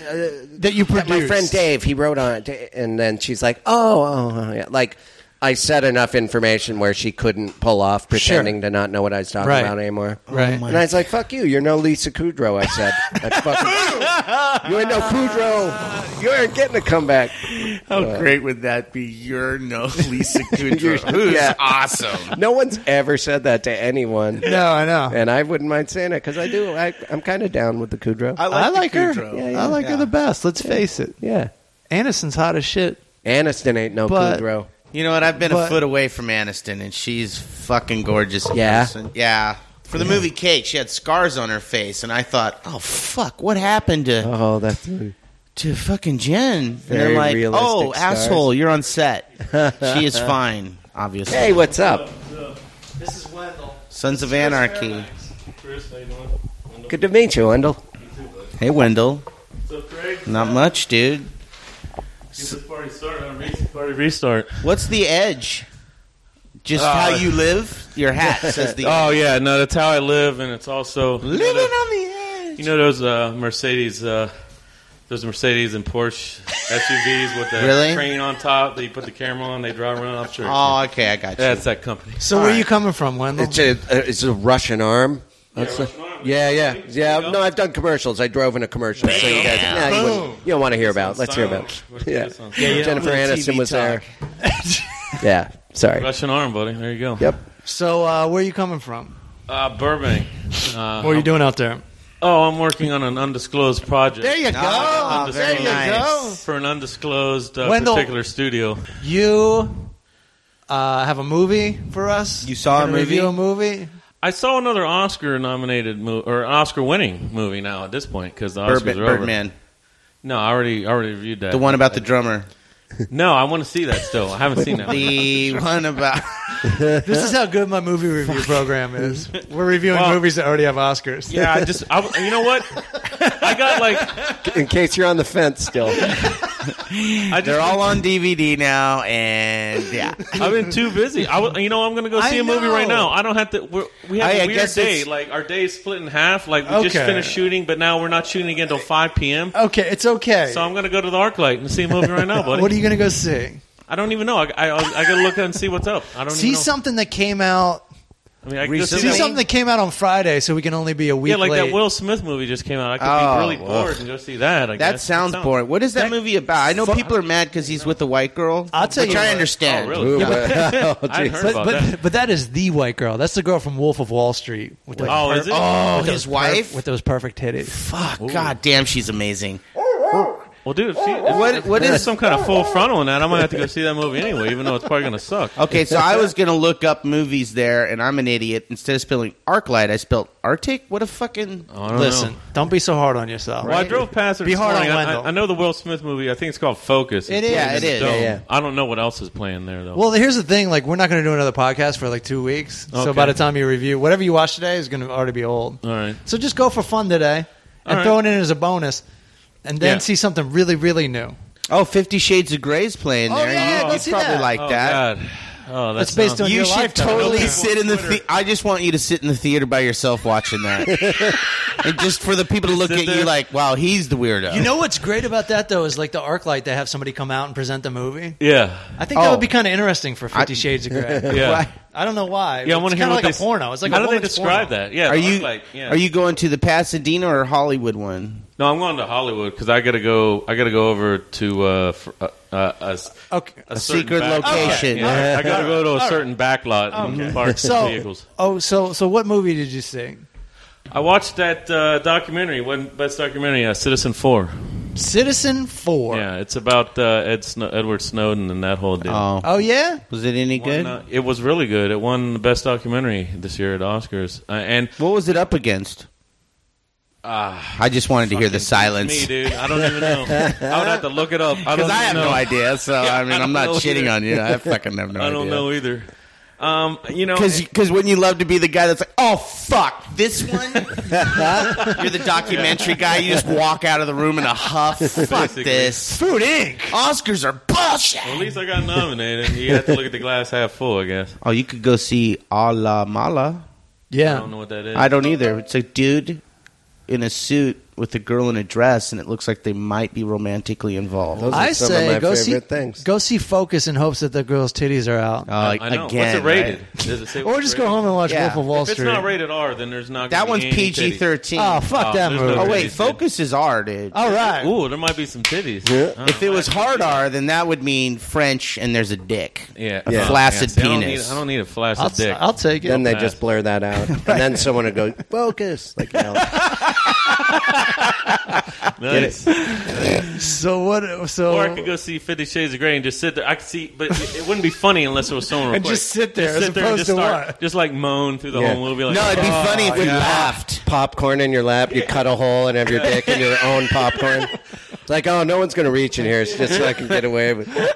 Speaker 2: that you
Speaker 3: that
Speaker 2: produced.
Speaker 3: my friend Dave he wrote on it, and then she's like, oh, oh, oh, yeah. like. I said enough information where she couldn't pull off pretending to not know what I was talking
Speaker 2: Right.
Speaker 3: about anymore.
Speaker 2: Right.
Speaker 3: And I was like, "Fuck you! You're no Lisa Kudrow." I said, I fucking, "You ain't no Kudrow. You ain't getting a comeback."
Speaker 5: How great would that be? You're no Lisa
Speaker 3: You're-
Speaker 5: Kudrow. Who's
Speaker 3: yeah.
Speaker 5: awesome.
Speaker 3: No one's ever said that to anyone,
Speaker 2: No, I know.
Speaker 3: and I wouldn't mind saying it because I do. I, I'm kind of down with the Kudrow.
Speaker 2: I like her.
Speaker 3: Yeah, yeah.
Speaker 2: I like her the best. Let's face it.
Speaker 3: yeah,
Speaker 2: Aniston's hot as shit.
Speaker 3: Aniston ain't no
Speaker 2: But-
Speaker 3: Kudrow.
Speaker 5: You know what? I've been
Speaker 2: But-
Speaker 5: a foot away from Aniston, and she's fucking gorgeous. in
Speaker 3: Yeah?
Speaker 5: person. yeah. For the movie Cake, she had scars on her face, and I thought, oh fuck, what happened to
Speaker 3: Oh, that's
Speaker 5: to fucking Jen? and
Speaker 3: Very
Speaker 5: they're like,
Speaker 3: realistic
Speaker 5: oh
Speaker 3: scars.
Speaker 5: asshole, you're on set. she is fine, obviously.
Speaker 3: hey, what's up?
Speaker 2: This is Wendell.
Speaker 5: Sons of Anarchy.
Speaker 3: Good to meet you, Wendell.
Speaker 5: Hey, Wendell.
Speaker 7: So, Craig,
Speaker 5: Not much, dude.
Speaker 7: give this party start. I'm re- party restart.
Speaker 5: What's the edge? Just
Speaker 7: Uh,
Speaker 5: how you live. Your hat says the.
Speaker 7: Oh yeah, no, that's how I live, and it's also
Speaker 5: living on the edge.
Speaker 7: You know those uh, Mercedes, uh, those Mercedes and Porsche SUVs with the
Speaker 5: Really?
Speaker 7: crane on top that you put the camera on, they drive around off street.
Speaker 5: Oh, okay, I got you.
Speaker 7: Yeah, it's that company.
Speaker 2: So where are you coming from, Wendell?
Speaker 3: It's a uh, it's a Russian arm. That's
Speaker 7: Russian arm.
Speaker 3: a- yeah, yeah, yeah.
Speaker 7: There you
Speaker 3: No,
Speaker 7: go.
Speaker 3: I've done commercials. I drove in a commercial. So you guys, yeah, you, wouldn't- you don't want to hear about. Let's hear about.
Speaker 7: Silent.
Speaker 3: Yeah,
Speaker 7: What's this on?
Speaker 3: Jennifer
Speaker 5: don't want
Speaker 3: Aniston
Speaker 5: TV
Speaker 3: was
Speaker 5: talk.
Speaker 3: there. Yeah, sorry.
Speaker 7: Russian arm, buddy. There you go.
Speaker 3: Yep.
Speaker 2: So uh, where are you coming from?
Speaker 7: Uh, Burbank. Uh,
Speaker 3: Um,
Speaker 2: What are you doing out there?
Speaker 7: Oh, I'm working on an undisclosed project.
Speaker 5: There you go.
Speaker 7: Oh,
Speaker 5: there
Speaker 7: very
Speaker 5: you
Speaker 7: nice. For an undisclosed uh,
Speaker 2: Wendell.
Speaker 7: particular studio.
Speaker 2: You uh, have a movie for us.
Speaker 5: You saw a
Speaker 2: Gonna
Speaker 5: movie?
Speaker 2: Review a movie.
Speaker 7: I saw another Oscar-nominated movie or Oscar-winning movie now at this point because the
Speaker 5: go.
Speaker 7: Oscars
Speaker 5: Bird,
Speaker 7: are over.
Speaker 5: Birdman,
Speaker 7: No, I already I already reviewed that.
Speaker 5: the one about the drummer,
Speaker 7: No, I want to see that still. I haven't seen that. one.
Speaker 5: the one about.
Speaker 2: This is how good my movie review program is. We're reviewing
Speaker 7: Well-
Speaker 2: movies that already have Oscars.
Speaker 7: Yeah, I just I, you know what? I got like
Speaker 3: In case you're on the fence still,
Speaker 7: I just
Speaker 5: They're all on DVD now, and yeah,
Speaker 7: I've been too busy. I w- you know I'm gonna go see
Speaker 2: I
Speaker 7: a movie right
Speaker 2: know.
Speaker 7: now. I don't have to. We're, we have
Speaker 5: I-
Speaker 7: a
Speaker 5: I
Speaker 7: weird
Speaker 5: guess
Speaker 7: day.
Speaker 5: it's-
Speaker 7: Like our day's split in half. Like we just
Speaker 2: Okay.
Speaker 7: finished shooting, but now we're not shooting again until 5 p.m.
Speaker 2: Okay, it's okay.
Speaker 7: So I'm gonna go to the ArcLight and see a movie right now, buddy.
Speaker 2: what are you gonna go see?
Speaker 7: I don't even know. I, I, I gotta look and see what's up. I don't
Speaker 2: See
Speaker 7: even know.
Speaker 2: something that came out
Speaker 7: I mean, I could
Speaker 3: Recently?
Speaker 7: see
Speaker 2: See
Speaker 7: that-
Speaker 2: something that came out on Friday, so we can only be a week
Speaker 7: Yeah, like
Speaker 2: late.
Speaker 7: that Will Smith movie just came out. I could
Speaker 5: Oh,
Speaker 7: be really
Speaker 5: ugh.
Speaker 7: bored and go see that. I
Speaker 5: That
Speaker 7: guess.
Speaker 5: sounds
Speaker 7: It
Speaker 5: boring. What is that,
Speaker 7: that-
Speaker 5: movie about? I know people are mad because he's with a white girl.
Speaker 2: I'll tell
Speaker 5: which
Speaker 2: you
Speaker 5: I
Speaker 2: what.
Speaker 5: understand.
Speaker 7: Oh, really?
Speaker 5: Oh,
Speaker 3: well,
Speaker 7: I
Speaker 3: geez.
Speaker 7: heard
Speaker 2: but
Speaker 7: about
Speaker 2: but,
Speaker 7: that.
Speaker 2: but that is the white girl. That's the girl from Wolf of Wall Street. With those
Speaker 7: Oh, is it?
Speaker 5: Oh,
Speaker 2: with
Speaker 5: his
Speaker 2: those perf-
Speaker 5: wife.
Speaker 2: with those perfect titties.
Speaker 5: Fuck. God damn, she's amazing.
Speaker 7: Well, dude, if she, if
Speaker 5: What- what
Speaker 7: there's
Speaker 5: is-
Speaker 7: some kind of full frontal in that? I might have to go see that movie anyway, even though it's probably gonna suck.
Speaker 5: Okay, so I was gonna look up movies there, and I'm an idiot. Instead of spelling ArcLight, I spelled Arctic. What a fucking
Speaker 7: I don't
Speaker 2: Listen,
Speaker 7: know.
Speaker 2: don't be so hard on yourself.
Speaker 7: Well, I drove past her.
Speaker 2: Be
Speaker 7: this
Speaker 2: hard on
Speaker 7: morning. I-
Speaker 2: Wendell.
Speaker 7: I, I know the Will Smith movie. I think it's called Focus.
Speaker 5: It
Speaker 7: It's
Speaker 5: is. Yeah,
Speaker 7: playing in
Speaker 5: it
Speaker 7: the
Speaker 5: is.
Speaker 7: dome.
Speaker 5: Yeah, yeah.
Speaker 7: I don't know what else is playing there though.
Speaker 2: Well, here's the thing: like, we're not going to do another podcast for like two weeks. So
Speaker 7: Okay.
Speaker 2: by the time you review, whatever you watch today is going to already be old.
Speaker 7: all right.
Speaker 2: So just go for fun today and
Speaker 7: All
Speaker 2: throw it
Speaker 7: right.
Speaker 2: in as a bonus, and then
Speaker 7: Yeah.
Speaker 2: see something really, really new.
Speaker 5: oh, Fifty Shades of Grey's playing
Speaker 2: Oh,
Speaker 5: there.
Speaker 2: yeah, yeah,
Speaker 5: you
Speaker 2: go
Speaker 5: you'd
Speaker 2: see
Speaker 5: probably
Speaker 2: that.
Speaker 5: like
Speaker 7: Oh,
Speaker 5: that.
Speaker 7: God. Oh, that
Speaker 2: That's based
Speaker 7: sounds-
Speaker 2: on-
Speaker 5: You
Speaker 2: your
Speaker 5: should
Speaker 2: lifetime.
Speaker 5: totally
Speaker 7: Okay.
Speaker 5: sit in the.
Speaker 7: Twitter.
Speaker 5: The- I just want you to sit in the theater by yourself watching that, and just for the people to look
Speaker 7: Sit
Speaker 5: at you
Speaker 7: there.
Speaker 5: like, "Wow, he's the weirdo."
Speaker 2: You know what's great about that though is like the arc light. They have somebody come out and present the movie.
Speaker 7: Yeah,
Speaker 2: I think that
Speaker 5: Oh.
Speaker 2: would be kind of interesting for Fifty
Speaker 5: I-
Speaker 2: Shades of Grey.
Speaker 7: yeah.
Speaker 5: Why-
Speaker 2: I don't know why.
Speaker 7: Yeah, I
Speaker 2: It's
Speaker 7: want to hear
Speaker 2: kinda
Speaker 7: what
Speaker 2: like
Speaker 7: they
Speaker 2: a porno. It's like
Speaker 7: how
Speaker 2: a
Speaker 7: do they
Speaker 2: woman's
Speaker 7: describe
Speaker 2: porno.
Speaker 7: that? Yeah,
Speaker 5: are
Speaker 7: the
Speaker 5: you
Speaker 7: Arclight, yeah.
Speaker 5: are you going to the Pasadena or Hollywood one?
Speaker 7: No, I'm going to Hollywood because I gotta go. I gotta go over to uh, fr- uh, uh, a, s-
Speaker 2: Okay.
Speaker 7: a certain
Speaker 5: secret
Speaker 7: back-
Speaker 5: location.
Speaker 7: Yeah, I gotta go to a certain back lot and park
Speaker 2: So,
Speaker 7: vehicles.
Speaker 2: oh, so so what movie did you see?
Speaker 7: I watched that uh, documentary, one best documentary, uh, Citizen Four.
Speaker 2: Citizen Four.
Speaker 7: Yeah, it's about uh, Ed Sno- Edward Snowden and that whole deal.
Speaker 5: Oh,
Speaker 2: Oh yeah.
Speaker 5: was it any
Speaker 7: Won,
Speaker 5: good?
Speaker 7: uh, it was really good. It won the best documentary this year at Oscars. Uh, and
Speaker 5: What was it up against? I just wanted to hear the
Speaker 7: Ah, me,
Speaker 5: silence
Speaker 7: dude, I don't even know. I would have to look it up. I don't
Speaker 5: because I,
Speaker 7: even
Speaker 5: have
Speaker 7: know.
Speaker 5: no idea. So I mean,
Speaker 7: I
Speaker 5: I am
Speaker 7: don't
Speaker 5: not
Speaker 7: know
Speaker 5: shitting
Speaker 7: either.
Speaker 5: on you. I fucking have no
Speaker 7: I don't
Speaker 5: idea.
Speaker 7: know either. Um, you know,
Speaker 5: Because because wouldn't you love to be the guy that's like, oh fuck this one? You're the documentary guy. You just walk out of the room in a huff. fuck
Speaker 7: Basically.
Speaker 5: this.
Speaker 2: Food Inc.
Speaker 5: Oscars are bullshit.
Speaker 7: at least I got nominated. You have to look at the glass half full, I guess.
Speaker 5: Oh, you could go see A La Mala.
Speaker 7: I
Speaker 2: Yeah.
Speaker 7: don't know what that is.
Speaker 5: I don't either. It's a dude in a suit with a girl in a dress, and it looks like they might be romantically involved.
Speaker 3: Those are
Speaker 2: I
Speaker 3: some
Speaker 2: say
Speaker 3: of my
Speaker 2: go see
Speaker 3: favorite things.
Speaker 2: go see Focus in hopes that the girl's titties are out,
Speaker 5: Uh,
Speaker 7: I know.
Speaker 5: Again,
Speaker 7: What's it rated?
Speaker 5: right?
Speaker 7: Does it say
Speaker 2: or
Speaker 7: what's
Speaker 2: just
Speaker 7: rated?
Speaker 2: go home and watch
Speaker 5: Yeah.
Speaker 2: Wolf of Wall
Speaker 7: If it's
Speaker 2: Street.
Speaker 7: not rated R, then there's not.
Speaker 5: That
Speaker 7: gonna
Speaker 5: one's
Speaker 7: be any
Speaker 5: PG
Speaker 7: titties.
Speaker 5: thirteen.
Speaker 2: oh fuck
Speaker 7: Oh,
Speaker 2: that
Speaker 7: there's
Speaker 2: movie.
Speaker 7: no
Speaker 5: Oh wait,
Speaker 7: Dude.
Speaker 5: Focus is R, dude.
Speaker 7: Oh,
Speaker 2: All right.
Speaker 7: Ooh, there might be some titties.
Speaker 3: Yeah.
Speaker 7: I don't
Speaker 5: If it
Speaker 7: know.
Speaker 5: was hard R, then that would mean French, and there's a dick.
Speaker 7: yeah,
Speaker 5: a
Speaker 7: yeah.
Speaker 5: flaccid
Speaker 7: See, I don't
Speaker 5: penis.
Speaker 7: need- I don't need a flaccid
Speaker 2: I'll,
Speaker 7: dick.
Speaker 2: I'll take it.
Speaker 3: then they
Speaker 7: Nah.
Speaker 3: just blur that out, and then someone would go focus. Like, no.
Speaker 7: nice.
Speaker 2: so what? So
Speaker 7: Or I could go see Fifty Shades of Grey and just sit there. I could see, but it, it wouldn't be funny unless it was someone. real
Speaker 2: And
Speaker 7: quick.
Speaker 2: just sit there
Speaker 7: Just
Speaker 2: as
Speaker 7: sit there and
Speaker 2: opposed
Speaker 7: just
Speaker 2: to
Speaker 7: start,
Speaker 2: what?
Speaker 7: just like moan through the
Speaker 3: Yeah.
Speaker 7: whole movie. Like,
Speaker 5: No, it'd be
Speaker 7: "Oh,
Speaker 5: funny if we
Speaker 7: yeah."
Speaker 5: laughed.
Speaker 3: popcorn in your lap. You cut a hole and have your dick in your own popcorn. It's like, oh, no one's going to reach in here. It's just so I can get away with doing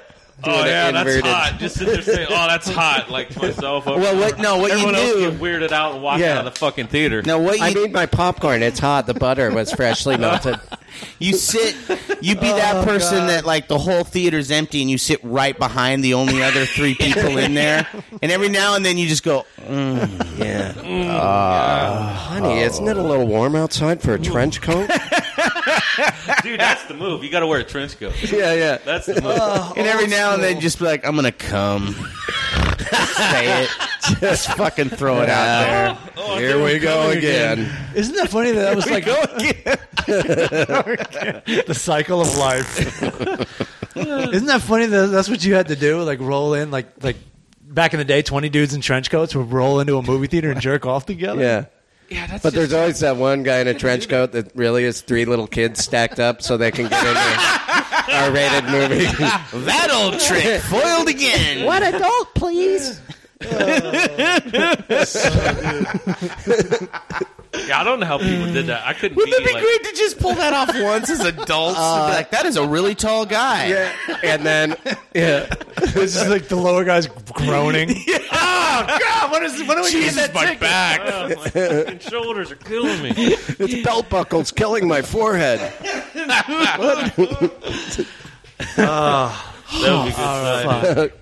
Speaker 7: Oh
Speaker 3: it
Speaker 7: yeah, that's
Speaker 3: inverted.
Speaker 7: hot. Just sit there saying, "Oh, that's hot." Like to myself.
Speaker 5: Well, what? No, what
Speaker 7: Everyone else
Speaker 5: you do?
Speaker 7: get weirded out and walk
Speaker 3: Yeah.
Speaker 7: out of the fucking theater.
Speaker 5: No, what you
Speaker 3: I need my popcorn. It's hot. The butter was freshly melted.
Speaker 5: you sit? You be that person
Speaker 2: God.
Speaker 5: that like the whole theater's empty, and you sit right behind the only other three people in there. And every now and then you just go,
Speaker 3: Yeah. Ah, Honey, isn't it a little warm outside for a trench coat?
Speaker 7: dude, that's the move. You got to wear a trench coat.
Speaker 3: yeah, yeah.
Speaker 7: That's the move.
Speaker 5: and every now and then just be like, I'm gonna come. Say it. Just fucking throw it out there.
Speaker 7: Oh,
Speaker 3: Here we go again.
Speaker 2: isn't that funny that that was like the cycle of life? isn't that funny that that's what you had to do? Like roll in like like back in the day, twenty dudes in trench coats would roll into a movie theater and jerk off together.
Speaker 3: Yeah.
Speaker 7: yeah, that's
Speaker 3: But
Speaker 7: just
Speaker 3: there's always that one guy in a trench coat that really is three little kids stacked up so they can get into our rated movie.
Speaker 5: That old trick foiled again.
Speaker 4: What adult, please?
Speaker 7: Yeah, I don't know how people did that. I couldn't be
Speaker 5: Wouldn't it be
Speaker 7: like.
Speaker 5: great to just pull that off once as adults? and be like, that is a really tall guy.
Speaker 3: Yeah. And then, yeah.
Speaker 2: It's just like the lower guys groaning.
Speaker 5: Oh God! What is? What do we Jesus, that my back.
Speaker 7: Oh, my fucking shoulders are killing me.
Speaker 3: It's belt buckles killing my forehead.
Speaker 7: That
Speaker 5: Oh,
Speaker 7: would be good. stuff.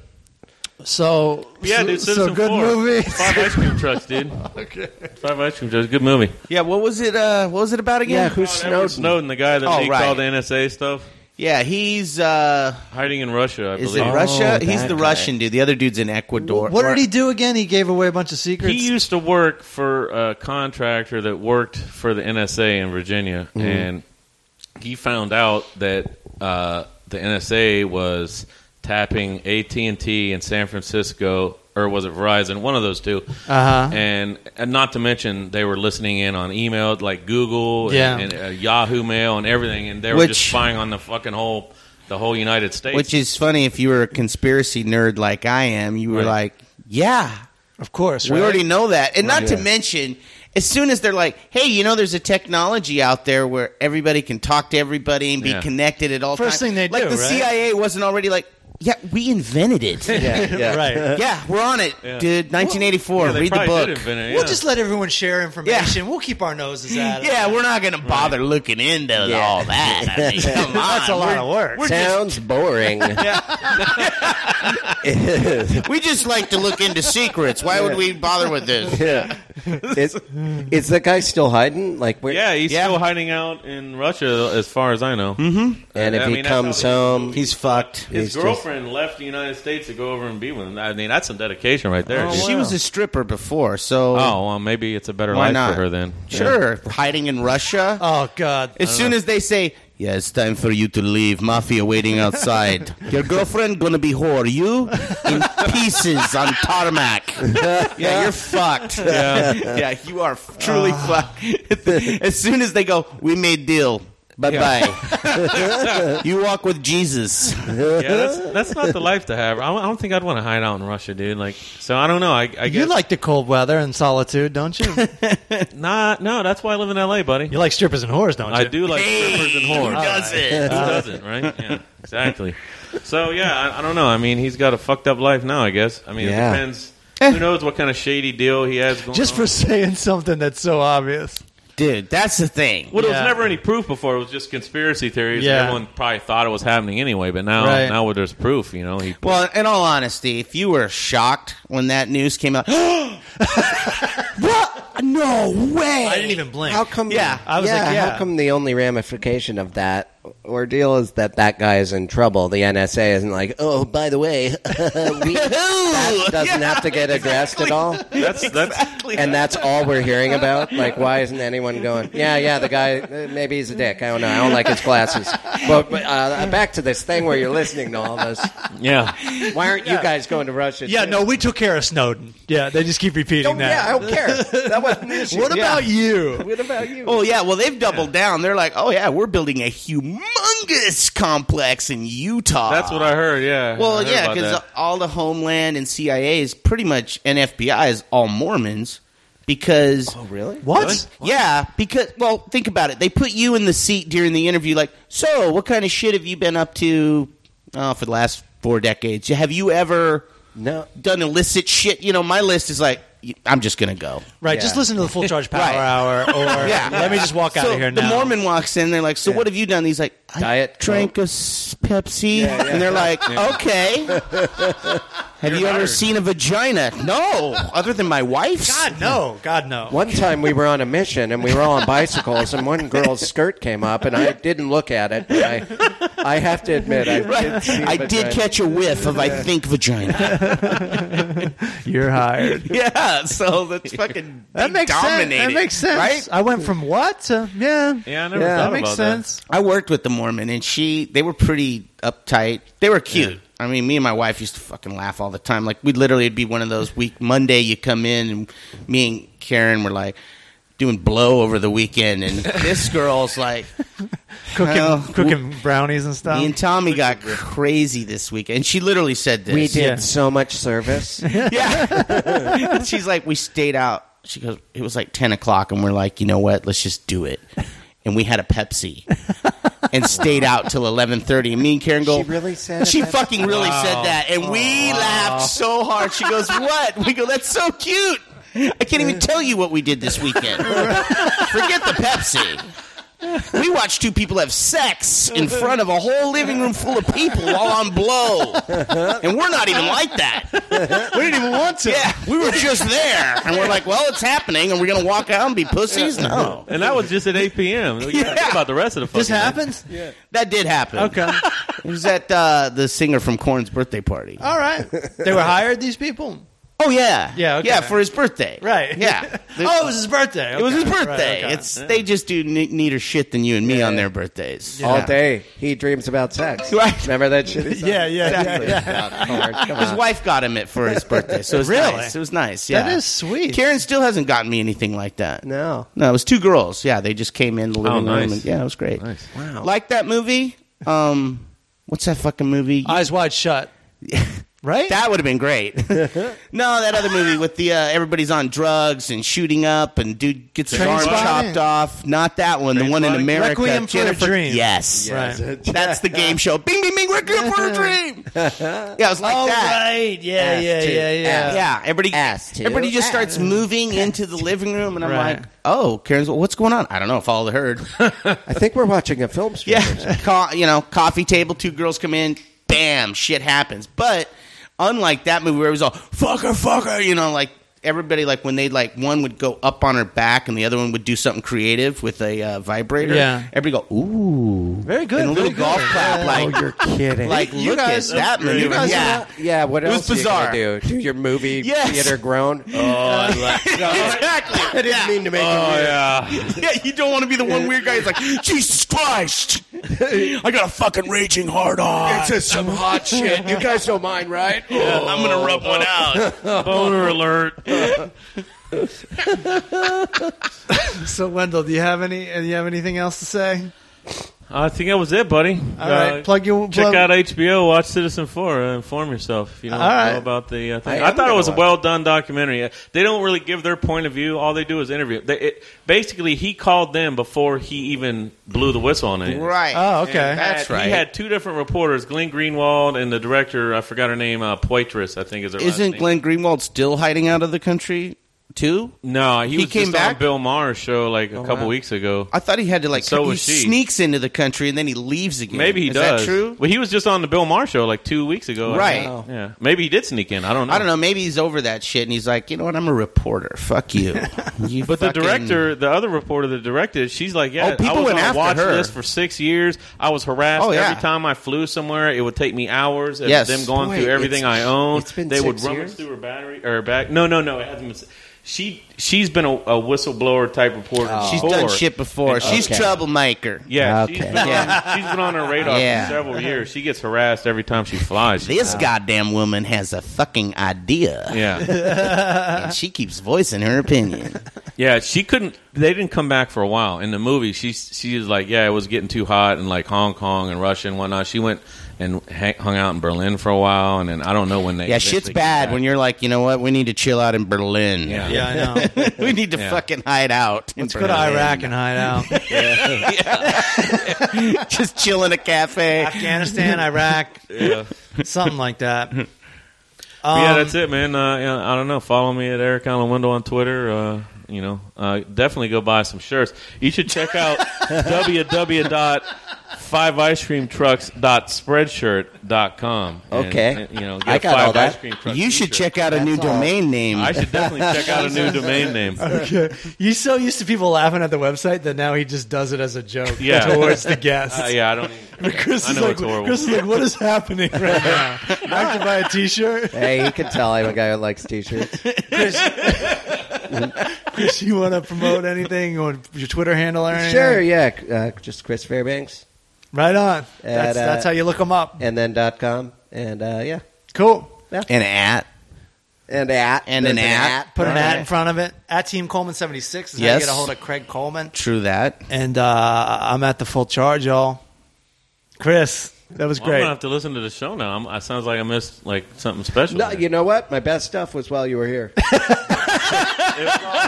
Speaker 2: So
Speaker 7: Yeah,
Speaker 2: so,
Speaker 7: dude.
Speaker 2: so
Speaker 7: Citizen
Speaker 2: good
Speaker 7: 4.
Speaker 2: movie.
Speaker 7: Five ice cream trucks, dude. okay. Five ice cream trucks. Good movie.
Speaker 5: Yeah. What was it? Uh, what was it about
Speaker 3: Yeah,
Speaker 5: again?
Speaker 3: who's
Speaker 7: Edward
Speaker 3: Snowden?
Speaker 7: Snowden, the guy that
Speaker 5: Oh,
Speaker 7: leaked
Speaker 5: right.
Speaker 7: all the NSA stuff.
Speaker 5: Yeah, he's uh,
Speaker 7: Hiding in Russia, I
Speaker 5: is it
Speaker 7: believe.
Speaker 5: Russia?
Speaker 3: Oh,
Speaker 5: he's
Speaker 3: that
Speaker 5: the
Speaker 3: guy.
Speaker 5: Russian dude. The other dude's in Ecuador.
Speaker 2: What
Speaker 5: Or-
Speaker 2: did he do again? He gave away a bunch of secrets.
Speaker 7: He used to work for a contractor that worked for the NSA in Virginia,
Speaker 5: Mm-hmm.
Speaker 7: and he found out that uh, the NSA was tapping AT and T in San Francisco, or was it Verizon? One of those two.
Speaker 5: Uh-huh.
Speaker 3: Uh-huh.
Speaker 2: uh huh.
Speaker 7: And, and not to mention they were listening in on email like Google and,
Speaker 2: Yeah.
Speaker 7: and, uh, Yahoo Mail and everything, and they were
Speaker 5: Which-
Speaker 7: just spying on the fucking whole the whole United States.
Speaker 5: Which is funny if you were a conspiracy nerd like I am, you were
Speaker 7: Right.
Speaker 5: like, yeah,
Speaker 2: Of course,
Speaker 5: we
Speaker 2: right?
Speaker 5: already know that. And not to
Speaker 3: Yeah.
Speaker 5: mention, as soon as they're like, hey, you know, there's a technology out there where everybody can talk to everybody and be
Speaker 7: Yeah.
Speaker 5: connected at all
Speaker 2: First
Speaker 5: times.
Speaker 2: thing they
Speaker 5: like
Speaker 2: do,
Speaker 5: the
Speaker 2: right?
Speaker 5: CIA wasn't already like, yeah, we invented it. yeah,
Speaker 3: Yeah, yeah.
Speaker 2: right.
Speaker 5: we're on it,
Speaker 7: Yeah.
Speaker 5: dude. 1984.
Speaker 7: Yeah, they
Speaker 5: Read the
Speaker 7: probably did
Speaker 5: book.
Speaker 7: invent it,
Speaker 2: We'll
Speaker 7: yeah.
Speaker 2: just let everyone share information. We'll keep our noses out.
Speaker 5: Yeah, we're not going to bother looking into all that. I mean, come
Speaker 2: that's a
Speaker 5: on.
Speaker 2: lot of work.
Speaker 3: Sounds boring.
Speaker 5: We just like to look into secrets. Why would we bother with this?
Speaker 3: yeah. Is, is that guy still hiding? Like, where?
Speaker 7: yeah, he's
Speaker 5: Yeah.
Speaker 7: still hiding out in Russia, as far as I know.
Speaker 3: And if
Speaker 7: I
Speaker 3: he
Speaker 7: mean, that's
Speaker 3: comes
Speaker 7: how
Speaker 3: home,
Speaker 5: He's fucked.
Speaker 7: His
Speaker 3: It's just-
Speaker 7: girlfriend left the United States to go over and be with him. I mean, that's some dedication right there. dude.
Speaker 5: She was a stripper before, so
Speaker 7: Oh, well, maybe it's a better
Speaker 5: why
Speaker 7: life
Speaker 5: not?
Speaker 7: for her then. Yeah.
Speaker 5: Sure, hiding in Russia.
Speaker 2: Oh God.
Speaker 5: as soon as they say, "Yeah, it's time for you to leave," mafia waiting outside. Your girlfriend gonna be whore you in pieces on tarmac. yeah, you're fucked. Yeah, Ah. yeah, you are f- truly fucked. as soon as they go, we made deal. Bye bye. you walk with Jesus.
Speaker 7: Yeah, that's, that's not the life to have. I don't, I don't think I'd want to hide out in Russia, dude. Like, so I don't know. I, I
Speaker 2: You
Speaker 7: guess
Speaker 2: like the cold weather and solitude, don't you?
Speaker 7: not. No, that's why I live in L.A., buddy.
Speaker 2: you like strippers and whores, don't you?
Speaker 7: I do like strippers and whores.
Speaker 5: does
Speaker 7: Who
Speaker 5: it?
Speaker 7: doesn't, right? Yeah, exactly. So yeah, I, I don't know. I mean, he's got a fucked up life now. I guess. I mean,
Speaker 3: Yeah.
Speaker 7: it depends. Who knows what kind of shady deal he has going
Speaker 2: Just
Speaker 7: on.
Speaker 2: for saying something that's so obvious.
Speaker 5: Dude, that's the thing.
Speaker 7: Well, there
Speaker 2: Yeah.
Speaker 7: was never any proof before. It was just conspiracy theories.
Speaker 2: Yeah.
Speaker 7: Yeah. Everyone probably thought it was happening anyway, but now
Speaker 2: Right.
Speaker 7: now where there's proof, you know. He,
Speaker 5: Well, in all honesty, if you were shocked when that news came out, what? No way!
Speaker 2: I didn't even blink.
Speaker 3: how come?
Speaker 5: Yeah,
Speaker 2: I was like, yeah.
Speaker 3: How come the only ramification of that ordeal is that that guy is in trouble? The NSA isn't like, oh, by the way, we, that doesn't have to get addressed at all.
Speaker 7: that's that's
Speaker 3: And that's all we're hearing about. Like, why isn't anyone going? Yeah, yeah, the guy. uh, Maybe he's a dick. I don't know. I don't like his glasses. But but, uh, back to this thing where you're listening to all this.
Speaker 7: yeah.
Speaker 3: Why aren't you guys going to Russia?
Speaker 2: yeah,
Speaker 3: too?
Speaker 2: no, we took care of Snowden. Yeah, they just keep repeating
Speaker 3: Don't-
Speaker 2: that.
Speaker 3: yeah, I don't care. That wasn't the issue.
Speaker 2: what
Speaker 3: Yeah.
Speaker 2: about you?
Speaker 3: What about you?
Speaker 5: Oh yeah, well they've doubled down. They're like, oh yeah, we're building a humongous complex in Utah.
Speaker 7: That's what I heard. Yeah. I
Speaker 5: Well,
Speaker 7: heard
Speaker 5: yeah,
Speaker 7: about
Speaker 5: because
Speaker 7: that.
Speaker 5: all the Homeland and CIA is pretty much and FBI is all Mormons because
Speaker 3: Oh, really?
Speaker 2: What?
Speaker 5: yeah because well think about it. They put you in the seat during the interview, like, so what kind of shit have you been up to uh, for the last four decades? Have you ever
Speaker 3: No.
Speaker 5: done illicit shit? You know, my list is like, I'm just gonna go.
Speaker 2: Right,
Speaker 3: Yeah.
Speaker 2: just listen to the full charge power
Speaker 5: Right.
Speaker 2: hour or
Speaker 5: Yeah.
Speaker 2: let me just walk out
Speaker 5: so
Speaker 2: of here now.
Speaker 5: The Mormon walks in. They're like, "So what have you done?" He's like, I
Speaker 3: Diet
Speaker 5: drank a s- Pepsi,"
Speaker 3: Yeah, yeah.
Speaker 5: and they're like, "Okay." have you ever seen a vagina? No, other than my wife's.
Speaker 2: God no, God no.
Speaker 3: One time we were on a mission and we were all on bicycles and one girl's skirt came up and I didn't look at it. But I, I have to admit I did. See
Speaker 5: I
Speaker 3: but
Speaker 5: did catch a whiff of I think vagina.
Speaker 2: You're hired.
Speaker 5: yeah, so that's fucking
Speaker 2: That makes sense. That
Speaker 5: dominated,
Speaker 2: makes sense.
Speaker 5: right?
Speaker 2: I went from what to yeah.
Speaker 7: yeah, I never
Speaker 3: Yeah.
Speaker 7: thought
Speaker 2: That
Speaker 7: about
Speaker 2: makes sense.
Speaker 5: I worked with the Mormon, and she they were pretty uptight. They were cute. I mean, me and my wife used to fucking laugh all the time. Like we'd literally it'd be one of those week Monday you come in, and me and Karen were like doing blow over the weekend, and this girl's like,
Speaker 2: Cooking
Speaker 5: Well,
Speaker 2: cooking brownies and stuff.
Speaker 5: me and Tommy got crazy this weekend. And she literally said this.
Speaker 3: We did
Speaker 2: Yeah.
Speaker 3: so much service.
Speaker 5: Yeah. She's like, we stayed out. She goes, it was like 10 o'clock, and we're like, you know what? Let's just do it. And we had a Pepsi and stayed out till 11.30. And me and Karen go,
Speaker 3: She really said
Speaker 5: She
Speaker 3: that?
Speaker 5: fucking really said that. And we laughed so hard. She goes, what? We go, that's so cute. I can't even tell you what we did this weekend. Forget the Pepsi. We watched two people have sex in front of a whole living room full of people while on blow. And we're not even like that.
Speaker 8: We didn't even want to.
Speaker 5: Yeah, we were just there. And we're like, well, it's happening. And we're going to walk out and be pussies? No.
Speaker 7: And that was just at 8 p.m. We gotta think about the rest of the fucking
Speaker 2: This
Speaker 7: night.
Speaker 2: happens?
Speaker 5: That did happen.
Speaker 2: Okay.
Speaker 5: It was at uh, the singer from Korn's birthday party.
Speaker 2: All right. They were hired, these people?
Speaker 5: Oh, yeah.
Speaker 2: Yeah, okay.
Speaker 5: Yeah, for his birthday.
Speaker 2: Right.
Speaker 5: Yeah.
Speaker 2: oh, it was his birthday.
Speaker 5: It was his
Speaker 2: Okay. Right,
Speaker 5: birthday.
Speaker 2: okay.
Speaker 5: It's They just do ne- neater shit than you and me on their birthdays.
Speaker 3: All day he dreams about
Speaker 2: Oh.
Speaker 3: sex.
Speaker 5: Right.
Speaker 3: Remember that shit? he sung?
Speaker 2: Yeah, yeah, yeah,
Speaker 3: Exactly. Oh, Lord, come
Speaker 5: His
Speaker 3: on.
Speaker 5: wife got him it for his birthday, so it was
Speaker 2: Uh. Really?
Speaker 5: nice. It was nice. Yeah,
Speaker 2: That is sweet.
Speaker 5: Karen still hasn't gotten me anything like that.
Speaker 3: No.
Speaker 5: No, it was two girls. Yeah, they just came
Speaker 2: Oh,
Speaker 5: in the living
Speaker 7: nice.
Speaker 5: room. And, yeah, it was great.
Speaker 7: Nice.
Speaker 3: Wow.
Speaker 5: Like that movie. Um, what's that fucking movie?
Speaker 2: Eyes wide shut. Right?
Speaker 5: that would have been great. no, that other movie with the uh, everybody's on drugs and shooting up and dude gets his arm
Speaker 8: Trainspotting.
Speaker 5: chopped off. Not that one. The one in
Speaker 7: Trainspotting?
Speaker 5: America.
Speaker 2: Requiem for a
Speaker 5: Jennifer-
Speaker 2: Dream.
Speaker 5: Yes.
Speaker 2: right.
Speaker 5: That's the game show. Bing, bing, bing. Requiem for a dream. Yeah, it was like
Speaker 2: Oh,
Speaker 5: that.
Speaker 2: right. Yeah, yeah, yeah, yeah.
Speaker 5: Yeah, everybody
Speaker 3: Ass to
Speaker 5: everybody just
Speaker 3: ass.
Speaker 5: starts moving into the living room, and I'm
Speaker 2: Right.
Speaker 5: like, "Oh, Karen's, what's going on? I don't know. Follow the herd."
Speaker 3: I think we're watching a film strip.
Speaker 5: yeah, Co- you know, coffee table, two girls come in, bam, shit happens. But unlike that movie where it was all fucker, fucker, you know, like everybody, like when they like one would go up on her back and the other one would do something creative with a uh, vibrator.
Speaker 2: Yeah.
Speaker 5: everybody go ooh,
Speaker 2: Very good.
Speaker 5: and a little
Speaker 2: very good.
Speaker 5: golf clap, like
Speaker 3: Oh, you're kidding.
Speaker 5: like
Speaker 2: You
Speaker 5: look
Speaker 2: guys-
Speaker 5: at that maneuver.
Speaker 7: you guys-
Speaker 5: yeah.
Speaker 3: yeah, what
Speaker 5: It was
Speaker 3: else are you gonna
Speaker 5: bizarre.
Speaker 3: do? Do your movie
Speaker 5: Yes.
Speaker 3: theater groan? Oh,
Speaker 5: Exactly. I didn't
Speaker 3: mean to make
Speaker 7: Oh,
Speaker 3: it
Speaker 7: yeah.
Speaker 5: Yeah, you don't want to be the one weird guy who's like, Jesus Christ! I got a fucking raging hard on.
Speaker 3: It's just some hot shit. You guys don't mind, right?
Speaker 5: I'm gonna rub one out.
Speaker 7: Boner alert.
Speaker 2: So Wendell, do you have any? Do you have anything else to say?
Speaker 7: I think that was it, buddy. Uh,
Speaker 2: All right, plug your
Speaker 7: Check
Speaker 2: plug-
Speaker 7: out HBO. Watch Citizen Four. Uh, inform yourself. If you don't
Speaker 2: All right.
Speaker 7: know about the uh, thing.
Speaker 3: I
Speaker 7: I,
Speaker 3: am
Speaker 7: thought it
Speaker 3: gonna
Speaker 7: was a
Speaker 3: watch
Speaker 7: well done documentary. Uh, They don't really give their point of view. All they do is interview. They, it, basically, he called them before he even blew the whistle on it.
Speaker 5: Right.
Speaker 2: Oh, okay.
Speaker 5: That's right.
Speaker 7: He had two different reporters, Glenn Greenwald and the director. I forgot her name. Uh, Poitras, I think is her. last
Speaker 5: Isn't
Speaker 7: name.
Speaker 5: Glenn Greenwald still hiding out of the country too?
Speaker 7: No, he,
Speaker 5: He
Speaker 7: was
Speaker 5: came
Speaker 7: just
Speaker 5: back? Oh,
Speaker 7: on Bill Maher's show like a couple weeks ago.
Speaker 5: I thought he had to like
Speaker 7: So
Speaker 5: he
Speaker 7: was she.
Speaker 5: sneaks into the country and then he leaves again.
Speaker 7: Maybe he
Speaker 5: Is
Speaker 7: does.
Speaker 5: That true?
Speaker 7: Well, he was just on the Bill Maher show like two weeks ago. I
Speaker 5: Right.
Speaker 7: think. Yeah. Maybe he did sneak in. I don't know.
Speaker 5: I don't know. Maybe he's over that shit and he's like, you know what? I'm a reporter. Fuck you. You
Speaker 7: But the
Speaker 5: fucking-
Speaker 7: director, the other reporter that directed, she's like, "Yeah,
Speaker 5: Oh, people
Speaker 7: I was
Speaker 5: went
Speaker 7: on
Speaker 5: after
Speaker 7: watch
Speaker 5: her.
Speaker 7: list for six years. I was harassed
Speaker 5: Oh, yeah.
Speaker 7: every time I flew somewhere. It would take me hours. Of
Speaker 5: Yes.
Speaker 7: them going
Speaker 3: Boy,
Speaker 7: through everything
Speaker 3: it's-
Speaker 7: I owned.
Speaker 3: it's been
Speaker 7: they would
Speaker 3: six
Speaker 7: rummage
Speaker 3: years?
Speaker 7: through her battery or her back. No, no, no. It hasn't been. s- She she's been a, a whistleblower type reporter.
Speaker 5: Oh. She's
Speaker 7: before.
Speaker 5: done shit before. She's
Speaker 3: Okay.
Speaker 5: troublemaker.
Speaker 7: Yeah, she's,
Speaker 3: Okay.
Speaker 7: been On, she's been on her radar
Speaker 5: Yeah.
Speaker 7: for several years. She gets harassed every time she flies. She-
Speaker 5: This goddamn woman has a fucking idea.
Speaker 7: yeah, Uh-huh.
Speaker 5: and she keeps voicing her opinion.
Speaker 7: yeah. She couldn't. They didn't come back for a while. In the movie, she she was like, yeah, it was getting too hot in like Hong Kong and Russia and whatnot. She went and hang, hung out in Berlin for a while, and then I don't know when they.
Speaker 5: Yeah, shit's
Speaker 7: eventually came
Speaker 5: bad
Speaker 7: back.
Speaker 5: when you're like, you know what? We need to chill out in Berlin.
Speaker 7: Yeah.
Speaker 2: Yeah, I know.
Speaker 5: we need to
Speaker 7: Yeah.
Speaker 5: fucking hide out. in
Speaker 2: Let's go to
Speaker 5: Berlin.
Speaker 2: Iraq and hide out.
Speaker 5: Just chill in a cafe.
Speaker 2: Afghanistan, Iraq,
Speaker 7: Yeah.
Speaker 2: something like that. Um,
Speaker 7: But
Speaker 5: Um,
Speaker 7: yeah, that's it, man. Uh, yeah, I don't know. Follow me at Eric Allen Window on Twitter. Uh, you know, uh, definitely go buy some shirts. You should check out www.fiveicecreamtrucks.spreadshirt.com. And,
Speaker 3: Okay.
Speaker 7: and, you know, get
Speaker 3: I
Speaker 7: a
Speaker 3: got
Speaker 7: five
Speaker 3: all that.
Speaker 7: ice cream trucks
Speaker 5: You should
Speaker 7: t-shirt.
Speaker 5: check out a new domain name.
Speaker 7: I should definitely check out a new domain name.
Speaker 2: Okay. You're so used to people laughing at the website that now he just does it as a joke
Speaker 7: Yeah.
Speaker 2: towards the guests.
Speaker 7: Uh, yeah, I don't. Even,
Speaker 2: Chris,
Speaker 7: I
Speaker 2: is
Speaker 7: know
Speaker 2: like,
Speaker 7: it's horrible.
Speaker 2: Chris is like, what is happening right now? I have to buy a t-shirt.
Speaker 3: Hey, you can tell I'm a guy who likes t-shirts.
Speaker 2: Chris, you want to promote anything on your Twitter handle or anything?
Speaker 3: Sure, yeah, uh, just Chris Fairbanks
Speaker 2: Right on. That's,
Speaker 3: uh,
Speaker 2: that's how you look them up.
Speaker 3: and then dot .com and uh, yeah,
Speaker 2: Cool.
Speaker 5: an at.
Speaker 3: and at
Speaker 5: And an
Speaker 3: There's
Speaker 5: at.
Speaker 2: Put an
Speaker 5: All
Speaker 2: ad
Speaker 5: right.
Speaker 2: in front of it. At Team Coleman 76 is how you
Speaker 5: Yes.
Speaker 2: get a hold of Craig Coleman.
Speaker 5: True that.
Speaker 2: And uh, I'm at the full charge, y'all. Chris, that was
Speaker 7: Well, I'm
Speaker 2: great.
Speaker 7: gonna have to listen to the show now. I'm, I sounds like I missed like something special.
Speaker 3: No,
Speaker 7: there.
Speaker 3: you know what? My best stuff was while you were here.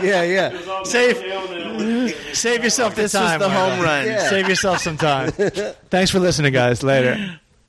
Speaker 3: yeah, yeah.
Speaker 2: Save, save yourself the
Speaker 5: This
Speaker 2: time.
Speaker 5: was the
Speaker 2: Marco.
Speaker 5: home run.
Speaker 3: Yeah.
Speaker 2: Save yourself some time. Thanks for listening, guys. Later.